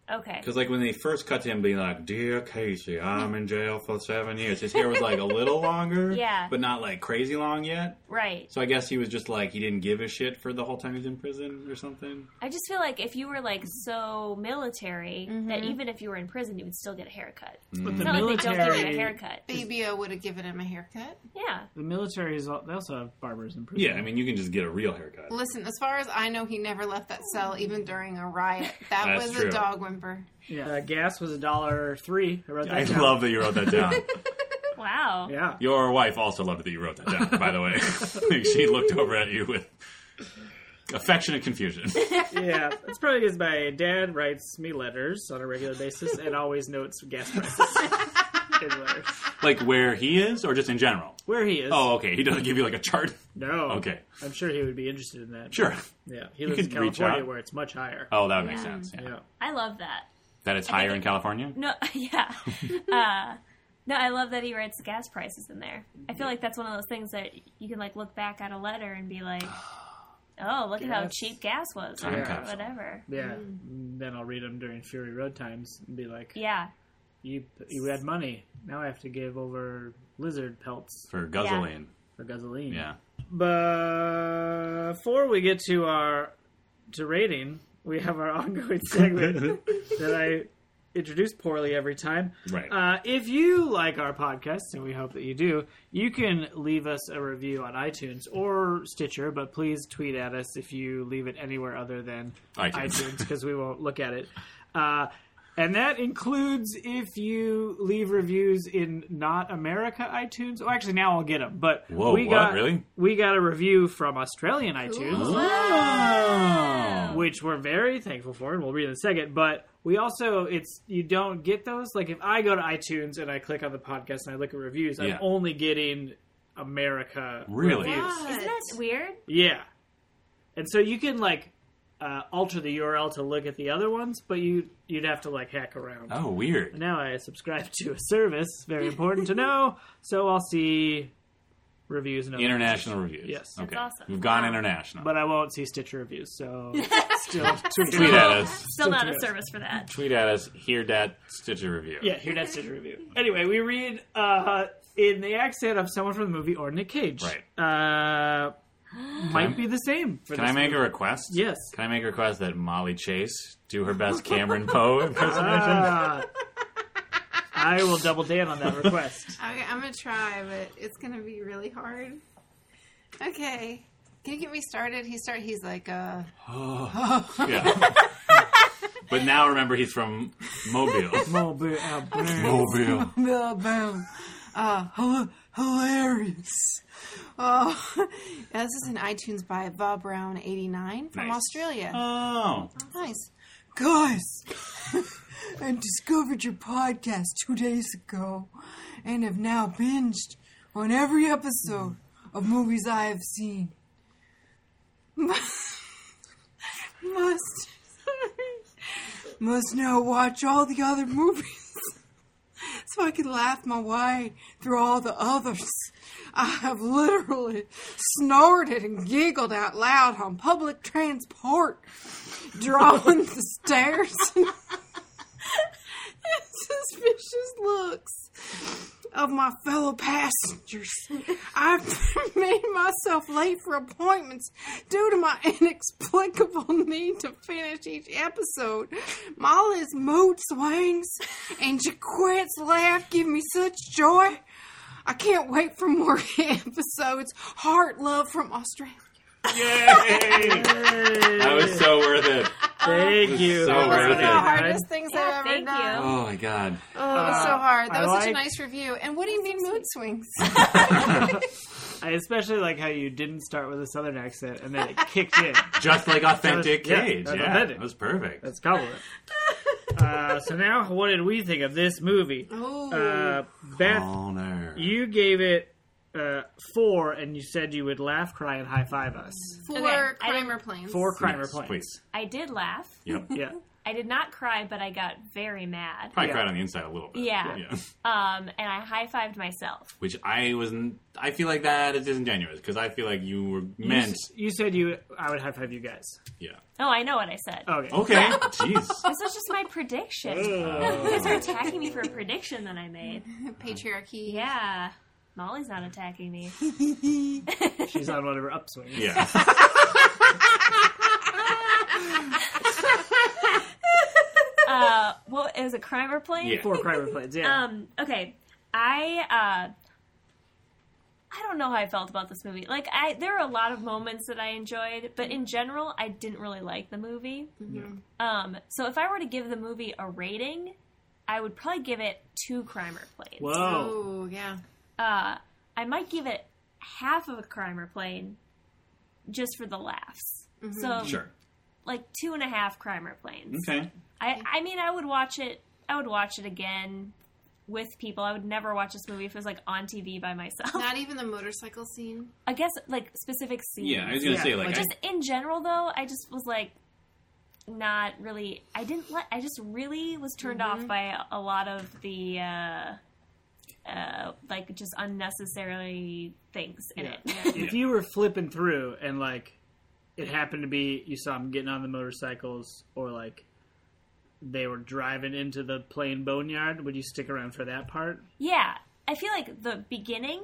Okay. Because, like, when they first cut to him being like, Dear Casey, I'm in jail for seven years, his hair was, like, a little longer. Yeah. But not, like, crazy long yet. Right. So I guess he was just, like, he didn't give a shit for the whole time he was in prison or something. I just feel like if you were like so military that Mm-hmm. even if you were in prison, you would still get a haircut. But It's the not like they don't give you military, a haircut. Babio would have given him a haircut. Yeah. the military is all, they also have barbers in prison. Yeah, I mean, you can just get a real haircut. Listen, as far as I know, he never left that cell, even during a riot. That That's was true. a dog whimper. Yeah, uh, gas was a dollar three. I wrote that down. that you wrote that down. Wow. Yeah, Your wife also loved that you wrote that down, by the way. she looked over at you with affectionate confusion. yeah. It's probably because my dad writes me letters on a regular basis and always notes gas prices in letters like where he is or just in general? where he is. Oh, okay. He doesn't give you like a chart. no. Okay. I'm sure he would be interested in that. Sure. Yeah, he lives in could reach California out. where it's much higher. Oh, that would make sense. Yeah. Yeah. I love that. That it's higher in California? No, yeah. uh, no, I love that he writes the gas prices in there. I feel like that's one of those things that you can like look back at a letter and be like, "Oh, look at how Gas. cheap gas was," or Time capsule. whatever. Yeah. Then I'll read them during Fury Road times and be like, Yeah, "You you had money. Now I have to give over lizard pelts." For guzzling. for Guzzoline. Yeah. Before we get to our to rating, we have our ongoing segment that I introduce poorly every time. Right. Uh, if you like our podcast, and we hope that you do, you can leave us a review on iTunes or Stitcher, but please tweet at us if you leave it anywhere other than iTunes. iTunes because we won't look at it. Uh, and that includes if you leave reviews in not America iTunes. Oh, actually, now I'll get them. But Whoa, we what? got Really? we got a review from Australian iTunes, Oh. which we're very thankful for, and we'll read in a second. But we also it's you don't get those. Like if I go to iTunes and I click on the podcast and I look at reviews, I'm Yeah. only getting America Really? reviews. Isn't that weird? Yeah. And so you can like uh, alter the URL to look at the other ones, but you you'd have to like hack around. Oh, weird. Now I subscribe to a service, very important to know, so I'll see reviews and other International reviews. Yes. That's Okay. awesome. We've gone Wow. international. but I won't see Stitcher reviews, so still Tweet at us. Still not a together. service for that. Tweet at us. Hear that Stitcher review. Yeah, hear that Stitcher review. Anyway, we read uh, in the accent of someone from the movie or Nick Cage. Right. Uh, might be the same. For Can I make a request? Yes. Can I make a request that Molly Chase do her best Cameron Poe impersonation? Ah. I will double down on that request. Okay, I'm gonna try, but it's gonna be really hard. Okay, can you get me started? He start. He's like, uh, yeah. but now remember he's from Mobile. Mobile, Alabama. Mobile. Ah, uh, hilarious. Oh, this is an iTunes by Bob Brown eighty nine from Nice. Australia. Oh. nice. Guys, I discovered your podcast two days ago and have now binged on every episode of movies I have seen. Must, must now watch all the other movies so I can laugh my way through all the others. I have literally snorted and giggled out loud on public transport drawing the stairs and suspicious looks of my fellow passengers. I've made myself late for appointments due to my inexplicable need to finish each episode. Molly's mood swings and Jaquette's laugh give me such joy. I can't wait for more episodes. Heart love from Australia. Yay! That was so worth it. Thank you. so for worth One it. of the that, hardest things Yeah, I've ever thank done. Oh my god. Oh, it was so hard. That I was such a like- nice review. And what do you mean mood swings? I especially like how you didn't start with a southern accent and then it kicked in. Just like authentic That was- yeah, Cage. that's yeah. authentic. That was perfect. That's a compliment. Uh, so now, what did we think of this movie? Oh, Uh, Beth, Honor. you gave it uh, four, and you said you would laugh, cry, and high five us. four okay, I Kramer planes. Four crime Yes, yes, planes. Please. I did laugh. Yep. Yeah. I did not cry, but I got very mad. Probably Yeah. cried on the inside a little bit. Yeah. yeah. Um, and I high fived myself. Which I wasn't. I feel like that is disingenuous because I feel like you were You, meant. s- you said you. I would high five you guys. Yeah. Oh, I know what I said. Okay. Okay. Jeez. This was just my prediction. Oh, You guys are attacking me for a prediction that I made. patriarchy. Yeah. Molly's not attacking me. She's on one of her upswings. Yeah. Uh, well, it was a crime or plane. Yeah. Four crime planes. Yeah. Um, okay. I uh I don't know how I felt about this movie. Like I there are a lot of moments that I enjoyed, but in general I didn't really like the movie. Mm-hmm. Um so if I were to give the movie a rating, I would probably give it two crimer planes. Whoa. Oh, yeah. Uh I might give it half of a crimer plane just for the laughs. Mm-hmm. So Sure. um, like two and a half crimer planes. Okay. I, I mean, I would watch it. I would watch it again with people. I would never watch this movie if it was like on TV by myself. Not even the motorcycle scene. I guess like specific scenes. Yeah, I was gonna Yeah, say like, like I, just in general, though, I just was like not really. I didn't let. I just really was turned off by a lot of the. uh uh, like just unnecessary things in Yeah. it. If you were flipping through and like it happened to be you saw them getting on the motorcycles or like they were driving into the plain boneyard, would you stick around for that part? yeah, I feel like the beginning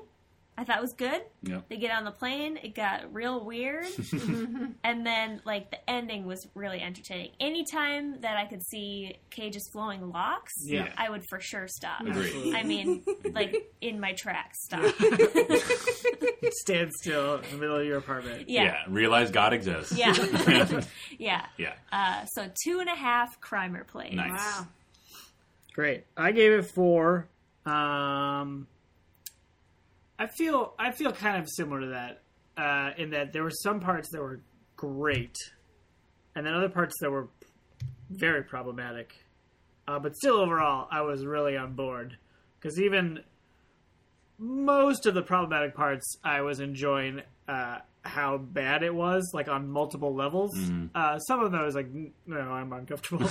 I thought was good. Yep. They get on the plane. It got real weird. and then, like, the ending was really entertaining. Anytime that I could see Cage's flowing locks, Yeah. I would for sure stop. Agreed. I mean, like, in my tracks, stop. Stand still in the middle of your apartment. Yeah. Realize God exists. Yeah. Yeah. yeah. Uh, so, two and a half crimer plays. Nice. Wow. Great. I gave it four. Um, I feel I feel kind of similar to that uh, in that there were some parts that were great, and then other parts that were very problematic. Uh, but still, overall, I was really on board because even most of the problematic parts, I was enjoying uh, how bad it was, like on multiple levels. Uh, some of those, like, n- no, I'm uncomfortable.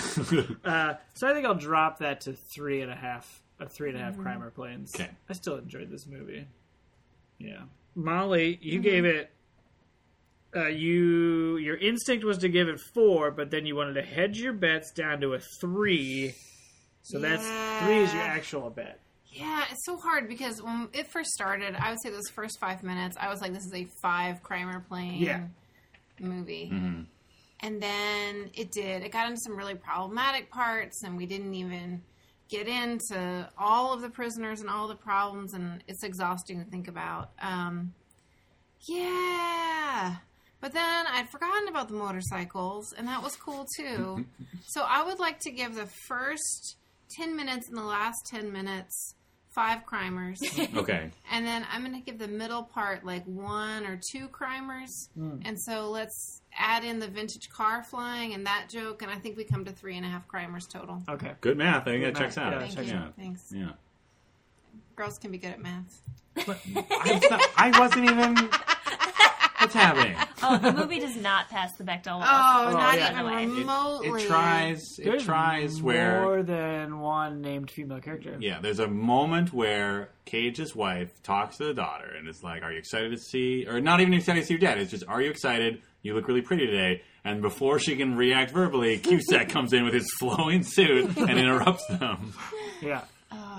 Uh, so I think I'll drop that to three and a half, a three and a half Crimer planes. Okay. I still enjoyed this movie. Yeah, Molly, you gave it. Uh, you your instinct was to give it four, but then you wanted to hedge your bets down to a three. So that's three is your Yeah. actual bet. Yeah, it's so hard because when it first started, I would say those first five minutes, I was like, this is a five Kramer plane Yeah. movie. And then it did. It got into some really problematic parts, and we didn't even get into all of the prisoners and all the problems, and it's exhausting to think about. Um, yeah. But then I'd forgotten about the motorcycles, and that was cool too. so I would like to give the first 10 minutes and the last 10 minutes five crimers. Okay. and then I'm going to give the middle part like one or two crimers. And so let's add in the vintage car flying and that joke, and I think we come to three and a half crimers total. Okay. Good math. I think that math. checks out. Yeah, Thank checks you. yeah. Thanks. Yeah. Girls can be good at math. I'm so- I wasn't even. What's happening? Oh, the movie does not pass the Bechdel law. Oh, not yeah. even It- it remotely. It tries. It There's tries where. more than one named female character. Yeah, there's a moment where Cage's wife talks to the daughter and is like, "Are you excited to see?" Or not even excited to see your dad. It's just, "Are you excited? You look really pretty today." And before she can react verbally, Cusack comes in with his flowing suit and interrupts them. Yeah.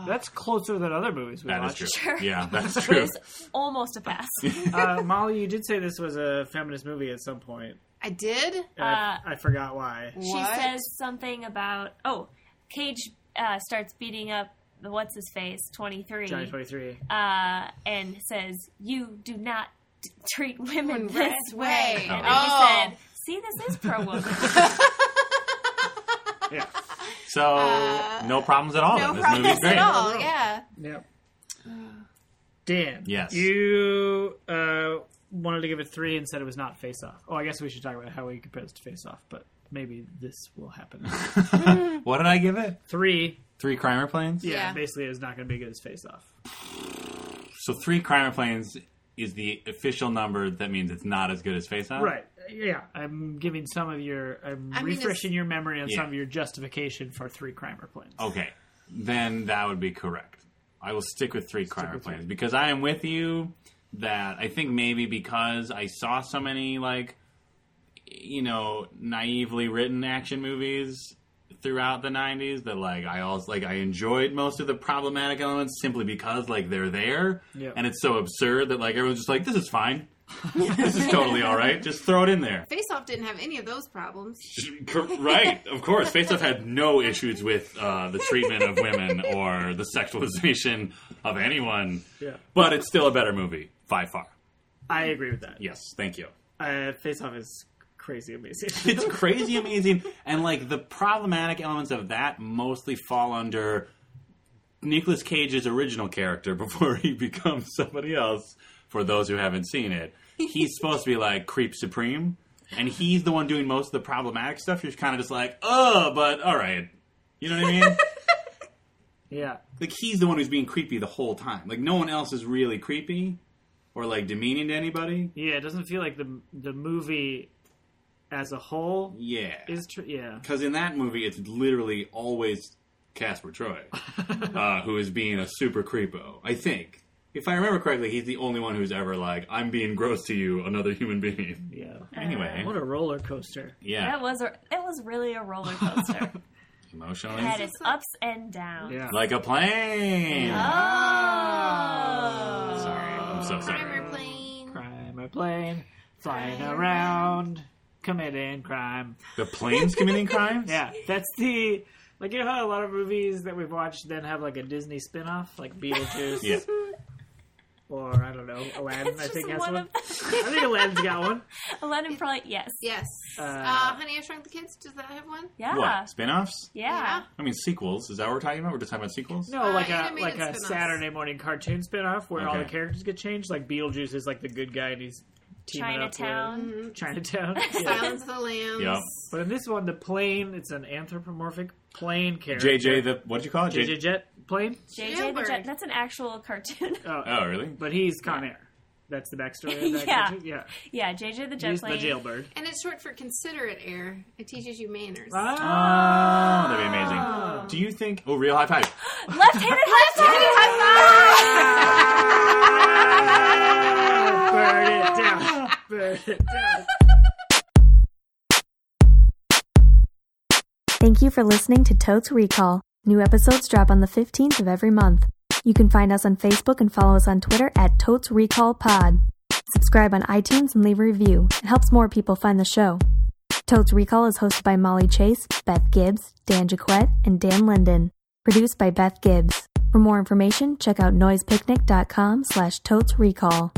That's closer than other movies we That is watched. true. Sure. Yeah, that's It true. was almost a pass. uh, Molly, you did say this was a feminist movie at some point. I did? And I, I forgot why. She What? says something about oh, Cage uh, starts beating up the what's his face twenty three, Johnny 23. uh, and says you do not t- treat women Women this this way. way. And Oh. he said, "See, this is pro woman." yeah. So no problems at all. Uh, No then. this movie's problems great. at all, yeah. Yep. Dan. Yes. You uh, wanted to give it three and said it was not Face Off. Oh, I guess we should talk about how we compare this to Face Off, but maybe this will happen. What did I give it? three. Three Crimer planes. Yeah, Yeah. basically, is not going to be good as Face Off. So three Crimer planes is the official number. That means it's not as good as Face Off. Right. Yeah. I'm giving some of your. I'm I mean, it's- refreshing your memory on some Yeah. Oh. of your justification for three Crimer planes. Okay, then that would be correct. I will stick with three crime with three. planes because I am with you that I think maybe because I saw so many like you know naively written action movies throughout the 90s that like I also like I enjoyed most of the problematic elements simply because like they're there Yeah. and it's so absurd that like everyone's just like this is fine. this is totally all right. Just throw it in there. Face Off didn't have any of those problems. Cor- right, of course. Face Off had no issues with uh, the treatment of women or the sexualization of anyone. Yeah. But it's still a better movie by far. I agree with that. Yes, thank you. Uh, Face Off is crazy amazing. It's crazy amazing. And like the problematic elements of that mostly fall under Nicolas Cage's original character before he becomes somebody else, for those who haven't seen it. He's supposed to be like creep supreme. And he's the one doing most of the problematic stuff. You're kind of just like, oh, but all right. You know what I mean? yeah. like he's the one who's being creepy the whole time. Like no one else is really creepy or like demeaning to anybody. Yeah, it doesn't feel like the the movie as a whole Yeah, is true. Yeah, because in that movie, it's literally always Casper Troy uh, who is being a super creepo. I think, if I remember correctly, he's the only one who's ever like, "I'm being gross to you, another human being." yeah. Anyway, What a roller coaster. yeah, that was a, that was really a roller coaster. It emotionally, had its ups and downs. Yeah. like a plane. Oh. Sorry, I'm so sorry. Primer plane. Crime or plane, flying around, committing crime. The planes committing crimes? Yeah, that's the like you know how a lot of movies that we've watched then have like a Disney spin-off, like Beetlejuice Yeah. or I don't know, Aladdin. I It's think just has one one. of them. I think Aladdin's got one. Aladdin probably yes. Yes. Uh, Uh, Honey, I Shrunk the Kids. Does that have one? Yeah. What? Spin offs? Yeah. I mean, sequels. Is that what we're talking about? We're just talking about sequels? No, Uh, like a animated like a spin-offs. Saturday morning cartoon spin-off where all the Okay. characters get changed. Like Beetlejuice is like the good guy and he's teaming up Mm-hmm. Chinatown. with Chinatown. Yeah. Silence of the Lambs. Yep. But in this one, the plane it's an anthropomorphic plane character. JJ, the. What did you call it? JJ Jet plane. JJ the Jailbird. Jet. That's an actual cartoon. Oh, Oh, really? but he's Con Air. That's the backstory. Of that Yeah. character. yeah. yeah, JJ the Jet He's the Plane. jailbird. And it's short for considerate air. It teaches you manners. Oh, that'd be amazing. Do you think. Oh, real high five. Left-handed high five. Burn it down. Burn it down. Thank you for listening to Totes Recall. New episodes drop on the 15th of every month. You can find us on Facebook and follow us on Twitter at Totes Recall Pod. Subscribe on iTunes and leave a review. It helps more people find the show. Totes Recall is hosted by Molly Chase, Beth Gibbs, Dan Jaquette, and Dan Linden. Produced by Beth Gibbs. For more information, check out noisepicnic.com slash totes recall.